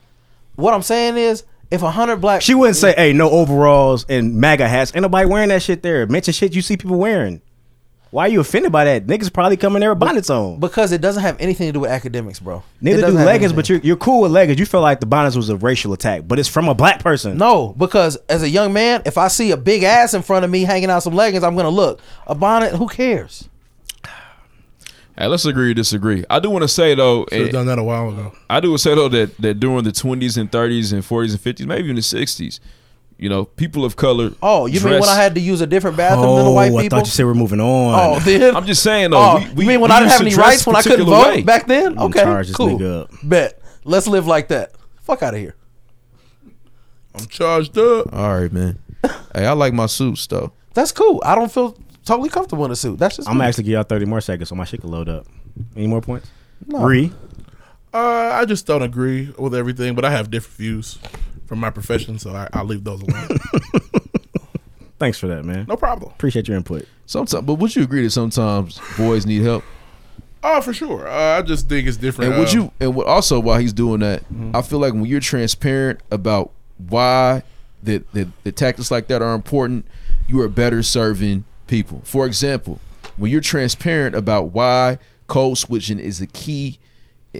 S2: what I'm saying is, if a hundred black,
S6: She wouldn't say, "Hey, no overalls and MAGA hats." Ain't nobody wearing that shit there. Mention shit you see people wearing. Why are you offended by that? Niggas probably coming there with bonnets on.
S2: because it doesn't have anything to do with academics, bro. It
S6: Neither do
S2: doesn't have
S6: leggings,
S2: anything.
S6: but you're you're cool with leggings. You feel like the bonnets was a racial attack, but it's from a black person.
S2: No, because as a young man, if I see a big ass in front of me hanging out some leggings, I'm gonna look. A bonnet, who cares?
S12: Hey, let's agree or disagree. I do want to say though,
S11: Should have
S12: and-
S11: done that a while ago.
S12: I do say though that that during the twenties and thirties and forties and fifties, maybe even the sixties, you know, people of color.
S2: Oh, you mean when
S12: dressed-
S2: I had to use a different bathroom than the
S6: Oh,
S2: white
S6: I
S2: people?
S6: thought you said we're moving on.
S2: oh, then
S12: I'm just saying though.
S2: Oh,
S12: we, we,
S2: you mean when
S12: we
S2: I didn't
S12: used
S2: have
S12: to
S2: any
S12: dress
S2: rights
S12: a
S2: when I couldn't
S12: particular
S2: vote
S12: way.
S2: back then?
S6: gonna
S2: Okay,
S6: charge this
S2: cool.
S6: nigga up.
S2: Bet. Let's live like that. Fuck out of here.
S11: I'm charged up.
S4: All right, man. hey, I like my suits though.
S2: That's cool. I don't feel totally comfortable in a suit. That's just.
S6: I'm
S2: me.
S6: gonna actually give y'all 30 more seconds so my shit can load up. Any more points? Re.
S11: Uh, I just don't agree with everything, but I have different views from my profession, so I, I'll leave those alone.
S6: Thanks for that, man.
S11: no problem.
S6: Appreciate your input.
S4: Sometimes, but would you agree that sometimes boys need help?
S11: Oh, for sure. Uh, I just think it's different.
S4: And would
S11: uh,
S4: you? And what, also, while he's doing that, I feel like when you're transparent about why the, the the tactics like that are important, you are better serving people. For example, when you're transparent about why code switching is a key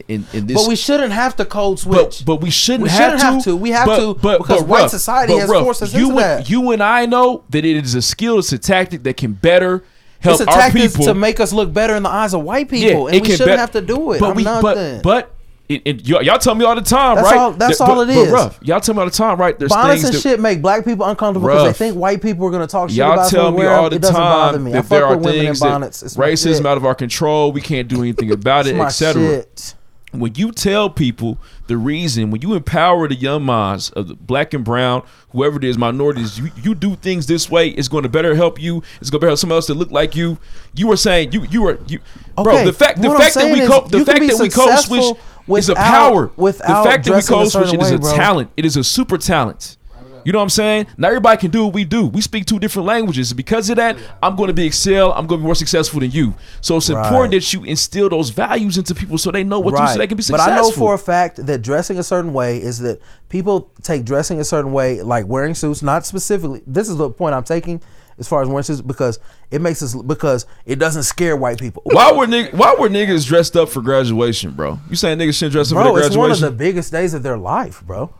S4: in in this.
S2: But we shouldn't have to code
S12: But,
S2: switch.
S12: but we shouldn't,
S2: We shouldn't
S12: have, to,
S2: have to. We have
S12: but,
S2: to
S12: but,
S2: because
S12: but
S2: white
S12: Ruff,
S2: society
S12: but
S2: has
S12: Ruff,
S2: forced us
S12: you
S2: into
S12: and,
S2: that.
S12: You and I know that it is a skill, it's a tactic that can better help
S2: it's a
S12: our
S2: tactic
S12: people
S2: to make us look better in the eyes of white people,
S12: it
S2: and we
S12: can
S2: shouldn't
S12: bet-
S2: have to do it.
S12: But
S2: I'm
S12: we,
S2: not
S12: but
S2: then.
S12: but it, it, y'all, y'all tell me all the time,
S2: That's
S12: right?
S2: all- that's
S12: That-
S2: all
S12: but-
S2: it
S12: but
S2: is.
S12: Ruff, y'all tell me all the time, right? There's
S2: Bonnets
S12: things
S2: and
S12: that,
S2: shit make black people uncomfortable because they
S12: Rough.
S2: think white people are gonna talk shit
S12: Y'all
S2: about us
S12: tell
S2: when we
S12: me
S2: wear 'em.
S12: all the
S2: it doesn't bother
S12: time
S2: me. I
S12: that there
S2: fuck
S12: are
S2: with women in
S12: things
S2: bonnets.
S12: that
S2: It's my
S12: racism
S2: shit.
S12: out of our control. We can't do anything about it,
S2: It's my
S12: etc.
S2: shit.
S12: When you tell people the reason, when you empower the young minds of the black and brown, whoever it is, minorities, you, you do things this way. It's going to better help you. It's going to better help someone else to look like you. You are saying you you are you, bro.
S2: Okay,
S12: The fact the
S2: what I'm
S12: fact that
S2: saying
S12: we
S2: is
S12: cope the
S2: you can
S12: fact
S2: be
S12: that we code switch
S2: successful
S12: is a
S2: without-
S12: power.
S2: without
S12: the fact that we
S2: dressing a
S12: code switch
S2: certain
S12: it is
S2: way,
S12: a
S2: bro.
S12: talent. It is a super talent. You know what I'm saying? Not everybody can do what we do. We speak two different languages. Because of that, I'm going to be excel. I'm going to be more successful than you. So it's important that you instill those values into people so they know what you so they can be successful.
S2: But I know for a fact that dressing a certain way is that people take dressing a certain way, like wearing suits, not specifically. This is the point I'm taking as far as wearing suits because it makes us because it doesn't scare white people.
S12: why were nigg- why were niggas dressed up for graduation, bro? You saying niggas shouldn't dress up for
S2: Bro,
S12: their
S2: it's one of
S12: graduation?
S2: the biggest days of their life, bro.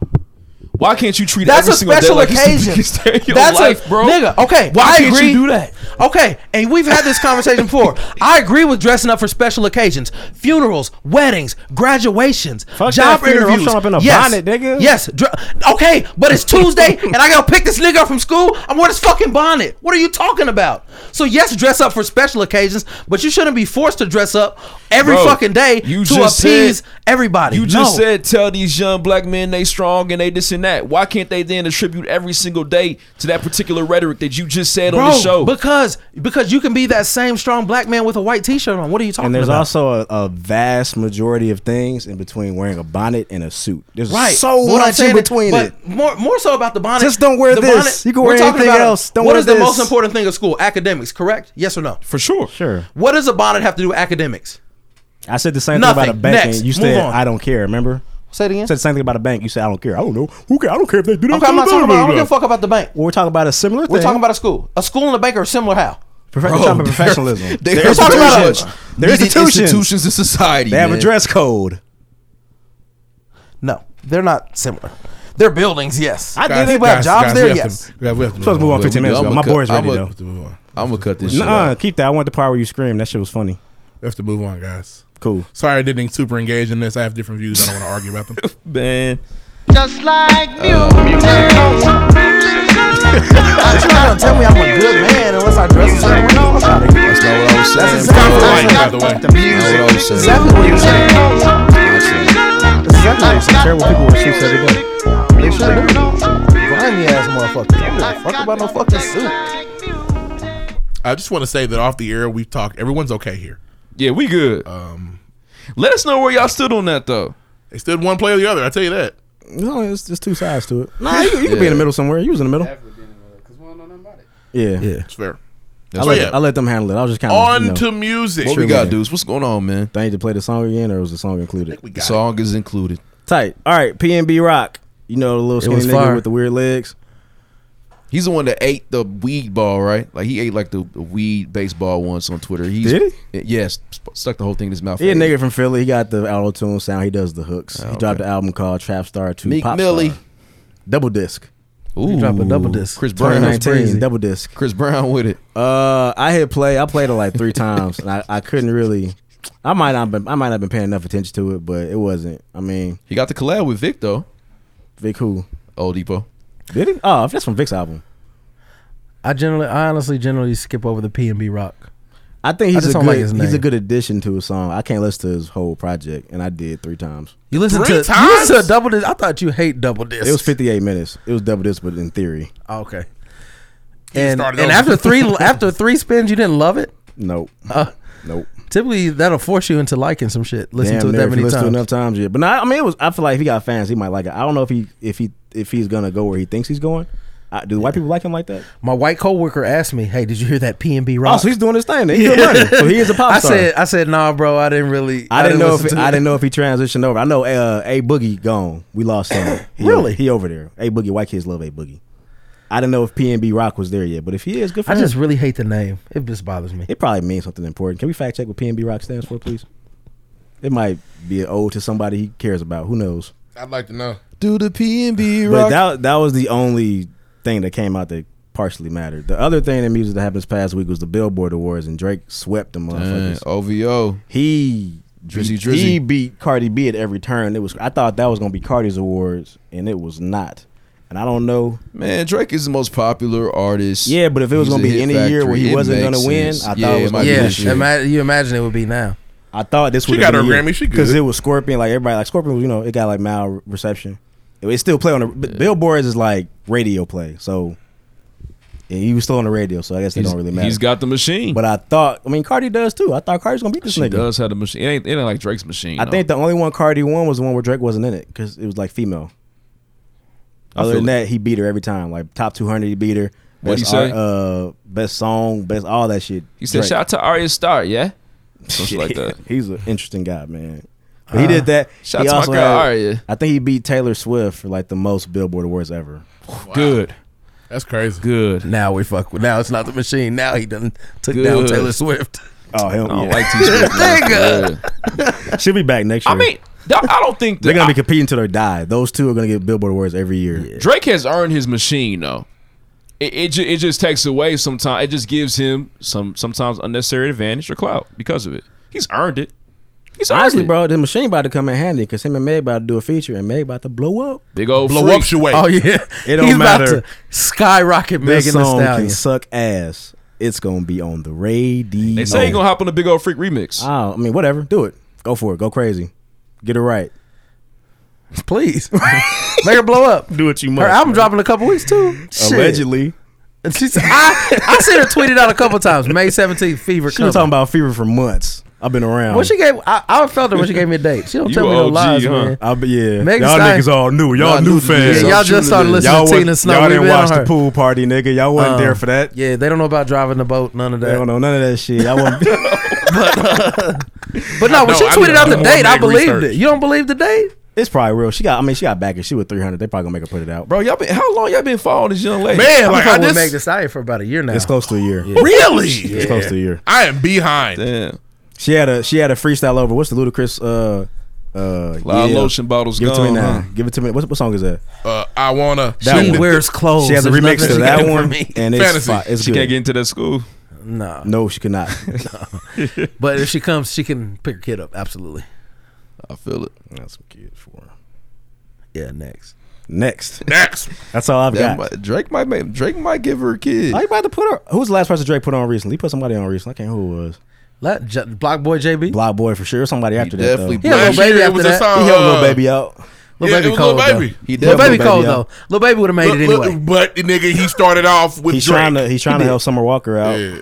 S12: why can't you treat
S2: That's
S12: every
S2: a
S12: single
S2: special
S12: day like
S2: occasion.
S12: It's the biggest day of your
S2: That's
S12: life,
S2: a
S12: bro?
S2: nigga. Okay,
S12: why
S2: I
S12: can't
S2: agree.
S12: you do that?
S2: Okay, and we've had this conversation before. I agree with dressing up for special occasions, funerals, weddings, graduations,
S6: Fuck
S2: job
S6: that funeral. I'm
S2: interviews.
S6: showing up in a
S2: yes.
S6: bonnet, nigga.
S2: Yes. Dr- okay, but it's Tuesday, and I gotta pick this nigga up from school. I'm wearing this fucking bonnet. What are you talking about? So yes, dress up for special occasions, but you shouldn't be forced to dress up every
S12: Bro,
S2: fucking day
S12: you
S2: to
S12: just
S2: appease
S12: said-
S2: everybody.
S12: You just
S2: No.
S12: said tell these young black men they strong and they this and that. Why can't they then attribute every single day to that particular rhetoric that you just said on the show?
S2: Because because you can be that same strong black man with a white t-shirt on. What are you talking
S6: And there's
S2: about?
S6: also a, a vast majority of things in between wearing a bonnet and a suit. There's
S2: right.
S6: so
S2: But what I'm
S6: much
S2: saying
S6: in
S2: is-
S6: between
S2: but
S6: it.
S2: More more so about the bonnet.
S6: Just don't wear
S2: The
S6: this. You can wear
S2: we're talking
S6: anything
S2: about-
S6: else. Don't
S2: what
S6: wear
S2: is the
S6: this.
S2: most important thing of school? Academics, correct? Yes or no?
S12: for sure.
S6: Sure.
S2: What does a bonnet have to do with academics?
S6: I said the same thing about
S2: Nothing.
S6: a bank
S2: Next.
S6: and you
S2: Move
S6: said
S2: on.
S6: I don't care, remember?
S2: Say it again.
S6: I said the same thing about a bank. You said I don't care. I don't know. Who care? I don't care if they do that.
S2: okay, I'm not
S6: to
S2: talking
S6: me.
S2: about. I don't give a fuck about the bank.
S6: We're talking about a similar thing.
S2: We're talking about Oh. a school. A school and a bank are similar. How?
S6: Profe- we're talking about professionalism.
S4: They
S6: They're
S4: are
S6: institutions.
S4: very much
S6: They're
S4: needed
S6: institutions.
S4: institutions in society.
S6: They have a
S4: man.
S6: dress code.
S2: They're not similar. They're buildings, yes. I think people have
S11: guys,
S2: jobs
S11: guys,
S2: there,
S11: we have
S2: yes.
S11: to- we have- we have
S6: Supposed to move on 15 minutes ago. My boy's ready though.
S4: I'm gonna cut this. shit
S6: Nah,
S4: out.
S6: keep that. I want the part where you scream. That shit was funny.
S11: We have to move on, guys.
S6: Cool.
S11: Sorry, I didn't super engage in this. I have different views. I don't want to argue about them.
S12: Man,
S8: Just like
S4: Uh,
S2: Don't tell me I'm a good man unless I dress a certain way. That's not it.
S4: That's not what I was saying.
S2: That's exactly
S4: That's what I was saying.
S2: what I'm saying. Exactly what you're saying. That's exactly
S11: by the way.
S2: what you're saying.
S6: Terrible people wear suits every day.
S2: They should do. Grimy ass motherfucker. I don't give a Fuck about no fucking suit.
S11: I just want to say that off the air, we've talked. Everyone's okay here.
S12: yeah, we good.
S11: Um,
S12: Let us know where y'all stood on that though.
S11: they stood one play or the other. I tell you that.
S6: No, it's just two sides to it. Nah, you, you could be in the middle somewhere. You was in the middle. Yeah, yeah.
S11: It's fair.
S6: I
S11: So,
S6: let,
S11: yeah.
S6: I let them handle it. I was just kind of
S11: On
S6: you know,
S11: to music.
S4: What we got, dudes? What's going on, man?
S6: They need to play the song again, or was the song included?
S11: we
S4: The
S11: got
S4: song is included.
S6: Tight. All right, PNB Rock. You know the little
S2: was
S6: skinny nigga
S2: fire.
S6: with the weird legs.
S4: He's the one that ate the weed ball, right? Like he ate like the, the weed baseball once on Twitter. He's,
S6: Did
S4: he? Yes, sp- stuck the whole thing in his mouth.
S6: He a nigga from Philly. He got the auto tune sound. He does the hooks.
S4: Oh,
S6: He dropped
S4: okay.
S6: an album called Trap Star Two.
S4: Meek
S6: Pop
S4: Millie.
S6: Star. double disc.
S4: Ooh,
S2: You drop a double disc.
S4: Chris Brown.
S6: 2019 double disc.
S4: Chris Brown with it.
S6: Uh, I hit play. I played it like three times, and I, I couldn't really. I might not been I might not been paying enough attention to it, but it wasn't. I mean,
S4: He got the collab with Vic though.
S6: Vic who
S4: Old Depot.
S6: did he? Oh, that's from Vic's album.
S2: I generally, I honestly generally skip over the P and B rock.
S6: I think
S2: I
S6: he's
S2: just
S6: a
S2: don't
S6: good
S2: like his
S6: he's a
S2: name.
S6: good addition to a song. I can't listen to his whole project, and I did three times.
S2: You listen
S11: Three
S2: to you listen
S11: times?
S2: to a double disc. I thought you hate double disc.
S6: It was 58 minutes. It was double this, but in theory,
S2: Oh, okay. And,
S11: started
S2: and
S11: over.
S2: after three after three spins, you didn't love it.
S6: nope,
S2: Uh,
S6: nope.
S2: typally, that'll force you into liking some shit. Listen
S6: Damn
S2: to it
S6: near
S2: that
S6: if you
S2: many
S6: listen
S2: times.
S6: to it enough times yet. But no, I mean, it was. I feel like if he got fans, he might like it. I don't know if he if he if he's gonna go where he thinks he's going. I, do white people like him like that?
S2: My white coworker asked me, "Hey, did you hear that P and B rock?"
S6: Oh, so he's doing his thing. then. He's doing money. So he is a pop
S2: I
S6: star.
S2: said, I said, nah, bro, I didn't really.
S6: I didn't know if
S2: listen to
S6: I
S2: it."
S6: didn't know if he transitioned over. I know uh, a boogie gone. We lost him. He
S2: Really?
S6: over, he over there. A boogie. White kids love a boogie. I didn't know if PNB Rock was there yet, but if he is, good for
S2: I
S6: him.
S2: just really hate the name. It just bothers me.
S6: it probably means something important. Can we fact check what PNB Rock stands for, please? It might be an ode to somebody he cares about. Who knows?
S11: I'd like to know.
S4: Do the P and B
S6: But
S4: rock.
S6: that that was the only thing that came out that partially mattered. The other thing in music that happened this past week was the Billboard Awards, and Drake swept the
S4: Dang,
S6: motherfuckers.
S11: Oh.
S4: OVO.
S6: He
S4: Drizzy,
S6: beat-
S4: Drizzy.
S6: He beat Cardi B at every turn. It was I thought that was gonna be Cardi's awards, and it was not. And I don't know.
S4: Man, Drake is the most popular artist.
S6: Yeah, but if it was
S4: He's
S6: gonna
S4: a
S6: be
S4: hit
S6: any year where he
S4: It
S6: wasn't
S4: makes
S6: gonna win,
S4: sense.
S6: I thought
S4: Yeah,
S6: it was gonna
S4: might be
S6: be
S2: Yeah,
S4: this year.
S2: ima- you imagine it would be now.
S6: I thought this
S11: She
S6: would
S11: got her Grammy. She good.
S6: because it was Scorpion. Like everybody, like Scorpion was you know it got like mild reception. It was still play on the but billboards is like radio play. So and he was still on the radio. So I guess they
S12: He's-
S6: don't really matter.
S12: he's got the machine.
S6: but I thought, I mean, Cardi does too. I thought Cardi's gonna beat this
S12: she
S6: nigga.
S12: does have the machine. It ain't, it ain't like Drake's machine.
S6: I
S12: no.
S6: think the only one Cardi won was the one where Drake wasn't in it because it was like female.
S12: I
S6: Other
S12: feel
S6: than
S12: it.
S6: that, he beat her every time. Like top 200, he beat her. Best
S12: What'd he say?
S6: art- Uh, best song, best all that shit.
S12: he said,
S6: Drake.
S12: "Shout out to Arya Star, yeah." Something like that. Uh,
S6: He's an interesting guy, man. But he did that.
S12: shout
S6: he
S12: out to my
S6: also
S12: girl
S6: had-
S12: Arya.
S6: I think he beat Taylor Swift for like the most Billboard awards ever.
S12: Good,
S11: That's crazy.
S12: good.
S2: Now we fuck with. Now it's not the machine. Now he done took down
S12: Good.
S2: Taylor Swift.
S6: Oh hell,
S12: I don't
S6: yeah.
S12: like T Swift. man. Yeah.
S6: she'll be back next year.
S12: I mean, th- I don't think
S6: they're
S12: that
S6: gonna be competing till they die. Those two are gonna get Billboard awards every year.
S12: Drake has earned his machine though. It it, ju- it just takes away sometimes. It just gives him some sometimes unnecessary advantage or clout because of it. He's earned it. He's earned
S6: Honestly,
S12: it.
S6: bro, the machine about to come in handy because him and Meg about to do a feature, and Meg about to blow up.
S12: Big old
S11: Blow
S12: freak.
S11: up your way.
S2: Oh yeah,
S6: It don't
S2: He's
S6: matter.
S2: about to skyrocket
S6: This
S2: Megan Thee
S6: song can
S2: Stallion.
S6: suck ass. It's gonna be on the radio.
S12: They say he gonna hop on the big old freak remix.
S6: Oh, I mean, whatever. Do it. Go for it. Go crazy. Get it right.
S2: Please make her blow up.
S6: Do what you
S2: Her album dropping in a couple weeks too. Shit.
S6: Allegedly,
S2: And she's, I I seen her tweeted out a couple times. May seventeenth, fever.
S6: she
S2: coming.
S6: was talking about fever for months. I've been around.
S2: When she gave, I, I felt her when she gave me a date. She don't
S12: You
S2: tell me no
S12: OG,
S2: lies,
S12: huh?
S2: man.
S6: I be, yeah.
S2: Megan
S7: Y'all
S2: Stein-
S7: niggas all new. Y'all
S4: Nah,
S7: new
S4: new-
S7: fans.
S2: Yeah, y'all
S4: Y'all
S2: just started
S4: shooting
S2: listening
S6: y'all
S2: to
S6: wa-
S2: Tina Snow.
S7: y'all
S2: We
S7: didn't
S2: been on
S7: watch
S2: her.
S7: the pool party, nigga. Y'all wasn't
S2: Um,
S7: there for that.
S2: Yeah, they don't know about driving the boat, none of
S6: I don't
S2: that.
S6: know none of that shit. I won't.
S2: But no, when
S11: No,
S2: she
S11: I
S2: tweeted
S11: do-
S2: out
S11: I
S2: the
S11: do
S2: date,
S11: wanna
S2: I
S11: make
S2: believed
S11: research.
S2: it. You don't believe the date?
S6: it's probably real. She got. I mean, she got back and she was three hundred. They probably gonna make her put it out.
S12: Bro, y'all been how long y'all been following this young lady?
S11: Man, like I
S2: I've been with Meg
S11: just,
S2: Thee Stallion for about a year now.
S6: It's close to a year.
S11: really,
S6: It's close to a year.
S11: I am behind.
S12: Damn.
S6: She had a she had a freestyle over. What's the ludicrous uh Uh,
S12: Lot of lotion bottles
S6: Give it to
S12: gone,
S6: me now.
S12: huh?
S6: Give it to me. What, what song is that?
S11: Uh, I wanna.
S6: That one.
S2: Oh,
S6: She has a remix to that one, and it's fi- It's
S12: she
S6: good.
S12: can't get into that school.
S2: No,
S6: no, she could not.
S2: but if she comes, she can pick her kid up. Absolutely.
S4: I feel it.
S6: That's some kids for her.
S2: Yeah, next.
S6: Next.
S11: Next.
S6: That's all I've
S4: That
S6: got.
S4: might- Drake might make, Drake might give her a kid.
S6: Are you about to put her? Who's the last person Drake put on recently? He put somebody on recently. I can't remember who it was.
S2: Let J- Block Boy JB.
S6: Block Boy for sure. Somebody after that.
S4: definitely
S6: though.
S2: He had a
S4: Last
S2: little baby
S4: year it
S2: after
S4: was a
S2: that.
S4: song,
S6: He had a little
S4: uh,
S6: baby out.
S2: Little
S11: Yeah,
S2: baby
S11: it was Lil
S2: cold though.
S11: Baby.
S4: He
S2: Little
S4: definitely
S2: baby
S4: Lil
S2: cold
S4: Baby
S2: though. Little baby would have made
S11: Look,
S2: it
S11: look,
S2: anyway.
S11: But the nigga, he started off with
S6: He's
S11: Drake.
S6: trying to. He's trying to help Summer Walker out.
S11: Yeah.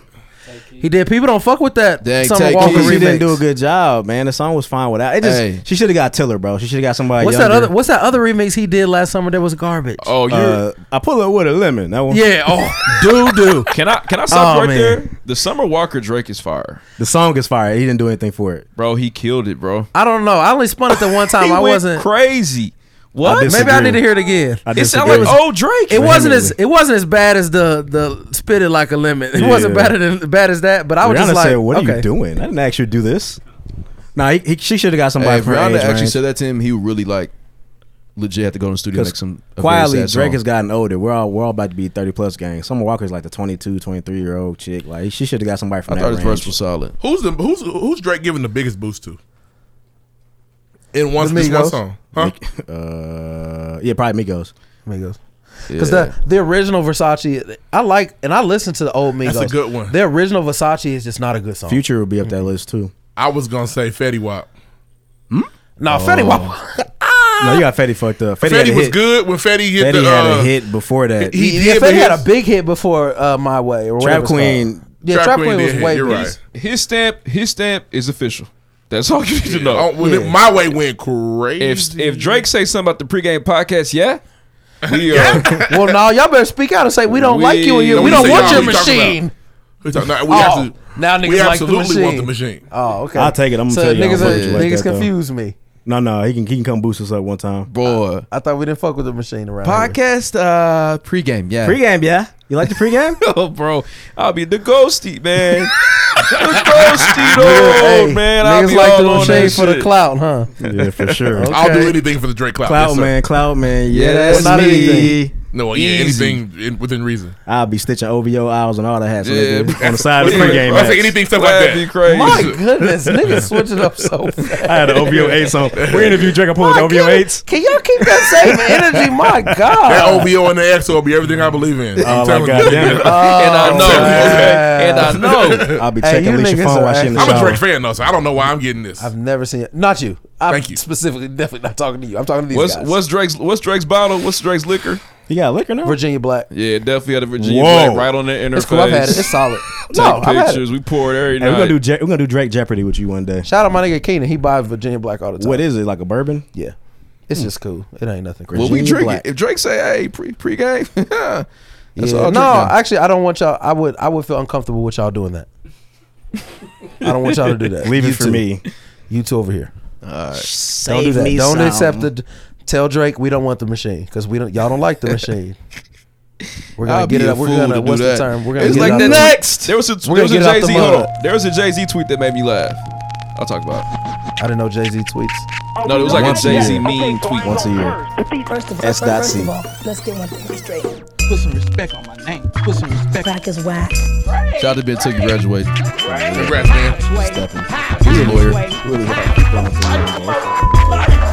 S2: He did. People don't fuck with that
S4: Dang,
S2: Summer
S4: take
S2: Walker
S4: it easy.
S6: She
S2: remix.
S6: didn't do a good job, man. The song was fine without it. Just
S4: Hey.
S6: she should have got Tiller, bro. She should have got somebody.
S2: What's that
S6: younger.
S2: other? What's that other remix he did last summer that was garbage?
S12: Oh, you
S6: Uh, I pull up with a lemon. That one.
S2: Yeah. Oh, doo doo.
S12: can I can I stop
S2: Oh,
S12: right
S2: man.
S12: there? The Summer Walker Drake is fire,
S6: The song is fire. He didn't do anything for it.
S12: bro. He killed it, bro.
S2: I don't know. I only spun it the one time.
S12: he
S2: I
S12: went
S2: wasn't.
S12: crazy. What?
S6: dis-
S2: Maybe I
S6: Disagree.
S2: need to hear it again.
S6: I
S12: it
S6: disagree.
S12: sounded like old Drake.
S2: It wasn't
S6: him,
S2: as it wasn't as bad as the the spit it like a lemon. It
S6: Yeah.
S2: wasn't better than bad as that. But I was
S6: Rihanna
S2: just like,
S6: said, "What
S2: okay.
S6: are you doing? I didn't ask you to do this." Nah, he, he, she should have got
S4: Hey,
S6: somebody
S4: if
S6: for her
S4: Rihanna
S6: age
S4: actually
S6: range.
S4: said that to him, he would really like legit have to go to the studio and make some a very
S6: quietly, Drake
S4: sad song.
S6: has gotten older. We're all we're all about to be thirty plus gang. Summer Walker's like the 22, 23 year old chick. Like she should have got somebody
S4: I
S6: from that
S4: thought his verse
S6: range.
S4: was solid.
S11: Who's the who's who's Drake giving the biggest boost to? In one,
S2: The
S11: this one
S2: Migos.
S11: song, huh?
S6: uh, yeah, probably Migos.
S2: Migos.
S4: Yeah.
S2: Because the the original Versace, I like, and I listen to the old Migos.
S11: That's a good one.
S2: The original Versace is just not a good song.
S6: Future would be up that list too.
S11: I was gonna say Fetty Wap.
S2: No, Fetty Wap.
S6: No, you got Fetty fucked up. Fetty, had a
S11: Fetty was
S6: hit.
S11: good when Fetty hit
S6: Fetty
S11: the.
S6: had
S11: uh,
S6: a hit before that.
S11: he-
S2: yeah,
S11: did,
S2: Fetty
S11: but
S2: had a
S11: his-
S2: big hit before uh, My Way. Or whatever
S6: Trap
S2: it's called.
S6: Queen.
S2: Yeah, Trap, Queen, was
S11: did
S2: way
S11: hit, You're
S2: better.
S11: right.
S12: His stamp. His stamp is official. That's all you need to know.
S11: Oh, when it- my way went crazy.
S12: If if Drake say something about the pregame podcast, yeah, we are.
S2: Well, no, y'all better speak out and say we don't
S12: We-
S2: like you and you.
S12: Don't
S2: We don't
S12: say
S2: want
S12: y'all.
S2: your
S12: What you talking
S2: machine.
S11: we talk, nah, we
S2: Oh,
S11: have to,
S2: now niggas
S11: we
S2: like the
S11: absolutely want the
S2: machine.
S11: machine.
S2: Oh, okay.
S6: I'll take it. I'm gonna
S2: so
S6: tell you, I don't
S2: niggas,
S6: fuck with you like
S2: niggas
S6: that, though.
S2: confuse me.
S6: No, no, he can he can come boost us up one time.
S4: Boy,
S2: I thought we didn't fuck with the machine around here.
S4: podcast uh pregame, yeah.
S6: Pregame, yeah. You like the pregame?
S12: oh, bro, I'll be the ghosty man. the ghosty old
S2: Hey,
S12: Oh, man. I'll
S2: niggas
S12: be
S2: like
S12: all
S2: the
S12: on that
S2: machine for the
S12: shit.
S2: clout, huh?
S6: yeah, for sure.
S2: Okay.
S11: I'll do anything for the Drake clout.
S6: Cloud
S11: yes, sir.
S6: man, Cloud man.
S4: Yeah,
S6: Yeah,
S4: that's
S6: that's
S2: not
S6: me.
S2: anything.
S11: No, yeah,
S4: Easy.
S11: anything in, within reason.
S6: I'll be stitching OVO aisles and all that hats
S12: Yeah,
S6: on the side of the
S12: Yeah,
S6: pregame.
S11: I'll say
S6: hats.
S11: anything stuff like
S12: That'd
S11: that.
S12: be crazy.
S2: My goodness, niggas switch it up so fast.
S6: I had an OVO eight song. We interviewed Drake. I pulled
S2: My
S6: an OVO
S2: goodness,
S6: eights.
S2: Can y'all keep that same energy? My
S11: That
S2: God.
S11: OVO and the XO will be everything I believe in. I'm
S6: Oh my
S11: telling
S6: god,
S11: you.
S6: damn it.
S12: and I know,
S2: man.
S12: okay? and I know.
S6: I'll be
S2: Hey,
S6: checking
S2: you
S6: Alicia's
S2: niggas
S6: phone
S2: are
S6: while she in the
S11: I'm a Drake
S6: shower.
S11: fan though, so I don't know why I'm getting this. Uh,
S2: I've never seen it. Not you. I'm
S11: Thank you.
S2: Specifically, definitely not talking to you. I'm talking to these
S12: What's
S2: guys.
S12: what's Drake's what's Drake's bottle? What's Drake's liquor?
S6: You got liquor now?
S2: Virginia Black?
S12: Yeah, definitely had a Virginia
S6: Whoa.
S12: Black right on the interface.
S2: It's cool. I've had it. It's solid.
S12: Take
S2: no, I've had it.
S12: pictures. We poured every
S6: Hey, we're
S12: night.
S6: gonna do Je- we're gonna do Drake Jeopardy with you one day.
S2: Shout out my nigga Keenan. He buys Virginia Black all the time.
S6: What is it like a bourbon?
S2: Yeah. It's just cool. It ain't nothing crazy.
S4: Well, we
S6: Virginia
S4: drink
S6: Black.
S4: it. If Drake say, "Hey, pre pregame," that's
S2: Yeah.
S4: all.
S2: no, actually, I don't want y'all. I would. I would feel uncomfortable with y'all doing that. I don't want y'all to do that.
S6: Leave
S2: you
S6: it for
S2: two.
S6: me.
S2: You two over here.
S6: Save
S2: Don't do that. don't accept it. Tell Drake we don't want the machine because we don't. Y'all don't like the machine. We're gonna
S4: I'd
S2: get
S4: be
S2: it.
S4: a
S2: Up. We're
S4: fool
S2: gonna.
S4: to do
S2: What's
S4: that.
S2: the term? We're gonna.
S12: It's
S2: get
S12: like
S2: it
S12: that.
S2: out the-
S12: Next, there was a
S2: We're
S12: there was a
S2: gonna get
S12: Jay
S2: it out
S12: Z.
S2: the
S12: Hold
S2: mud.
S12: on, there was a Jay Z tweet that made me laugh. I'll talk about. it.
S2: I didn't know Jay Z tweets.
S12: No, it was like a
S6: Once a
S12: Jay Z
S6: year.
S12: meme tweet.
S6: Once a year.
S9: First of all,
S6: S dot
S9: first
S6: C.
S9: of all, let's get one thing straight.
S13: Put some respect on my name. Put some respect.
S9: Crack is whack.
S4: Shout out to Ben Tuck graduate.
S11: Congrats, man.
S6: Stepping.
S4: He's a lawyer.
S6: Really hard. Keep going for me, man.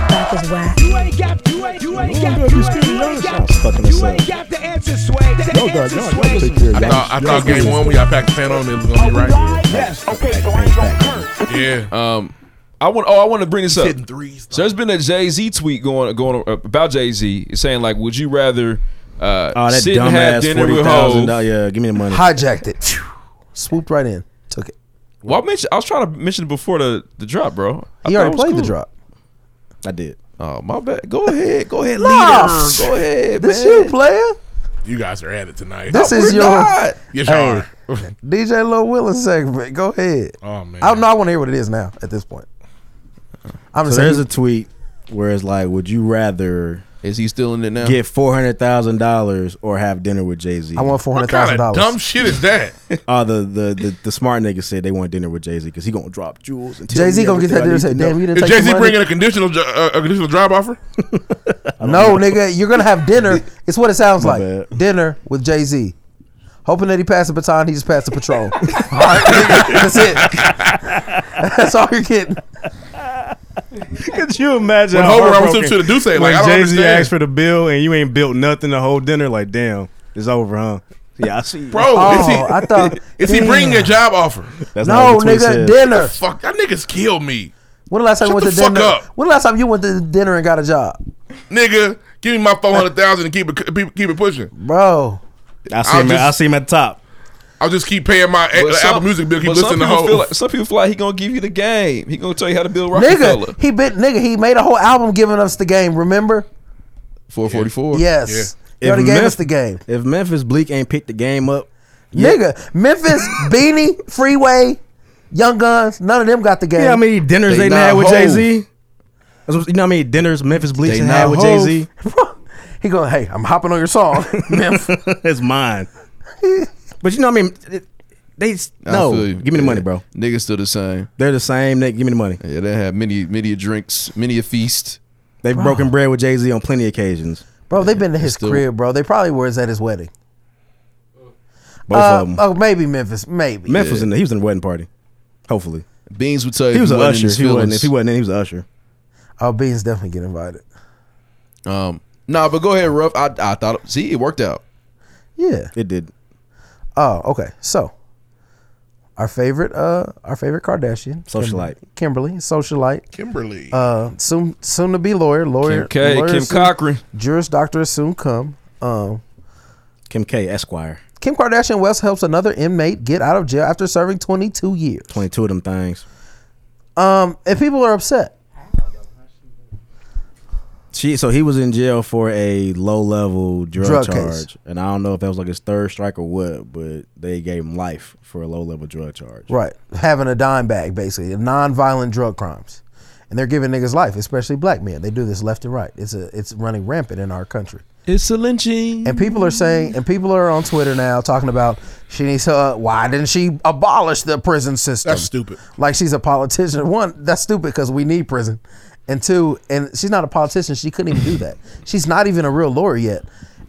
S9: Crack is whack.
S13: You ain't got, you ain't, you ain't got, you ain't, you ain't
S6: I'm
S13: got,
S6: stuck in this
S13: you
S6: up.
S13: ain't got the answer, sway. The
S6: No,
S10: Oh,
S6: God,
S13: answer,
S6: no, I
S13: Sway.
S6: gotta take care of
S11: I
S6: you.
S11: thought, I thought game one we got packed the fan on it was gonna be right.
S13: Yes. Okay, so I ain't gonna curse.
S11: Yeah.
S2: Uh,
S12: Um, I want. Oh, I want to bring this up.
S11: hitting threes,
S12: So there's been a Jay Z tweet going going uh, about Jay Z saying like, would you rather uh,
S6: Oh, that
S12: sit and have
S6: dumbass
S12: dinner
S6: forty
S12: with
S6: thousand
S12: hoes?
S6: dollars. Yeah, give me the money.
S2: Hijacked it. Swooped right in. Took it.
S12: Well, I mentioned I was trying to mention it before the the drop, bro. I
S2: He
S12: thought it
S2: already
S12: was
S2: played the
S12: cool.
S2: drop.
S6: I did.
S4: Oh my bad. Go ahead. Go ahead. Leader.
S2: Nah.
S4: Go ahead,
S2: This
S4: man.
S2: you, player.
S11: You guys are at it tonight.
S2: This is your
S4: God.
S11: yes, you
S2: Hey.
S11: are.
S2: DJ Lil Willin segment. Go ahead.
S11: Oh man.
S2: I don't know. I want to hear what it is now. At this point, I'm
S6: So
S2: just
S6: there's
S2: saying.
S6: a tweet where it's like, would you rather
S4: Is he still in it now?
S6: Get four hundred thousand dollars or have dinner with Jay Z.
S4: I want
S11: $400,000. dumb shit is that?
S6: uh, the, the the the smart nigga said they want dinner with Jay Z because he gonna drop jewels and tell
S2: Jay Z
S6: me
S2: gonna get that
S6: everything
S2: dinner.
S6: I
S2: and Say, damn,
S6: need to know."
S2: you didn't take
S11: Is Jay Z
S2: the money."
S11: bringing a conditional jo- uh, a conditional job offer?
S2: No, nigga, you're gonna have dinner. It's what it sounds like. Dinner with Jay Z. Hoping that he passed the baton, he just passed the patrol. all right, nigga, that's it. That's all you're getting.
S7: Could you imagine?
S11: When
S7: how
S11: Homer almost
S7: heartbroken-
S11: took to the Duce, like,
S7: when
S11: I don't
S7: Jay-Z
S11: understand.
S7: asked for the bill and you ain't built nothing the whole dinner. Like, damn, it's over, huh? Yeah, I see.
S11: Bro, is he?
S2: Oh, I thought-
S11: is he bringing a
S2: damn.
S11: job offer?
S7: That's
S2: not what the No, tweet nigga, said. dinner.
S11: The fuck, that niggas killed me,
S2: When the last time
S11: Shut
S2: you went
S11: the
S2: to
S11: fuck
S2: dinner?
S11: up.
S2: When the last time you went to dinner and got a job,
S11: nigga. Give me my four hundred thousand and keep it keep, keep it pushing.
S2: bro?
S7: I see
S11: I'll
S7: him.
S11: just-
S7: I see him at the top.
S11: I'll just keep paying my
S12: But
S11: a-
S12: some-
S11: uh, Apple Music bill. Keep
S12: but some
S11: listening to
S12: people
S11: whole.
S12: feel like- some people feel like he gonna give you the game. He gonna tell you how to build Rockefeller.
S2: Nigga, he bit nigga. He made a whole album giving us the game. Remember?
S4: Four forty four.
S2: Yes. He already gave us the game.
S6: If Memphis Bleak ain't picked the game up,
S2: Nigga, Memphis, Beanie, Freeway, Young Guns, none of them got the game.
S6: you know how many dinners they,
S2: They
S6: done
S2: not
S6: had with
S2: Hov.
S6: Jay Z? You know how many dinners Memphis Bleak
S2: They
S6: done had
S2: not
S6: with Jay
S2: Hov.
S6: Z?
S2: He going, hey, I'm hopping on your song. Memphis.
S6: it's mine. But you know, what I mean, It- they s-
S4: I
S6: no.
S4: feel you.
S6: Give me the
S4: Yeah.
S6: money, bro.
S4: Niggas still the same.
S6: They're the same. Nick, give me the money.
S4: Yeah, they have many many a drinks, many a feast.
S6: They've
S4: Bro.
S6: broken bread with Jay Z on plenty of occasions.
S2: Bro, they've been to his
S6: still-
S2: crib, bro. They probably was at his wedding.
S6: Both
S2: Uh,
S6: of them.
S2: Oh, maybe Memphis. Maybe.
S6: Memphis was in the, he was in the wedding party. Hopefully,
S4: Beans would tell you
S6: he
S4: if
S6: was
S4: he
S6: an
S4: wasn't in
S6: usher.
S4: his
S6: If he wasn't,
S4: feelings.
S6: if he wasn't, in, he was an usher.
S2: Oh, Beans definitely get invited.
S4: Um, nah, but go ahead, Ruff. I I thought see it worked out.
S2: Yeah.
S6: It did.
S2: Oh, okay. So our favorite uh our favorite Kardashian.
S6: Socialite.
S2: Kimberly, socialite.
S11: Kimberly.
S2: Uh soon soon to be lawyer. Lawyer.
S6: Kim K,
S2: lawyer
S6: Kim
S2: soon-
S6: Cochran.
S2: Juris doctor soon come. Um
S6: Kim K, Esquire.
S2: Kim Kardashian West helps another inmate get out of jail after serving 22 years.
S6: Twenty two of them things.
S2: Um, and people are upset.
S6: She so he was in jail for a low level drug,
S2: Drug
S6: charge,
S2: case.
S6: and I don't know if that was like his third strike or what, but they gave him life for a low level drug charge.
S2: Right. Having a dime bag, basically. Non-violent drug crimes. And they're giving niggas life, especially black men. They do this left and right. It's a it's running rampant in our country.
S12: It's a lynching.
S2: And people are saying, and people are on Twitter now talking about she needs to. Uh, why didn't she abolish the prison system?
S11: That's stupid.
S2: Like she's a politician. One, that's stupid because we need prison, and two, and she's not a politician. She couldn't even do that. She's not even a real lawyer yet.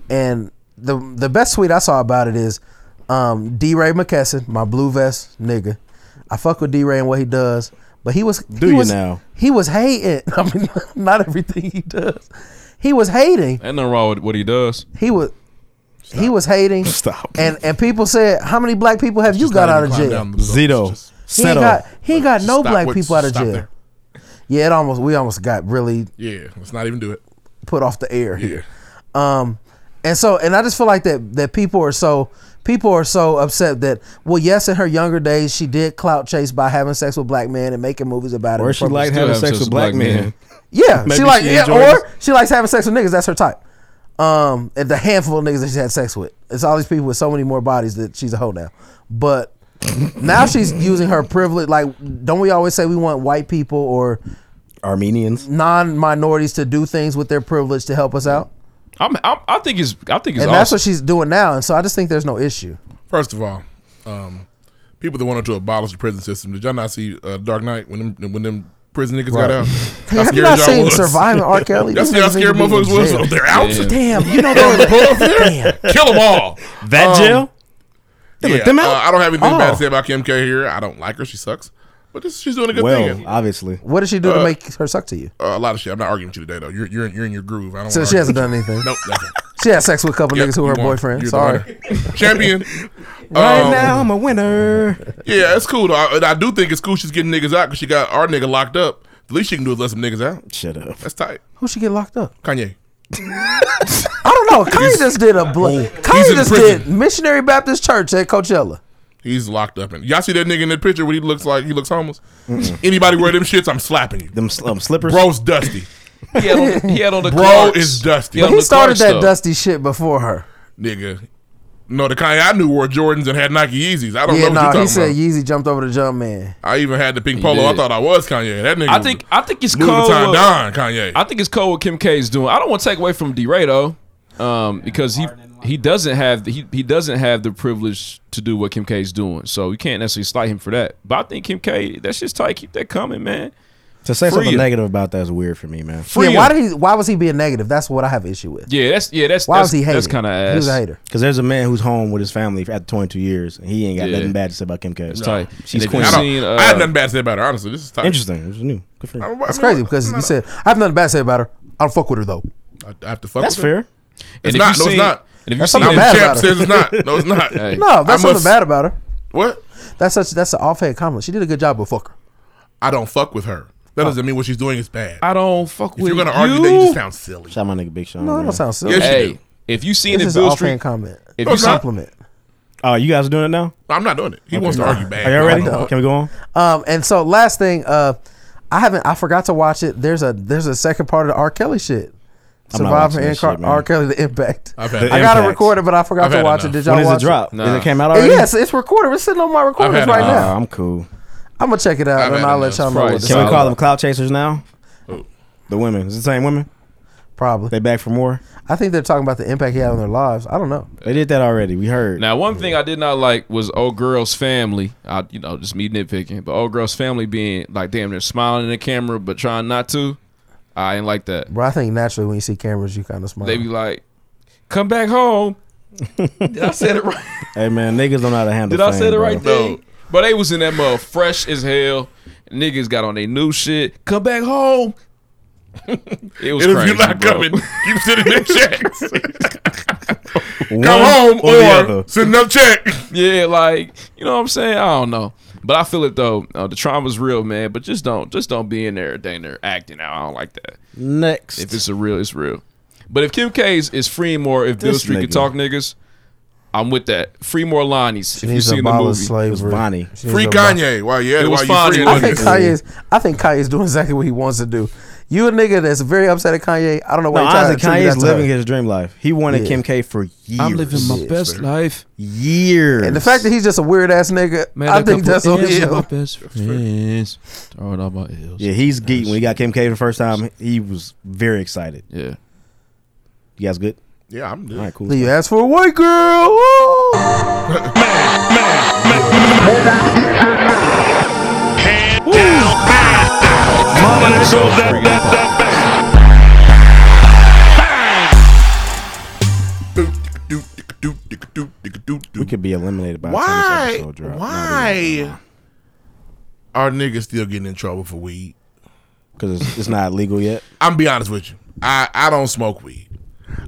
S2: And the the best tweet I saw about it is, um, D. Ray McKesson, my blue vest nigga. I fuck with D. Ray and what he does, but he was
S6: Do
S2: he
S6: you
S2: was,
S6: now?
S2: He was hating. I mean, not everything he does. He was hating
S12: Ain't nothing wrong with what he does.
S2: he was he was hating.
S12: Stop.
S2: And and people said, how many black people have you got out of jail?
S6: Zito,
S2: He ain't
S6: Seto.
S2: got he ain't got no
S11: Stop
S2: black
S11: with-
S2: people out of
S11: stop
S2: jail.
S11: there.
S2: Yeah, it almost we almost got really
S11: Yeah, let's not even do it.
S2: put off the air here. Um, and so, and I just feel like that that people are so people are so upset that well, yes, in her younger days she did clout chase by having sex with black men and making movies about it.
S6: Or
S2: and
S6: she
S2: purposely-
S6: liked having sex with black men.
S2: yeah,
S6: Maybe
S2: she like
S6: she
S2: yeah,
S6: enjoys-
S2: or she likes having sex with niggas. That's her type. Um, and the handful of niggas that she's had sex with. It's all these people with so many more bodies that she's a hoe now. But now she's using her privilege. Like, don't we always say we want white people or
S6: Armenians,
S2: non-minorities to do things with their privilege to help us out?
S12: I'm, I'm, I think it's. I think it's.
S2: and
S12: awesome.
S2: that's what she's doing now. And so I just think there's no issue.
S11: First of all, um, people that wanted to abolish the prison system. Did y'all not see uh, Dark Knight when them when them prison niggas got
S2: Right.
S11: out?
S2: Hey, have
S11: How
S2: you
S11: scared
S2: not
S11: y'all
S2: seen
S11: was?
S2: Surviving R. Kelly?
S11: That's
S2: These
S11: how
S2: niggas
S11: scared
S2: need to be in
S11: motherfuckers was.
S2: jail.
S11: Oh, they're out.
S2: Yeah. Damn, you know
S11: They're on the
S2: they're-
S11: pole. Kill them all.
S7: That jail?
S11: Yeah,
S6: Um, let them out?
S11: uh, I don't have anything bad
S6: Oh.
S11: to say about Kim K here. I don't like her. She sucks. But this, she's doing a good
S6: well,
S11: thing.
S6: obviously.
S2: What did she do
S11: Uh,
S2: to make her suck to you?
S11: Uh, a lot of shit. I'm not arguing with you today, though. You're you're, you're in your groove. I don't.
S2: So
S11: wanna
S2: she
S11: argue
S2: hasn't
S11: with
S2: done
S11: you.
S2: anything.
S11: uh, Nope. nothing.
S2: She had sex with a couple
S11: Yep,
S2: niggas who
S11: you
S2: were her
S11: won.
S2: boyfriend.
S11: You're the
S2: Sorry.
S11: winner. champion.
S6: Right
S11: Um,
S6: now, I'm a winner.
S11: Yeah, it's cool. Though. I, and I do think it's cool. She's getting niggas out because she got our nigga locked up. The least she can do is let some niggas out.
S6: Shut up.
S11: That's tight.
S2: Who should get locked up?
S11: Kanye.
S2: I don't know. Kanye just did a bl- Kanye
S11: in
S2: just
S11: prison.
S2: did Missionary Baptist Church at Coachella.
S11: He's locked up in. Y'all see that nigga in that picture when he looks like he looks homeless? Anybody wear them shits, I'm slapping you.
S6: Them sl- um, slippers.
S11: Bro's dusty.
S12: He had on, he had on the
S11: Bro
S12: Clarks.
S11: is dusty.
S12: He had
S2: But
S12: on
S2: he
S12: the
S2: started
S12: Clarks,
S2: that
S12: though.
S2: dusty shit before her.
S11: Nigga. No, the Kanye I knew wore Jordans and had Nike Yeezys. I don't
S2: yeah,
S11: know what
S2: nah,
S11: you're
S2: he
S11: talking
S2: said
S11: about.
S2: Yeezy jumped over the jump man.
S11: I even had the pink
S2: He
S11: polo. I
S2: did.
S11: thought I was Kanye. That nigga.
S12: I think I think it's
S11: Louis
S12: cold.
S11: Vuitton
S12: what-
S11: Don Kanye.
S12: I think it's cold what Kim K is doing. I don't want to take away from D Ray though, um, because he he doesn't have he he doesn't have the privilege to do what Kim K is doing. So you can't necessarily slight him for that. But I think Kim K, that's just tight. Keep that coming, man.
S6: To say
S12: Free
S6: something
S12: him.
S6: negative about that is weird for me, man.
S12: Free
S2: yeah, why
S12: him.
S2: did he? Why was he being negative? That's what I have issue with.
S12: Yeah, that's yeah, that's
S2: Why
S12: that's,
S2: was he
S12: That's
S2: hating?
S12: kind of ass.
S2: He was a hater.
S6: Because there's a man who's home with his family for- after 22 years, and he ain't got
S12: Yeah.
S6: nothing bad to say about Kim K.
S12: It's tight.
S6: She's
S12: And if you
S6: queen.
S12: I don't- seen, uh,
S11: I had nothing bad to say about her. Honestly, this is tight.
S6: Interesting. It was new. Good for you.
S11: I,
S2: That's crazy because you said I have nothing bad to say about her. I don't fuck with her though.
S11: I have to fuck.
S6: That's
S11: with her.
S6: fair.
S11: It's not.
S12: if you
S11: No, it's
S12: seen-
S11: not.
S12: and if you
S2: That's
S12: seen
S2: something
S12: him-
S2: bad
S11: Champ
S2: about her.
S11: says it's not. No, it's not.
S12: Hey.
S2: No, that's
S11: I
S2: something
S11: must-
S2: bad about her.
S11: What?
S2: That's such. That's an offhand comment. She did a good job, but fuck her.
S11: I don't fuck with her. That doesn't mean what she's doing is bad.
S12: I don't fuck
S11: If you're
S12: with
S11: gonna argue that, you just sound silly.
S6: Shout my nigga Big Sean.
S2: No, it
S6: man.
S2: don't sound silly.
S11: Yes, you
S12: Hey,
S11: do.
S12: if you seen
S2: It's
S12: it,
S2: just an
S12: Bill
S2: offhand
S12: Street.
S2: comment.
S12: If
S11: No,
S12: you
S11: it's
S12: seen,
S11: not.
S2: Compliment.
S6: Oh, you guys are doing it now?
S11: I'm not doing it. He wants to argue bad.
S6: Are y'all ready?
S11: I don't.
S6: Can we go on?
S2: Um, and so last thing, uh, I haven't. I forgot to watch it. There's a there's a second part of the R. Kelly shit.
S6: I'm not
S2: Survivor
S6: watching
S2: and
S6: that
S2: Car-
S6: shit, man.
S2: R. Kelly: The Impact.
S11: I've
S6: The
S11: had.
S2: I gotta
S6: Impact.
S2: record it, but I forgot
S11: I've
S2: to
S11: had
S2: watch
S11: enough.
S2: it. Did y'all
S6: When does
S2: watch
S6: it drop?
S12: Nah.
S6: Is it came out
S2: it?
S6: already?
S2: Yes, it's recorded. It's sitting on my recorders
S11: had
S2: right
S11: enough.
S6: Oh,
S2: now.
S6: I'm cool.
S2: I'm gonna check it out
S11: I've
S2: and
S11: had
S2: I'll let
S11: enough.
S2: y'all know.
S12: Right.
S2: what it's
S6: Can we
S12: Solid.
S6: call them cloud chasers now? The women. Is it the same women?
S2: Probably.
S6: They back for more?
S2: I think they're talking about the impact he had on their lives. I don't know.
S6: They did that already. We heard.
S12: Now, one thing I did not like was old girl's family. I, you know, just me nitpicking, but old girl's family being like damn, they're smiling in the camera but trying not to. I ain't like that.
S2: Bro, I think naturally when you see cameras, you kind of smile.
S12: They be like, "Come back home." did I say it right?
S6: Hey, man, niggas don't know how to handle
S12: Did I say
S6: fame,
S12: the
S6: bro.
S12: right thing? But they was in that mug fresh as hell. Niggas got on their new shit. Come back home. it was
S11: And if
S12: crazy,
S11: you're not
S12: bro.
S11: coming, keep sending them checks.
S6: One
S11: Come home
S6: or the
S11: or,
S6: other.
S11: send them check.
S12: Yeah, like you know what I'm saying. I don't know, but I feel it though. Uh, the trauma's real, man. But just don't, just don't be in there, dang there acting out. I don't like that.
S6: Next.
S12: If it's a real, it's real. But if Kim K is, is freeing more, if Bill
S6: This
S12: Street
S6: nigga.
S12: could talk niggas, I'm with that. Free more Lonnies. If you
S2: Needs to
S12: seen the
S2: abolish
S12: movie,
S6: It
S2: slavery.
S6: was Bonnie.
S2: She needs
S11: Free
S2: to abolish-
S11: Kanye. Why yeah?
S12: It was
S11: why
S12: fine.
S11: you free
S12: It
S2: I
S12: wasn't
S11: niggas?
S2: think Kanye's. I think Kanye's doing exactly what he wants to do. You a nigga that's very upset at Kanye. I don't know
S6: No,
S2: why you're
S6: honestly,
S2: trying to
S6: Kanye's
S2: attribute that to
S6: living
S2: her.
S6: his dream life. He wanted
S2: Yeah.
S6: Kim K for years.
S12: I'm living my
S2: Yeah,
S12: best life.
S6: years.
S2: And the fact that he's just a weird ass nigga,
S12: Man,
S2: I think that's
S12: all
S2: what he
S12: My
S2: is.
S12: best friends. Throwing all my ills.
S6: yeah, he's geek. When he got Kim K for the first time, he was very excited.
S12: yeah.
S6: You guys good?
S11: Yeah, I'm.
S6: All right, cool.
S2: You asked for a white girl. Woo!
S6: We could be eliminated by the time this
S11: Why?
S6: episode drop.
S11: Why are niggas still getting in trouble for weed?
S6: Because it's, it's not legal yet.
S11: I'm be honest with you. I I don't smoke weed.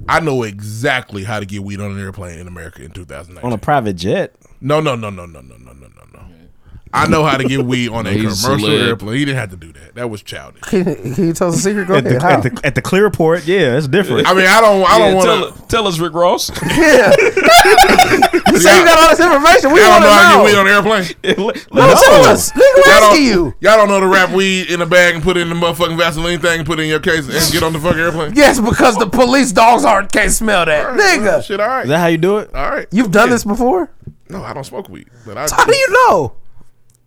S11: I know exactly how to get weed on an airplane in America in
S6: On a
S11: 2019.
S6: private jet.
S11: No, no, no, no, no, no, no, no, no, no. I know how to get weed on a
S12: He's
S11: commercial
S12: lit.
S11: airplane. He didn't have to do that. That was childish.
S2: Can, can you tell us a secret? Go
S6: At the,
S2: ahead. How?
S6: at, the, at the Clearport, yeah, it's different.
S11: I mean, I don't. I don't
S12: Yeah,
S11: want
S12: tell, tell us, Rick Ross.
S2: yeah. you say you got all this information. We
S11: Y'all
S2: want
S11: know how to get weed
S2: to know.
S11: on an airplane.
S2: No, tell us. Nigga,
S11: Y'all
S2: asking
S11: don't,
S2: you.
S11: y'all don't know to wrap weed in a bag and put it in the motherfucking Vaseline thing and put it in your case and get on the fucking airplane.
S2: Yes, because the police dogs aren't can't smell that, nigga.
S11: Shit, all
S6: Is
S11: right,
S6: that how you do it?
S11: all right.
S2: You've done this before.
S11: No, I don't smoke weed. But
S2: How
S11: I,
S2: do you know?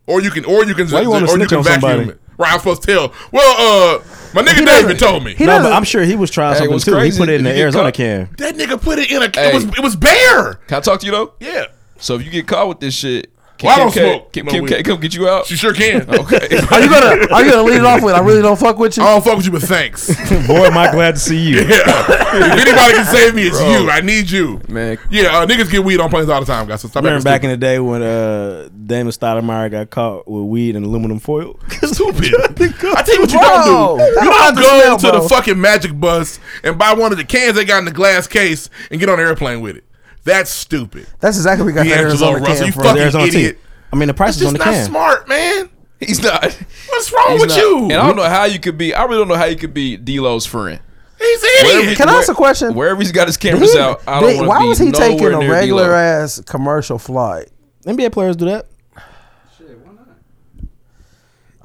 S11: or you can, or you can,
S6: Why you wanna
S11: or you
S6: snitch
S11: can
S6: on
S11: vacuum
S6: somebody?
S11: it. Right, I'm supposed to tell. Well, uh, my nigga
S2: doesn't-
S11: David told me
S2: He
S6: no,
S2: doesn't-
S6: but I'm sure he was trying
S12: Hey,
S6: something
S12: what's
S6: too.
S12: crazy
S6: he put it in
S12: is
S6: the
S12: if you
S6: Arizona
S12: get
S6: can.
S11: that nigga put it in a.
S12: Hey.
S11: It was it was bare.
S12: Can I talk to you though?
S11: Yeah,
S12: So if you get caught with this shit, can
S11: Well, I
S12: Kim
S11: don't
S12: K,
S11: smoke.
S12: Kim,
S11: No
S12: Kim K
S11: weed.
S12: come get you out?
S11: she sure can.
S12: okay.
S2: Are you gonna Are you gonna lead it off with? I really don't fuck with you.
S11: I don't fuck with you, but thanks. Yeah.
S6: Boy, am I glad to see you.
S11: if anybody can save me, it's
S12: Bro.
S11: you. I need you,
S12: Man.
S11: Yeah, uh, niggas get weed on planes all the time, guys. So stop
S6: Remember
S11: acting
S6: back in
S11: back
S6: the day when uh, Damon Stoudemire got caught with weed and aluminum foil?
S11: stupid. I tell you what you
S2: Bro,
S11: don't do.
S2: that's
S11: You
S2: how I
S11: don't go
S2: smell,
S11: to
S2: bro.
S11: the fucking magic bus and buy one of the cans they got in the glass case and get on an airplane with it. That's stupid.
S2: That's exactly where we got that
S11: D'Angelo
S2: Arizona
S11: Russell,
S2: can
S11: you
S2: from.
S11: fucking
S6: The Arizona
S11: idiot.
S6: tea. I mean, the price
S11: That's
S6: is on
S11: just
S6: the
S11: not
S6: can.
S11: smart, man.
S12: He's not.
S11: What's wrong
S12: He's
S11: with
S12: not.
S11: you?
S12: And I don't know how you could be. I really don't know how you could be D'Lo's friend.
S11: He's an
S12: Wherever-
S11: idiot.
S2: Can I ask a question?
S12: Wherever he's got his cameras
S2: Did-
S12: out, I
S2: did-
S12: don't
S2: why was he taking a regular
S12: ass?
S2: ass commercial flight?
S6: NBA players do that.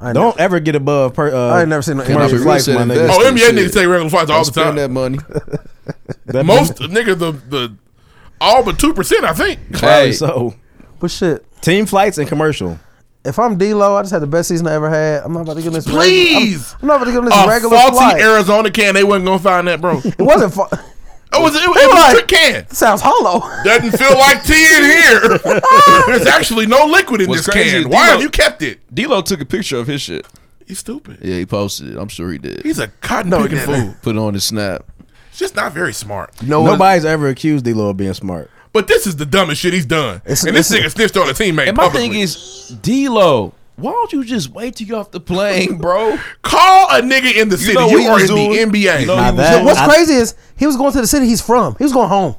S2: I ain't
S6: Don't ever get above per, uh,
S2: I ain't never seen no
S6: commercial
S2: NBA.
S6: flights,
S4: Said
S6: my
S4: invest.
S6: nigga.
S11: Oh,
S4: That's
S11: NBA
S4: the
S11: niggas
S4: shit.
S11: take regular flights all
S4: Don't
S11: the
S4: spend
S11: time.
S4: that money.
S6: That-
S11: Most nigga the the all but two percent, I think.
S6: Probably so.
S2: But shit.
S6: Team flights and commercial.
S2: If I'm D-Lo, I just had the best season I ever had. I'm not about to give this. regu- I'm-
S11: Please.
S2: I'm, not about to give this
S11: a
S2: regular
S11: faulty
S2: flight.
S11: Arizona can. They wasn't gonna find that, bro.
S2: It wasn't. Fa-
S11: it was. It, it was a trick can.
S2: Sounds hollow.
S11: Doesn't feel like tea in here. There's actually no liquid in
S4: What's
S11: this
S4: crazy is
S11: can. Why
S4: D-Lo-
S11: have you kept it?
S12: D'Lo took a picture of his shit.
S11: He's stupid.
S4: Yeah, he posted it. I'm sure he did.
S11: He's a cotton
S4: No, he
S11: picking
S4: didn't.
S11: fool.
S4: Put it on his snap.
S11: He's just not very smart.
S6: Nobody's ever accused D-Lo of being smart.
S11: But this is the dumbest shit he's done. and this nigga snitched on a teammate.
S12: And my
S11: publicly.
S12: thing is, D'Lo,
S4: Why don't you just wait till you get off the plane, bro?
S11: call a nigga in the city.
S4: know
S11: You
S4: what
S11: are
S4: he
S11: in
S4: was doing.
S11: the NBA.
S4: You know he was
S6: Not that.
S2: What's
S6: I-
S2: crazy is he was going to the city he's from. He was going home.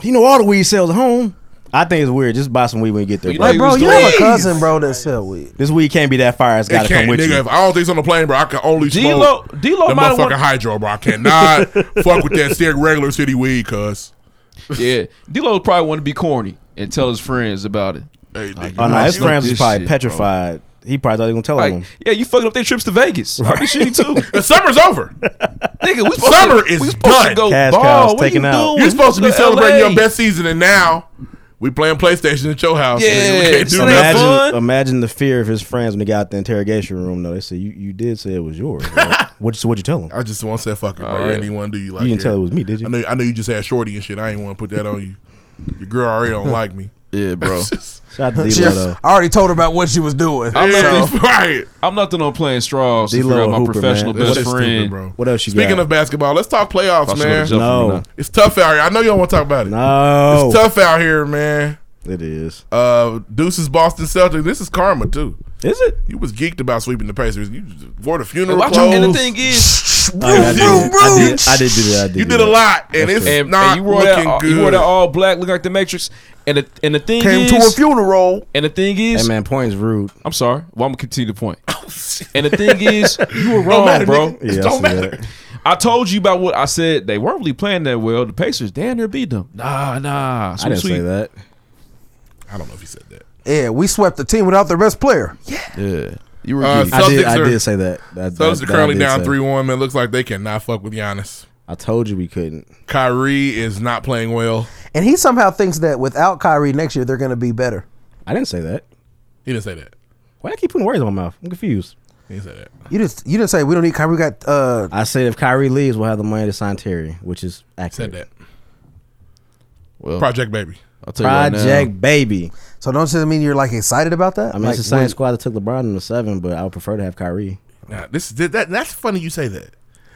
S6: You know all the weed sales at home. I think it's weird. Just buy some weed when you get there.
S12: You
S6: bro.
S2: Like,
S12: know he
S2: bro,
S12: was
S2: you
S12: doing-
S2: have a cousin, bro, that sell weed.
S6: this weed can't be that fire. It's got
S11: It
S6: to come
S11: can't,
S6: with
S11: nigga.
S6: you.
S11: If all things on the plane, bro, I can only
S12: D-Lo,
S11: smoke
S12: D-Lo
S11: the
S12: might have
S11: motherfucking
S12: won.
S11: hydro, bro. I cannot fuck with that stick regular city weed, cuz.
S12: Yeah, D'Lo probably want to be corny and tell his friends about it.
S11: Hey, nigga.
S6: Oh no,
S12: I
S6: his
S12: smoke
S6: friends
S12: this
S6: is probably
S12: shit, bro.
S6: petrified. He probably thought he was gonna tell
S12: Like,
S6: him.
S12: yeah, you fucking up their trips to Vegas. I'll be shitty too,
S11: The summer's over.
S12: Oh, nigga. We supposed
S11: Summer
S12: to,
S11: is
S12: we supposed
S11: done.
S12: to go
S6: Cash
S12: ball.
S6: cows
S12: What are you
S6: taken out.
S12: doing?
S11: You're supposed to be
S12: Go
S11: celebrating
S12: LA.
S11: your best season, and now we playing PlayStation at your house.
S12: Yeah.
S11: we can't do
S12: So
S11: nothing.
S12: imagine-
S6: Imagine,
S12: fun.
S6: imagine the fear of his friends when they got out the interrogation room. Though they said you, you did say it was yours. Like, what so what'd you tell him?
S11: I just want to say fuck it, bro. I
S12: Oh, yeah.
S11: didn't even want to do you like
S6: You didn't
S11: that.
S6: tell it was me, did
S11: I
S6: you?
S11: know, I know you just had shorty and shit. I ain't want to put that on you. Your girl already don't like me.
S4: Yeah, bro.
S6: Shout out to
S2: She-
S6: D-Lo though.
S2: I already told her about what she was doing.
S12: I'm
S11: Yeah,
S12: nothing.
S11: right.
S12: I'm nothing on playing straws. To
S6: D-Lo
S12: figure out
S6: a
S12: my
S6: hooper,
S12: professional
S6: man.
S11: That's
S12: best
S11: just
S12: friend.
S11: stupid, bro.
S6: What else you
S11: Speaking
S6: got?
S11: of basketball, let's talk playoffs,
S12: Thought she would've
S11: man.
S12: jumped
S6: No.
S12: from that.
S11: It's tough out here. I know you don't want to talk about it.
S6: no,
S11: It's tough out here, man.
S6: It is.
S11: Uh, Deuces, Boston Celtics. This is karma too.
S6: Is it?
S11: You was geeked about sweeping the Pacers. You wore the funeral
S12: Watch
S11: clothes.
S12: and the thing is,
S6: I, did, I, did, I did do that. I did
S11: you
S6: do that.
S11: did a lot, and
S6: That's
S11: it's
S6: right.
S12: and,
S11: not
S12: and you wore
S11: looking
S12: that, all-
S11: good.
S12: you wore that all black, look like the Matrix. And the and the thing
S2: Came
S12: is,
S2: to a funeral.
S12: and the thing
S6: Hey
S12: is,
S6: man, points rude.
S12: I'm sorry. Well, I'm gonna continue the point. and the thing is, you were wrong,
S11: Oh, matter,
S12: bro.
S11: nigga. It
S6: Yeah, I
S11: don't
S6: see
S11: matter.
S6: that.
S12: I told you about what I said. They weren't really playing that well. The Pacers damn near beat them. Nah, nah.
S6: I didn't
S12: Sweet,
S6: say
S12: sweet.
S6: that.
S11: Uh, I don't know if you said that.
S2: Yeah, we swept the team without their best player.
S4: Yeah. You were
S11: Uh,
S4: geeked.
S6: I did.
S11: Celtics
S6: I
S11: are-
S6: did say that. that that-
S11: Celtics are
S6: that I
S11: currently
S6: did
S11: down
S6: say.
S11: three one. Man, looks like they cannot fuck with Giannis.
S6: I told you we couldn't.
S11: Kyrie is not playing well.
S2: And he somehow thinks that without Kyrie next year, they're going to be better.
S6: I didn't say that.
S11: He didn't say that.
S6: Why do I keep putting words in my mouth? I'm confused.
S11: He didn't say that.
S2: You just you didn't say we don't need Kyrie. We got uh,
S6: I said if Kyrie leaves, we'll have the money to sign Terry, which is accurate.
S11: Said that.
S4: Well,
S11: Project Baby.
S4: I'll tell you right
S6: Project
S4: now.
S6: Baby.
S2: so don't just mean you're like excited about that.
S6: I mean,
S2: like,
S6: it's the same
S2: when-
S6: squad that took LeBron in the seven, but I would prefer to have Kyrie.
S11: Nah, this that, that that's funny you say that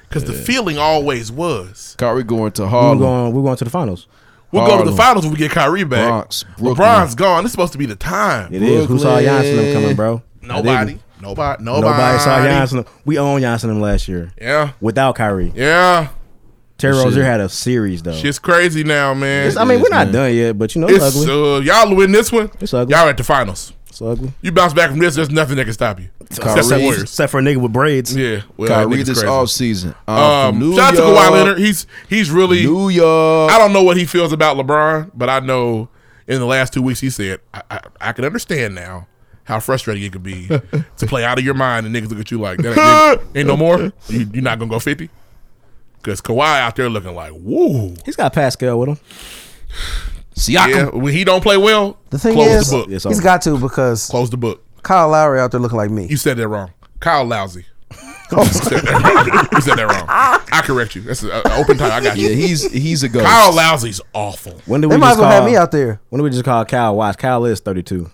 S11: because the feeling always was
S4: Kyrie going to
S6: We're
S11: Oh.
S4: Harlem.
S6: going. We're going to the finals.
S11: we'll go to the
S4: Harlem.
S11: finals when we get Kyrie back.
S4: Bronx, Brooklyn.
S11: LeBron's gone. This is supposed to be the time.
S6: It is. Who saw Giannis and them coming, bro? I
S11: Nobody,
S6: didn't.
S11: nobody, nobody,
S6: Nobody saw Giannis. And them. We owned Giannis and them last year
S11: Yeah,
S6: without Kyrie.
S11: yeah.
S6: Terry
S4: Shit.
S6: Rozier had a series though.
S11: Shit's crazy now, man.
S6: It's- I mean,
S4: is,
S6: we're not
S4: man.
S6: done yet, but you know, it's,
S11: It's,
S6: ugly.
S11: uh, y'all win this one.
S6: It's ugly.
S11: Y'all at the finals.
S6: it's ugly.
S11: You bounce back from this. There's nothing that can stop you. Except the
S6: Except,
S11: Warriors.
S6: except for a nigga with braids.
S11: Yeah, well, that
S4: Kyrie
S11: nigga's
S4: this
S11: crazy.
S4: offseason. I'm from
S11: Um,
S4: New
S11: shout out to
S4: York.
S11: Kawhi Leonard. He's he's really.
S4: New York.
S11: I don't know what he feels about LeBron, but I know in the last two weeks he said, I, I, I can understand now how frustrating it could be to play out of your mind and niggas look at you like, that ain't, ain't no more. You, you're not going to go 50? Because Kawhi out there looking like, whoa.
S6: He's got Pascal with him.
S4: Siakam.
S11: Yeah, when he don't play well,
S2: the thing
S11: close
S2: is,
S11: the book.
S6: Yes,
S2: he's
S6: I'm-
S2: got to because
S11: Close the book.
S2: Kyle Lowry out there looking like me.
S11: You said that wrong. Kyle Lousy. you said that wrong. You said that wrong. I correct you. That's an open tie. I got
S4: Yeah,
S11: you.
S4: he's he's a ghost.
S11: Kyle Lousy's awful.
S6: When did
S2: They
S6: we
S2: might
S6: just
S2: as well have
S6: call-
S2: me out there,
S6: When did we just call Kyle Watts? Kyle is 32.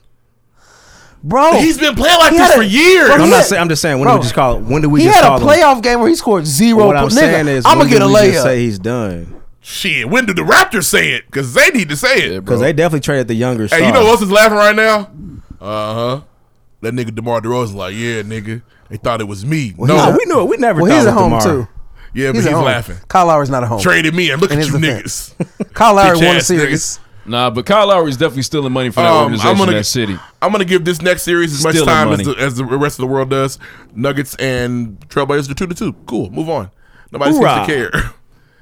S2: bro.
S11: He's been playing like
S2: He
S11: this
S2: had
S11: for
S2: a-
S11: years.
S2: bro,
S6: I'm
S2: he
S6: not
S2: had-
S6: saying. I'm just saying. When
S2: bro,
S6: did we just call? When did we
S2: he
S6: just
S2: had
S6: call
S2: a playoff game where he scored
S6: Him?
S2: zero.
S6: What I'm
S2: po-
S6: saying
S2: nigga,
S6: is,
S2: I'm
S6: when
S2: gonna
S6: did
S2: get a
S6: we just Say
S2: layup.
S6: he's done
S11: Shit, when did the Raptors say it? Because they need to say it.
S4: Yeah, bro.
S6: because they definitely traded the younger.
S11: Hey,
S6: stars.
S11: you know who else is laughing right now? Uh huh. That nigga DeMar DeRozan like, yeah, nigga. They thought it was me. no,
S6: No, we knew it. We never.
S2: Well, he's at
S6: thought
S2: home
S6: it was DeMar.
S2: too.
S11: yeah, but
S2: He's
S11: he's
S2: at home.
S11: laughing.
S2: Kyle Lowry's not at home.
S11: Traded me and look
S2: In
S11: at
S2: his
S11: you
S2: defense.
S11: niggas.
S2: Kyle Lowry
S11: Bitch
S2: won a
S11: ass
S2: series.
S12: Nah, but Kyle Lowry's definitely stealing money from that
S11: Um,
S12: organization,
S11: I'm gonna
S12: that
S11: g-
S12: city.
S11: I'm gonna give this next series as much
S12: Stealing
S11: time as
S12: money.
S11: the, as the rest of the world does. Nuggets and Trailblazers are two to two. Cool, move on. Nobody
S6: Hoorah.
S11: seems to care.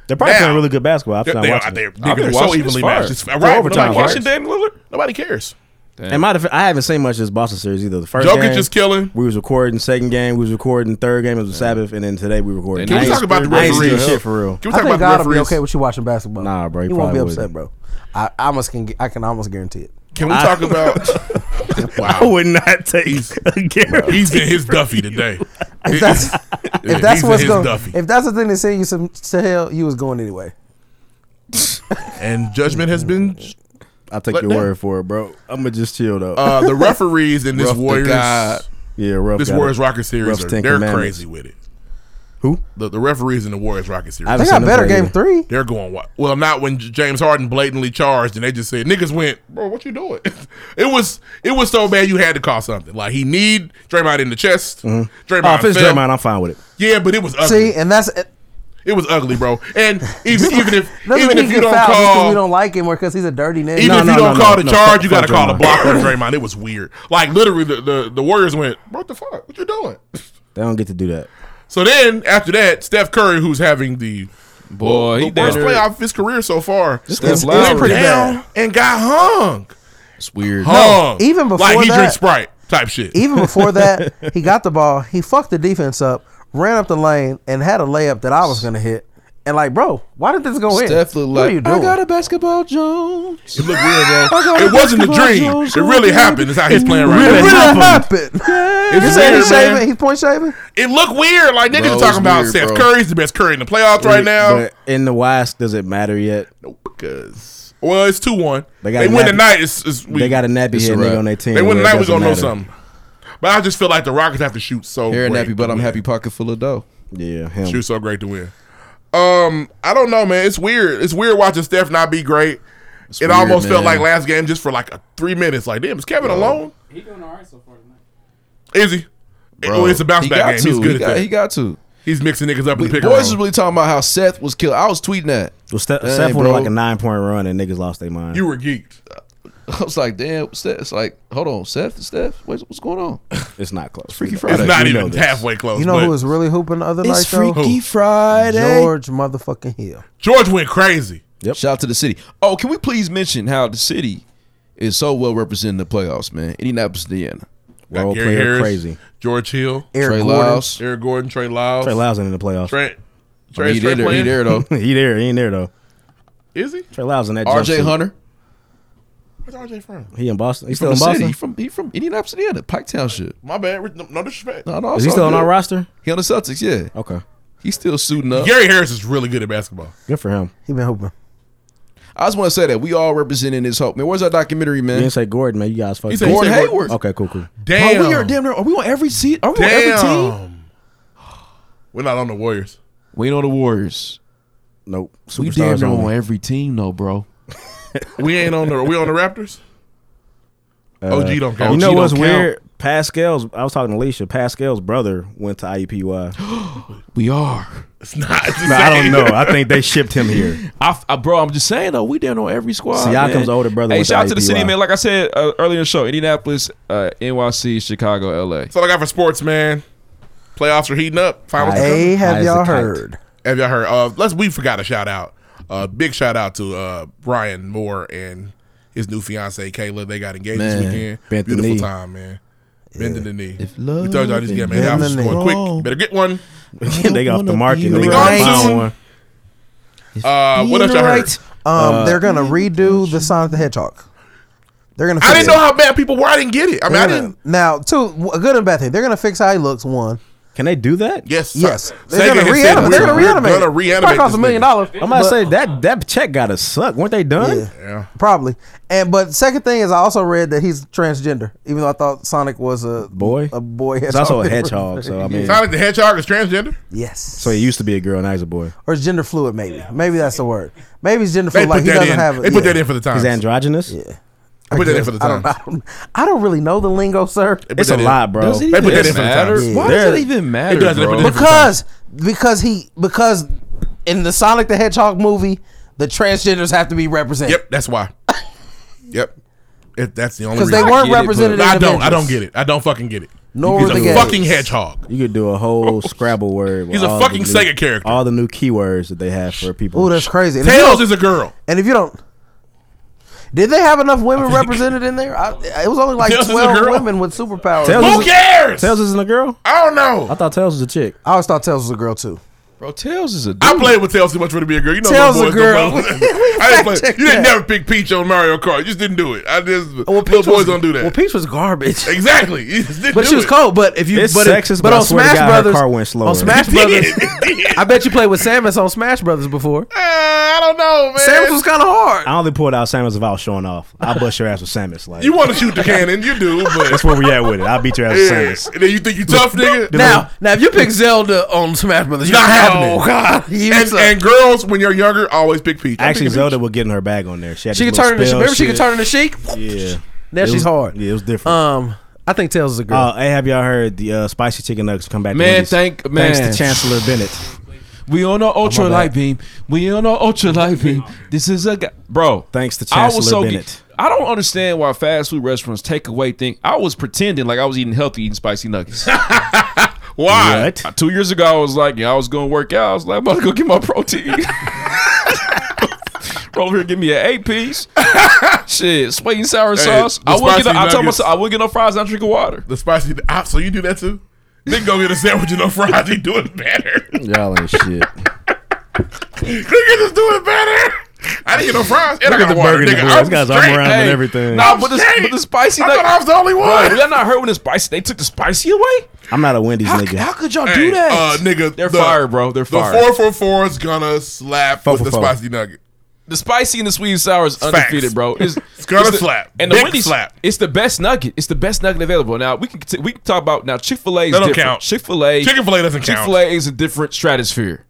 S6: They're probably
S11: Now.
S6: playing really good basketball. I'm
S11: They,
S6: not
S11: they are,
S6: watching.
S11: they,
S6: it.
S11: nigga,
S12: been
S11: they're
S12: watching
S11: so
S12: this
S11: evenly
S12: far.
S11: matched. It's, right,
S6: overtime,
S11: nobody,
S6: right?
S11: watching Damian Lillard. nobody cares.
S6: And my, def- I haven't seen much of this Boston series either. The first
S11: Jokic
S6: game,
S11: is killing.
S6: We was recording. Second game, we was recording. Third game it was the Sabbath, and then today we recording.
S11: Can we
S6: I ain't-
S11: talk about the
S6: I ain't seen
S11: referees?
S6: Shit for real.
S11: Can
S2: I think God will be okay with you watching basketball. Nah,
S6: bro, he
S2: you won't be
S6: probably
S2: upset, bro. I, I almost can. I can almost guarantee it.
S11: Can we talk about? wow. I would
S6: not take a guarantee.
S11: He's in his Duffy today.
S2: If that's,
S11: Yeah,
S2: if that's
S11: he's in
S2: what's
S11: his
S2: going,
S11: Duffy.
S2: if that's the thing that sent you some to hell, you was going anyway.
S11: and judgment has been.
S6: I'll take
S11: Let
S6: your
S11: down.
S6: word for it, bro. I'm gonna just chill though.
S11: Uh, the referees in this
S6: Rough the
S11: Warriors,
S6: God. Yeah, rough
S11: this
S6: got it.
S11: Warriors Rocket series,
S6: Rough's
S11: are,
S6: Ten
S11: they're
S6: Commandments.
S11: crazy with it.
S6: Who?
S11: The, the referees in the Warriors Rocket series.
S6: I haven't They got seen them better play game either.
S2: three.
S11: They're going wild. Well, not when J- James Harden blatantly charged, and they just said niggas went, bro, what you doing? it was it was so bad you had to call something. Like he need Draymond in the chest.
S2: Mm-hmm.
S6: Oh,
S11: Draymond
S6: if it's
S11: fell.
S6: Draymond, I'm fine with it.
S11: Yeah, but it was ugly.
S2: See, and that's
S11: It was ugly, bro. And even even if
S2: doesn't
S11: even
S2: mean
S11: if
S2: he
S11: you
S2: get
S11: don't
S2: fouled just 'cause
S11: call
S2: we don't like him or because he's a dirty nigga.
S11: even if you don't call the charge, you got to call the block on Draymond. It was weird. Like literally, the, the the Warriors went, bro, what the fuck? What you doing?
S6: They don't get to do that.
S11: So then after that, Steph Curry, who's having the
S12: Boy,
S11: the
S12: he
S11: worst
S12: did it.
S11: playoff of his career so far, went
S12: Steph Lowry. Pretty
S11: down and got hung.
S4: It's weird.
S11: Hung.
S2: even before
S11: like he
S2: that-
S11: drinks Sprite type shit.
S2: Even before that, he got the ball. He fucked the defense up, ran up the lane, and had a layup that I was gonna hit. And like, bro, why did this go in?
S4: Steph looked
S2: what
S4: like,
S2: are you
S4: I
S2: doing?
S4: got a basketball Jones.
S11: It looked weird,
S4: I
S11: bro.
S4: got
S11: It wasn't a
S4: basketball
S11: dream.
S4: Jones
S11: It
S4: on
S11: really
S4: me.
S11: happened. Is how he's playing right
S2: It really
S11: now.
S2: happened.
S11: It's
S2: You saying
S11: weird,
S2: he's shaving?
S11: man.
S2: He's point shaving.
S11: It looked weird. Like niggas
S6: Bro,
S11: are
S6: it's
S11: talking about
S6: weird,
S11: Steph
S6: bro.
S11: Curry's the best Curry in the playoffs right now.
S6: But in the West, does it matter yet?
S11: Because well, it's two one. They,
S6: They got a
S11: win
S6: nappy-
S11: tonight. It's, it's we,
S6: they got a nappy head nigga on their team.
S11: They win
S6: where it
S11: tonight. We
S6: doesn't
S11: gonna know
S6: matter.
S11: something. But I just feel like the Rockets have to shoot so
S4: Hair
S11: great
S4: nappy, but
S11: to
S4: I'm
S11: win.
S4: happy pocket full of dough.
S6: Yeah, him.
S11: Shoot so great to win. Um, I don't know, man. It's weird. It's weird watching Steph not be great. it
S4: weird,
S11: almost felt
S4: man.
S11: like last game just for like a three minutes. Like, damn, is Kevin alone?
S13: He doing all right so far tonight.
S11: Is he?
S4: Bro,
S11: Well, it's a bounce
S4: he
S11: back
S4: got
S11: game.
S4: to.
S11: He's
S4: He
S11: good
S4: got-
S11: at that.
S4: he got to.
S11: He's mixing niggas up in the pick and
S4: Boys is
S11: roll.
S4: really talking about how Seth was killed. I was tweeting that.
S6: Well, Steph,
S4: Dang,
S6: Steph went
S4: bro.
S6: on like a nine point run and niggas lost their mind.
S11: You were geeked.
S4: I was like, damn, Steph. It's like, hold on, Seth, Steph, what's, what's going on?
S6: it's not close.
S4: Freaky
S6: We know-
S4: Friday.
S11: It's not
S6: we know
S11: even
S6: this.
S11: halfway close.
S2: You know
S11: but
S2: who was really hooping the other
S4: It's
S2: night? though?
S4: Freaky Friday.
S2: George motherfucking Hill.
S11: George went crazy.
S4: Shout out to the city. Oh, can we please mention how the city is so well represented in the playoffs, man? Indianapolis, Indiana.
S11: Got
S6: Role
S11: Gary
S6: player
S11: Harris,
S6: crazy.
S11: George Hill,
S2: Eric
S4: Trey
S2: Gordon.
S4: Lyles.
S11: Eric Gordon, Trey Lyles,
S6: Trey Lyles ain't in the playoffs.
S11: Trey,
S4: I
S11: Trey,
S4: mean, he,
S11: Trey
S4: there, he
S11: playing?
S4: there though.
S6: he there. He ain't there though.
S11: Is he?
S6: Trey Lyles in that.
S4: R.J.
S6: jumpsuit.
S4: Hunter.
S11: Where's RJ from?
S6: He in Boston. He's
S4: from
S6: still in
S4: the city.
S6: Boston.
S4: He from, he from Indianapolis, Indiana. Pike Township.
S11: My bad. No, no disrespect.
S4: No, no,
S6: Is
S4: it's
S6: he
S4: all
S6: still on
S4: good.
S6: our roster?
S4: He on the Celtics, yeah.
S6: Okay.
S4: He's still suiting up.
S11: Gary Harris is really good at basketball.
S6: Good for him.
S2: He been hooping.
S4: I just want to say that we all representing this hope. Man, where's our documentary,
S6: You
S4: man?
S6: didn't say Gordon, man. You guys fucking.
S11: He said- he
S4: Gordon
S11: said Gordon.
S4: Hayward.
S6: Okay, cool, cool.
S11: Damn.
S4: Bro, we are damn near. Are we on every seat? Are we on every team?
S11: Damn. We're not on the Warriors.
S4: We ain't on the Warriors.
S6: Nope.
S4: We damn
S6: Superstars
S4: near
S6: only.
S4: on every team, though, bro.
S11: We ain't on the. We on the Raptors. OG Oh, don't count.
S6: Uh, You know
S4: OG
S6: what's
S4: don't
S6: weird? Pascal's. I was talking to Alicia. Pascal's brother went to E IUPUI.
S4: We are.
S11: It's not. It's
S6: Nah, I don't know. Oh, I think they shipped him here.
S4: I, I- bro, I'm just saying though, we down on every squad.
S6: Siakam's
S4: man.
S6: older brother
S4: Hey,
S6: went to
S4: shout out to the
S6: IPY.
S4: city, man.
S12: man, like I said uh, earlier in the show, Indianapolis, uh, NYC, Chicago, LA.
S11: That's all I got for sports, man. Playoffs are heating up. Finals. are coming.
S2: Hey, have
S6: High as a
S2: y'all
S6: kite.
S2: heard?
S11: Have y'all heard? Uh, let's. We forgot a shout out. Uh, big shout out to uh, Brian Moore and his new fiancee Kayla. They got engaged
S4: Man,
S11: this weekend.
S6: bent the
S11: Beautiful
S6: knee.
S11: time, man. Bending the knee.
S4: If
S11: we told y'all
S4: love
S11: these get
S4: and
S11: man
S2: bending
S11: albums
S2: the
S11: going
S4: knee.
S11: quick.
S4: Wrong.
S11: You better get one.
S6: they got off the
S4: wanna
S6: market.
S4: be
S6: They
S11: right.
S6: got
S11: Soon.
S6: found one.
S11: Uh, what else y'all heard?
S2: Um, they're gonna redo the Sonic the Hedgehog. They're gonna.
S11: I
S2: fix
S11: didn't
S2: it.
S11: know how bad people were. I didn't get it. I mean, I
S2: They're gonna-
S11: didn't.
S2: Now, two a good and bad thing. They're gonna fix how he looks. One,
S6: Can they do that?
S11: Yes. sir.
S2: yes,
S11: Sega
S2: they're gonna,
S11: has said,
S2: reanimate. They're
S11: "We're-
S2: gonna
S11: we're
S2: reanimate.
S11: gonna
S2: it.
S11: reanimate
S2: Probably cost
S11: this
S2: a million
S11: nigga."
S2: dollars.
S6: I'm about to
S2: but-
S6: say that that check gotta suck. Weren't they done?
S2: Yeah,
S11: Yeah.
S2: probably. And but second thing is, I also read that he's transgender. Even though I thought Sonic was a
S6: Boy?
S2: a boy.
S6: It's also a hedgehog, so I mean,
S11: Sonic the Hedgehog is transgender.
S2: yes.
S6: so he used to be a girl, now he's a boy.
S2: or it's gender fluid, maybe. Maybe that's the word. Maybe it's gender fluid.
S11: They put
S2: Like he
S11: that
S2: doesn't
S11: in.
S2: have. it.
S11: they put
S2: Yeah.
S11: that in for the time.
S6: He's androgynous.
S11: They put that in for the
S2: I don't,
S11: time.
S2: I, don't, I don't really know the lingo, sir.
S6: It's a lot, bro.
S4: Does it
S11: They put that
S4: even
S11: in for the
S4: matter?
S11: time.
S4: Why
S6: They're-
S4: does it even matter,
S11: does. They put
S4: bro?
S11: that in for-
S2: Because because he because in the Sonic the Hedgehog movie, the transgenders have to be represented.
S11: Yep, that's why. yep, if that's the only
S2: Because
S11: reason.
S2: they weren't
S12: get it,
S2: represented.
S11: No,
S2: in
S11: I don't.
S2: Avengers.
S11: I don't get it. I don't fucking get it.
S2: Nor
S11: He's
S2: were the
S11: a
S2: gays.
S11: fucking hedgehog.
S6: You could do a whole Scrabble word. with
S11: Oh, He's a
S6: all the
S11: fucking
S6: new-
S11: Sega character.
S6: All the new keywords that they have for people.
S2: Oh, that's crazy. And if, you
S11: Tails
S2: don't,
S11: is a girl.
S2: and if you don't, Did they have enough women represented in there? I, it was only like
S6: Tails is a
S2: twelve
S6: girl.
S2: women with superpowers.
S6: Tails Who is a-
S11: cares?
S6: Tails isn't a girl.
S11: I don't know.
S6: I thought Tails was a chick.
S2: I always thought Tails was a girl too.
S12: Bro, Tails is a dude.
S11: I played with Tails too much for it to be a girl. You know,
S2: Tails
S11: little
S2: a
S11: boys
S2: girl.
S11: Don't play. I didn't play. You didn't never pick Peach on Mario Kart. You just didn't do it. I just little boys don't do that.
S2: Well, Peach was garbage.
S11: Exactly. You just didn't
S2: But
S11: do
S2: she was
S11: it.
S2: cold. But if you,
S6: It's
S2: but, if-
S6: sexist,
S2: but
S6: but I
S2: on
S6: swear to
S2: Smash
S6: God, her
S2: Brothers,
S6: car went slower.
S2: on Smash
S6: It did.
S2: Brothers, I bet you played with Samus on Smash Brothers before.
S11: Eh, I don't know,
S2: Samus was kind of hard.
S6: I only pulled out Samus if I was showing off. I bust your ass with Samus. Like
S11: You want to shoot the cannon, you do, but
S6: that's where we at with it. I beat your ass with
S11: yeah.
S6: Samus.
S11: And then you think you tough, nigga.
S2: Now, now, if you pick Zelda on Smash Brothers, you're not happening.
S11: Oh
S2: God,
S11: God! And, and girls, when you're younger, always pick Peach. I'm
S6: Actually,
S11: picking
S6: Zelda would get in her bag on there. She, had
S2: She could
S6: this
S2: turn
S6: little
S2: into-
S6: spell
S2: remember she could
S6: shit.
S2: turn into Sheik?
S6: Yeah,
S2: Now
S6: It
S2: she's
S6: was-
S2: hard.
S6: Yeah, it was different.
S2: Um, I think Tails is a girl.
S6: Uh, hey, have y'all heard the uh, spicy chicken nuggets come back? to
S12: Man,
S6: Wendy's?
S12: thank-
S6: thanks
S12: man.
S6: to Chancellor Bennett.
S12: We on our ultra
S6: on
S12: light
S6: that.
S12: beam. We on our ultra light beam. This is a guy, bro.
S6: Thanks to
S12: I was
S6: Chancellor
S12: so
S6: Bennett.
S12: I don't understand why fast food restaurants take away things. I was pretending like I was eating healthy, eating spicy nuggets. why?
S6: What?
S12: Uh, Two years ago, I was like, yeah, I was going to work out. I was like, I'm about to go get my protein. Roll over here, give me an eight piece. Shit, sweet and sour
S11: Hey,
S12: sauce.
S11: the
S12: I would get.
S11: spicy
S12: No, I told
S11: nuggets.
S12: myself I would get no fries. and I drink of water.
S11: The spicy. ah, so you do that too? Nigga, go get a sandwich and no fries. He doing better.
S4: Y'all ain't shit.
S11: Nigga, just doing better. I didn't get no fries. And I
S6: Look at
S11: got
S6: the
S11: water.
S6: burger in
S11: Nigga,
S6: the
S11: I'm
S6: world. This guy's arm
S11: straight.
S6: around with everything.
S12: Nah,
S11: I'm
S12: but the,
S11: straight.
S12: but the spicy.
S11: I thought I was the only one.
S12: Bro, y'all not heard when the spicy? They took the spicy away.
S6: I'm not a Wendy's nigga.
S12: How could y'all
S11: Hey,
S12: do that?
S11: uh, nigga,
S12: They're
S11: the-
S12: fired, bro. They're
S11: The
S12: fired.
S11: four four four is gonna slap
S6: Four
S11: with
S6: for
S11: the
S6: four.
S11: spicy nugget.
S12: the spicy and the sweet and sour is
S11: Facts.
S12: undefeated, bro. It's,
S11: It's gonna
S12: the-
S11: slap.
S12: And the
S11: Big
S12: Wendy's
S11: slap.
S12: It's the best nugget. It's the best nugget available. Now we can t- we can talk about now Chick Fil A.
S11: That don't count.
S12: Chick Fil A.
S11: Chick-fil-A doesn't count.
S12: Chick Fil A is a different stratosphere.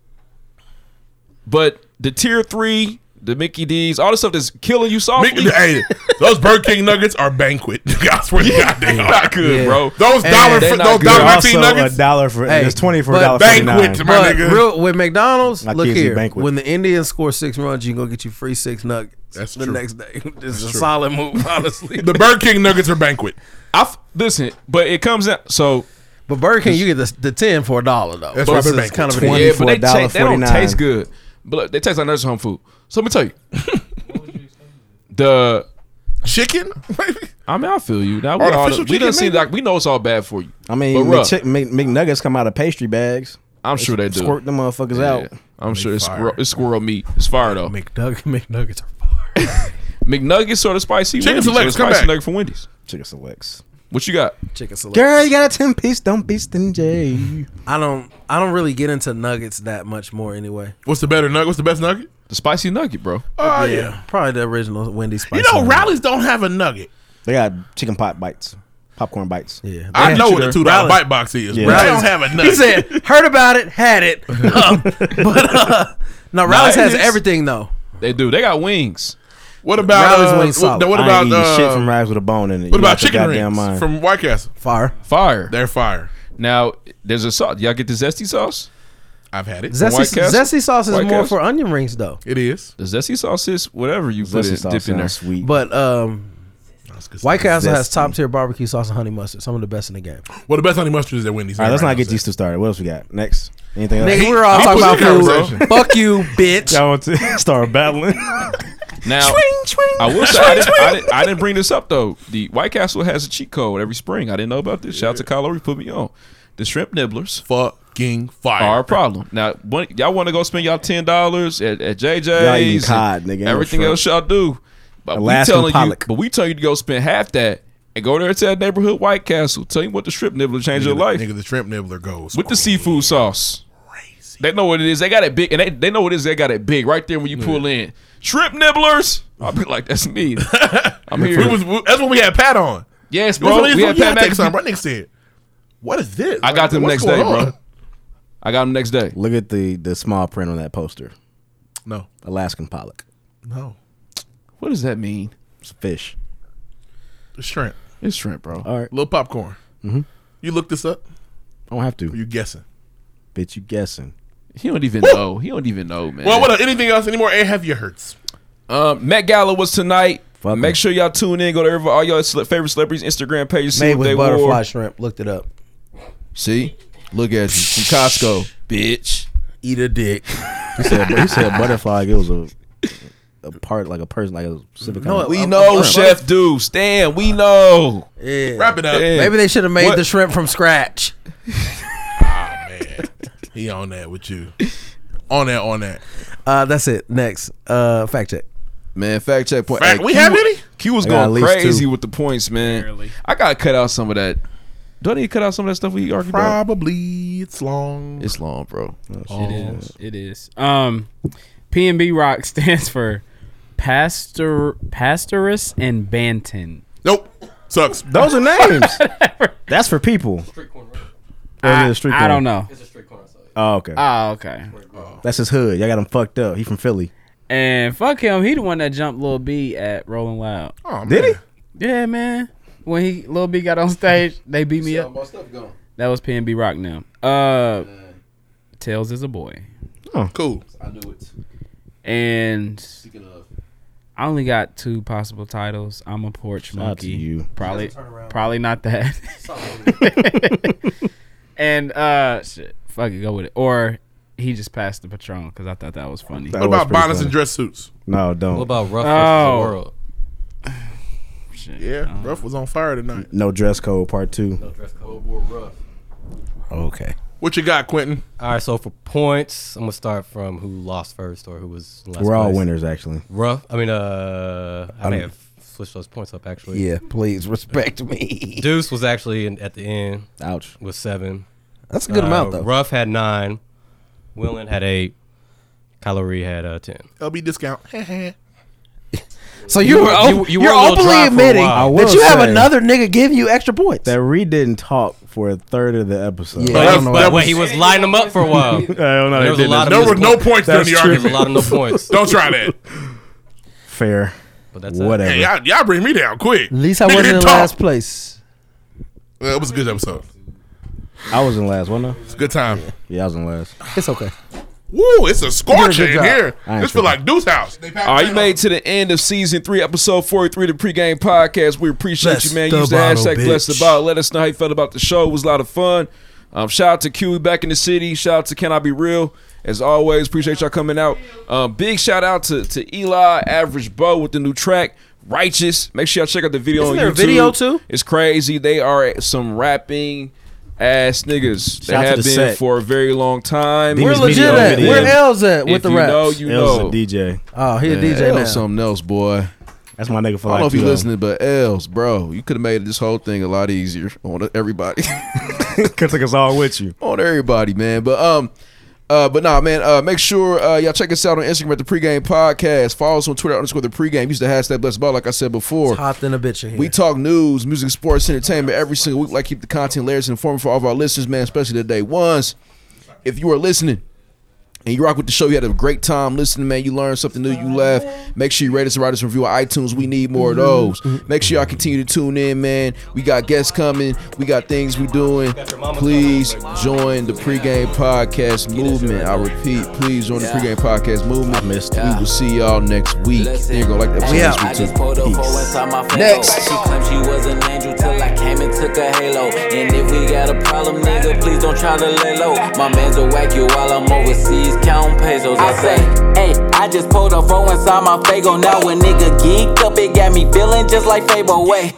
S12: But the tier three, the Mickey D's, all the stuff that's killing you softly.
S11: Mickey, hey, those Burger King nuggets are banquet. I swear to God, they are
S12: not good,
S2: Yeah.
S12: bro.
S11: Those
S2: And
S11: dollar,
S12: they
S11: fi-
S12: not
S11: those
S12: good.
S11: dollar
S12: They're
S11: fifteen
S6: also
S11: nuggets.
S6: a dollar for
S2: Hey,
S6: it's twenty for a
S2: but
S6: dollar forty nine.
S11: banquet, my
S2: But
S11: nigga.
S2: real, with McDonald's,
S6: My
S2: look
S6: kids eat
S2: here.
S6: banquet.
S2: When the Indians score six runs, you can go get you free six nuggets.
S11: That's
S2: the
S11: true.
S2: next day. This is a solid move, honestly.
S11: the Burger King nuggets are banquet.
S12: I f- listen, but it comes out so
S2: but Burger King, you get the, the ten for a dollar though.
S11: That's
S2: So
S11: why
S2: this
S11: they're
S2: is
S11: making
S2: kind of a
S6: $20.
S12: yeah, but they, ta- they don't
S6: $24.49.
S12: taste good. But look, they taste like nursing home food. So let me tell you, the
S11: Chicken, baby.
S12: I mean, I feel you. Now we,
S11: Artificial
S12: all, we
S11: chicken,
S12: done seen
S11: maybe?
S12: like we know it's all bad for you.
S6: I mean,
S12: But, bruh.
S6: McChick, Mc, McNuggets come out of pastry bags.
S12: I'm sure they do.
S6: Squirt them motherfuckers out.
S12: Yeah. I'm sure it's squirrel, it's squirrel meat. It's fire though.
S2: McNug- McNuggets are fire.
S12: McNuggets or the spicy
S11: Chicken
S12: Wendy's, or
S11: selects,
S12: the
S11: come
S12: spicy
S11: back.
S12: nugget from Wendy's.
S6: Chicken selects.
S12: What you got?
S2: Chicken select.
S6: Girl, you got a ten piece. Don't be stingy.
S2: I don't. I don't really get into nuggets that much more anyway.
S11: What's the better nugget? What's the best nugget?
S12: The spicy nugget, bro.
S11: Oh yeah.
S2: probably the original Wendy's.
S11: You
S2: Spicy
S11: know,
S2: nugget.
S11: rallies don't have a nugget.
S6: They got chicken pot bites, popcorn bites.
S2: Yeah, they
S11: I
S2: had
S11: know
S2: you
S11: what
S2: there.
S11: the two dollar
S2: Rallies-
S11: bite box is.
S6: Yeah.
S11: but They
S2: Rallies-
S11: don't have a nugget.
S2: He said, "Heard about it, had it." Um, but uh, no, Rallies has
S12: Nice.
S2: everything though.
S12: They do. They got wings.
S11: "What about
S2: Rallies
S11: uh,
S2: wings
S11: what,
S2: solid.
S11: what
S6: I
S11: about
S6: ain't eating
S11: uh,
S6: shit from rags with a bone in it?
S11: what about chicken rings from White Castle?
S2: Fire.
S12: Fire.
S11: They're fire.
S12: Now there's a sauce. Y'all get the zesty sauce.
S11: I've had it.
S2: Zesty,
S12: White Castle?
S2: zesty sauce is
S12: White
S2: more
S12: Castle?
S2: for onion rings though.
S11: It is.
S12: The zesty sauce is whatever you put
S6: Zesty
S12: it,
S6: sauce
S12: dipped in there.
S6: sounds sweet.
S2: But um,
S11: good
S2: White Castle has
S6: Zesty.
S2: top tier barbecue sauce and honey mustard. Some of the best in the game.
S11: Well, the best honey mustard is at Wendy's.
S6: All right, let's
S11: Right
S6: not
S11: now,
S6: get these two started. What else we got? Next, anything else?
S2: Nigga, we're all
S11: he
S2: talking about
S11: was in the
S2: food.
S11: conversation.
S2: Fuck you, bitch.
S6: Y'all want to start battling?
S12: Now I will say I didn't, I, didn't, I didn't bring this up though. The White Castle has a cheat code every spring. I didn't know about this. Shout out to Kyle Lowry, put me on. The shrimp nibblers.
S11: Fucking fire.
S12: Our problem. Now, one, y'all want to go spend y'all ten dollars at, at JJ's,
S6: Y'all eating
S12: and
S6: cod, nigga, ain't no
S12: Everything
S6: shrimp.
S12: else y'all do, but
S6: Alaskan
S12: we telling
S6: pollock.
S12: you, but we telling you to go spend half that and go there to that neighborhood White Castle. Tell you what the shrimp nibbler change your
S11: Nigga,
S12: life
S11: the- Nigga, the shrimp nibbler goes
S12: with the seafood sauce. They know what it is. They got it big, and they, they know what it is. They got it big right there when you pull in. Shrimp nibblers. I'll be like, that's me. I'm
S11: We
S12: here.
S11: was, we- that's when we had Pat on.
S12: yes,
S11: That's
S12: bro.
S11: when
S12: We had Pat
S11: Pat
S12: McAfee.
S11: on. Right next said, "What is this?"
S12: I got them
S11: what's
S12: next
S11: going
S12: day, bro.
S11: on?
S12: I got him next day.
S6: Look at the the small print on that poster.
S11: No,
S6: Alaskan pollock.
S11: no,
S12: What does that mean?
S6: It's a fish.
S11: the shrimp,
S12: It's shrimp, bro.
S6: All right,
S11: little popcorn. You look this up.
S6: I don't have to.
S11: Or you guessing?
S6: Bitch, you guessing?
S12: He don't even know. He don't even know, man.
S11: Well, what? Else, anything else? Any more air heavier hurts?
S12: Um, Met Gala was tonight.
S6: Fuck
S12: Make
S6: it.
S12: sure y'all tune in. Go to every, all your cele- favorite celebrities' Instagram page. See
S2: Made
S12: what they
S2: with butterfly
S12: wore.
S2: shrimp. Looked it up.
S4: See? Look at you. From Costco.
S12: Bitch.
S2: Eat a dick.
S6: He said, he said butterfly. It was a a part, like a person, like a specific.
S2: No,
S6: kind of-
S14: we know, Chef Deuce. Damn, we know.
S2: Yeah.
S11: Wrap it
S12: Uh,
S11: up.
S14: Yeah.
S2: Maybe they should have made
S14: What-
S2: the shrimp from scratch.
S11: Oh, He on that with you. on that, on that.
S2: Uh, that's it. Next, uh, fact check.
S12: Man, fact check point.
S11: Fact-
S12: Hey,
S11: we
S12: Q-
S11: have any?
S14: Q was
S12: I got at
S14: going
S12: least
S14: crazy
S12: two.
S14: with the points, man. I gotta cut out some of that. Do I need to cut out some of that stuff we argued about?
S11: Probably it's long.
S12: It's long, bro.
S15: It is. It is. Um, PNB Rock stands for Pastor Pastorus and Banton.
S11: Nope. Sucks.
S6: Those are names. That's for people. Or is it
S15: I-
S6: a street
S15: I
S6: corner?
S15: don't know. It's a
S6: street corner. Oh, okay.
S15: Oh, okay.
S6: That's his hood. Y'all got him fucked up. He from Philly.
S15: And fuck him. He the one that jumped Lil B at Rolling Loud.
S11: Oh,
S6: Did he?
S15: Yeah, man. When he Lil B got on stage, they beat me up. That was PNB Rock now. Uh, Tails is a boy.
S6: Oh.
S11: Cool.
S12: I knew it.
S15: And I only got two possible titles. I'm a porch
S6: Shout out
S15: monkey.
S6: to you.
S15: Probably,
S6: She doesn't turn around.
S15: probably not that.
S6: Sorry.
S15: and uh, shit, fuck it, go with it. Or he just passed the patron because I thought that was funny.
S6: That What was about pretty bonnets and funny.
S11: dress suits?
S6: No, don't.
S15: What about
S6: rough?
S15: Rough versus the World?
S11: Yeah, Ruff was on fire tonight.
S6: No dress code part two.
S2: Okay.
S11: What you got, Quentin?
S5: All right, so for points, I'm gonna start from who lost first or who was. in Last
S6: We're all
S5: place.
S6: winners, actually.
S5: Rough. I mean, uh, I may
S6: I'm-
S5: have switched those points up actually.
S2: Yeah, please respect me.
S5: Deuce was actually in, at the end.
S6: Ouch.
S5: With seven.
S2: That's a good amount, though.
S5: Ruff had nine. Willen had eight. Calorie had uh, ten.
S11: LB discount.
S2: So you were op- you, are openly admitting that you have another nigga giving you extra points.
S6: That Reed didn't talk for a third of the episode.
S5: But, he- but wait, he was lining them up for a while.
S6: I don't know, they
S5: There was a
S6: didn't.
S5: lot of
S6: There
S5: his
S6: were no points during
S5: That's
S6: the
S5: true. There was a lot of
S6: argument.
S5: no points.
S11: Don't try that.
S6: Fair.
S5: But that's
S6: Whatever.
S11: Hey, y'all, y'all bring me down quick. At
S2: least I wasn't in last place.
S11: it was a good episode.
S6: I was in last, wasn't I? It's
S11: a good time.
S6: Yeah, I was in last.
S2: It's okay.
S11: Woo, it's a scorcher in
S14: job.
S11: here.
S14: I ain't
S11: This feel
S14: tripping.
S11: like Deuce House.
S14: All right, Oh, you made it to the end of season three, episode 43 of the pregame podcast. We appreciate
S11: Bless
S14: you, man.
S11: the
S14: Use the
S11: bottle,
S14: hashtag
S11: bitch.
S14: bless the bottle. Let us know how you felt about the show. It was a lot of fun. Um, shout out to Q back in the city. Shout out to Can I Be Real. As always, appreciate y'all coming out. Um, big shout out to, to Eli, Average Bo with the new track, Righteous. Make sure y'all check out the video
S2: Isn't
S14: on
S2: there a
S14: YouTube.
S2: video, too?
S14: It's crazy. They are some rapping ass niggas.
S6: Shout out
S14: they
S6: to
S14: have
S6: the
S14: been
S6: set.
S14: for a very long time.
S2: Where Demons legit Media at? Media. Where L's at with
S14: If
S2: the
S14: you
S2: raps?
S14: know, you
S6: L's
S14: know.
S6: a DJ.
S2: Oh, he a
S12: Yeah,
S2: DJ now.
S12: L's something else, boy.
S6: That's my nigga
S12: I
S6: for
S12: don't know
S6: life.
S12: if you
S6: too, though.
S12: listening, but L's, bro, you could have made this whole thing a lot easier on everybody.
S6: Cause like it's all with you.
S12: on everybody, man. But um, uh, but nah, man. Uh, make sure uh, y'all check us out on Instagram at the pregame podcast. Follow us on Twitter underscore the pregame. Use the hashtag blessed ball, like I said before.
S2: Hopped in a bitch in here.
S12: We talk news, music, sports, entertainment every single week. Like keep the content layers informed for all of our listeners, man, especially the day ones. If you are listening and you rock with the show, you had a great time listening, man. You learned something new, you laughed. Make sure you rate us and write us a review on iTunes. We need more of those. Make sure y'all continue to tune in, man. We got guests coming, we got things we doing. Please join the pregame podcast movement. I repeat, please join the pregame podcast movement. We will see y'all next week. Then you go like the
S10: We
S12: episode
S10: out. I
S12: next week,
S10: just
S12: too.
S10: pulled up
S12: Peace.
S10: four inside my Faygo.
S12: Next.
S10: She claimed she was an angel till I came and took a halo. And if we got a problem, nigga, please don't try to lay low. My man's will whack you while I'm overseas counting pesos. I say, hey, I just pulled up four inside my Faygo. Now a nigga geeked up, it got me feeling just like Fable. Wait.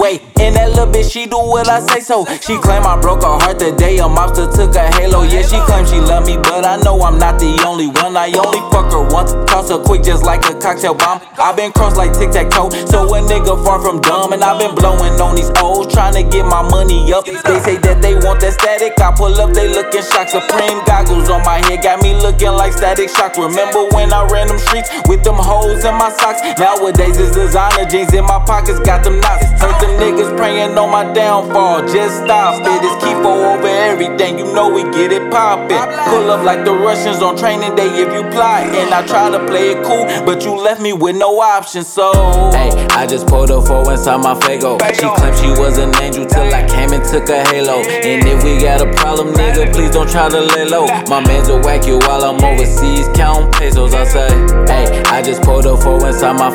S10: Wait, and that little bitch, she do what I say so. She claim I broke her heart the day a mobster took a halo. Yeah, she claim she love me, but I know I'm not the only one. I only fuck her once, toss her quick just like a cocktail bomb. i been crossed like tic tac toe, so a nigga far from dumb. And i been blowing on these O's, trying to get my money up. They say that they want that static, I pull up, they looking shock. Supreme goggles on my head, got me looking like static shock. Remember when I ran them streets with them holes in my socks? Nowadays, it's designer jeans in my pockets, got them knots. Heard them niggas praying on my downfall. Just stop it. It's Kifo over everything. You know we get it poppin'. Pull up like the Russians on training day if you plot. And I try to play it cool, but you left me with no option. So, hey, I just pulled a four inside my Fago. She claimed she was an angel till I came and took a halo. And if we got a problem, nigga, please don't try to lay low. My man's will whack you while I'm overseas counting pesos. I say, hey, I just pulled a four inside my Fago.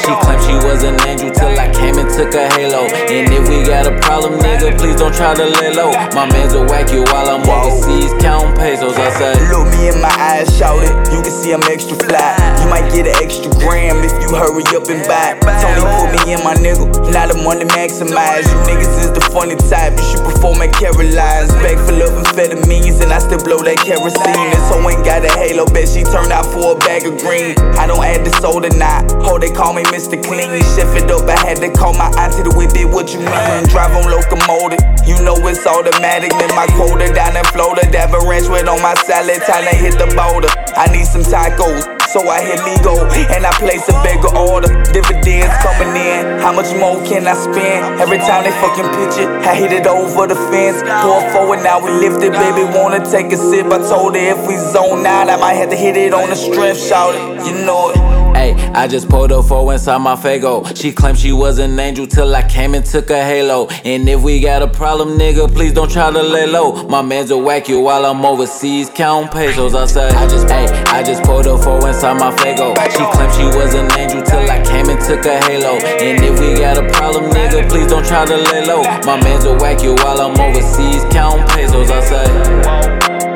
S10: She claimed she was an angel till I came and took a halo. And if we got a problem, nigga, please don't try to lay low. My man's will whack you while I'm overseas counting pesos. I say,
S16: Look me in my eyes, shout it. You can
S10: pussy, I'm extra fly. You might get an extra gram if you hurry up and buy. it. Tony put me in my nigga, now the money maximize. You niggas is the funny type, you should perform at Caroline's. Back for love amphetamines, and I still blow that kerosene. This hoe ain't got a halo, bet she turned out for a bag of green. I don't add the soda, not. Ho, they call me Mr. Clean. Chef it up, I had to call my auntie to whip it, what you mean? Drive on locomotive, you know it's automatic. Then my quota down in Florida, Dapper Ranch with on my salad. Thailand hit the border, I need some tacos. So I hit Ligo and I place a bigger order. Dividends coming in. How much more can I spend? Every time they fucking pitch it, I hit it over the fence. Pour forward, now we lift it. Baby, wanna take a sip. I told her if we zone out, I might have to hit it on the strip. Shout it, you know it.
S12: Ayy, I just pulled a four inside my Fago. She claimed she was an angel till I came and took a halo. And if we got a problem, nigga, please don't try to lay low. My man's a whack you while I'm overseas counting pesos. I said, I just, ayy, I just pulled a four inside my Fago. She claimed she was an angel till I came and took a halo. And if we got a problem, nigga, please don't try to lay low. My man's a whack you while I'm overseas counting pesos. I said.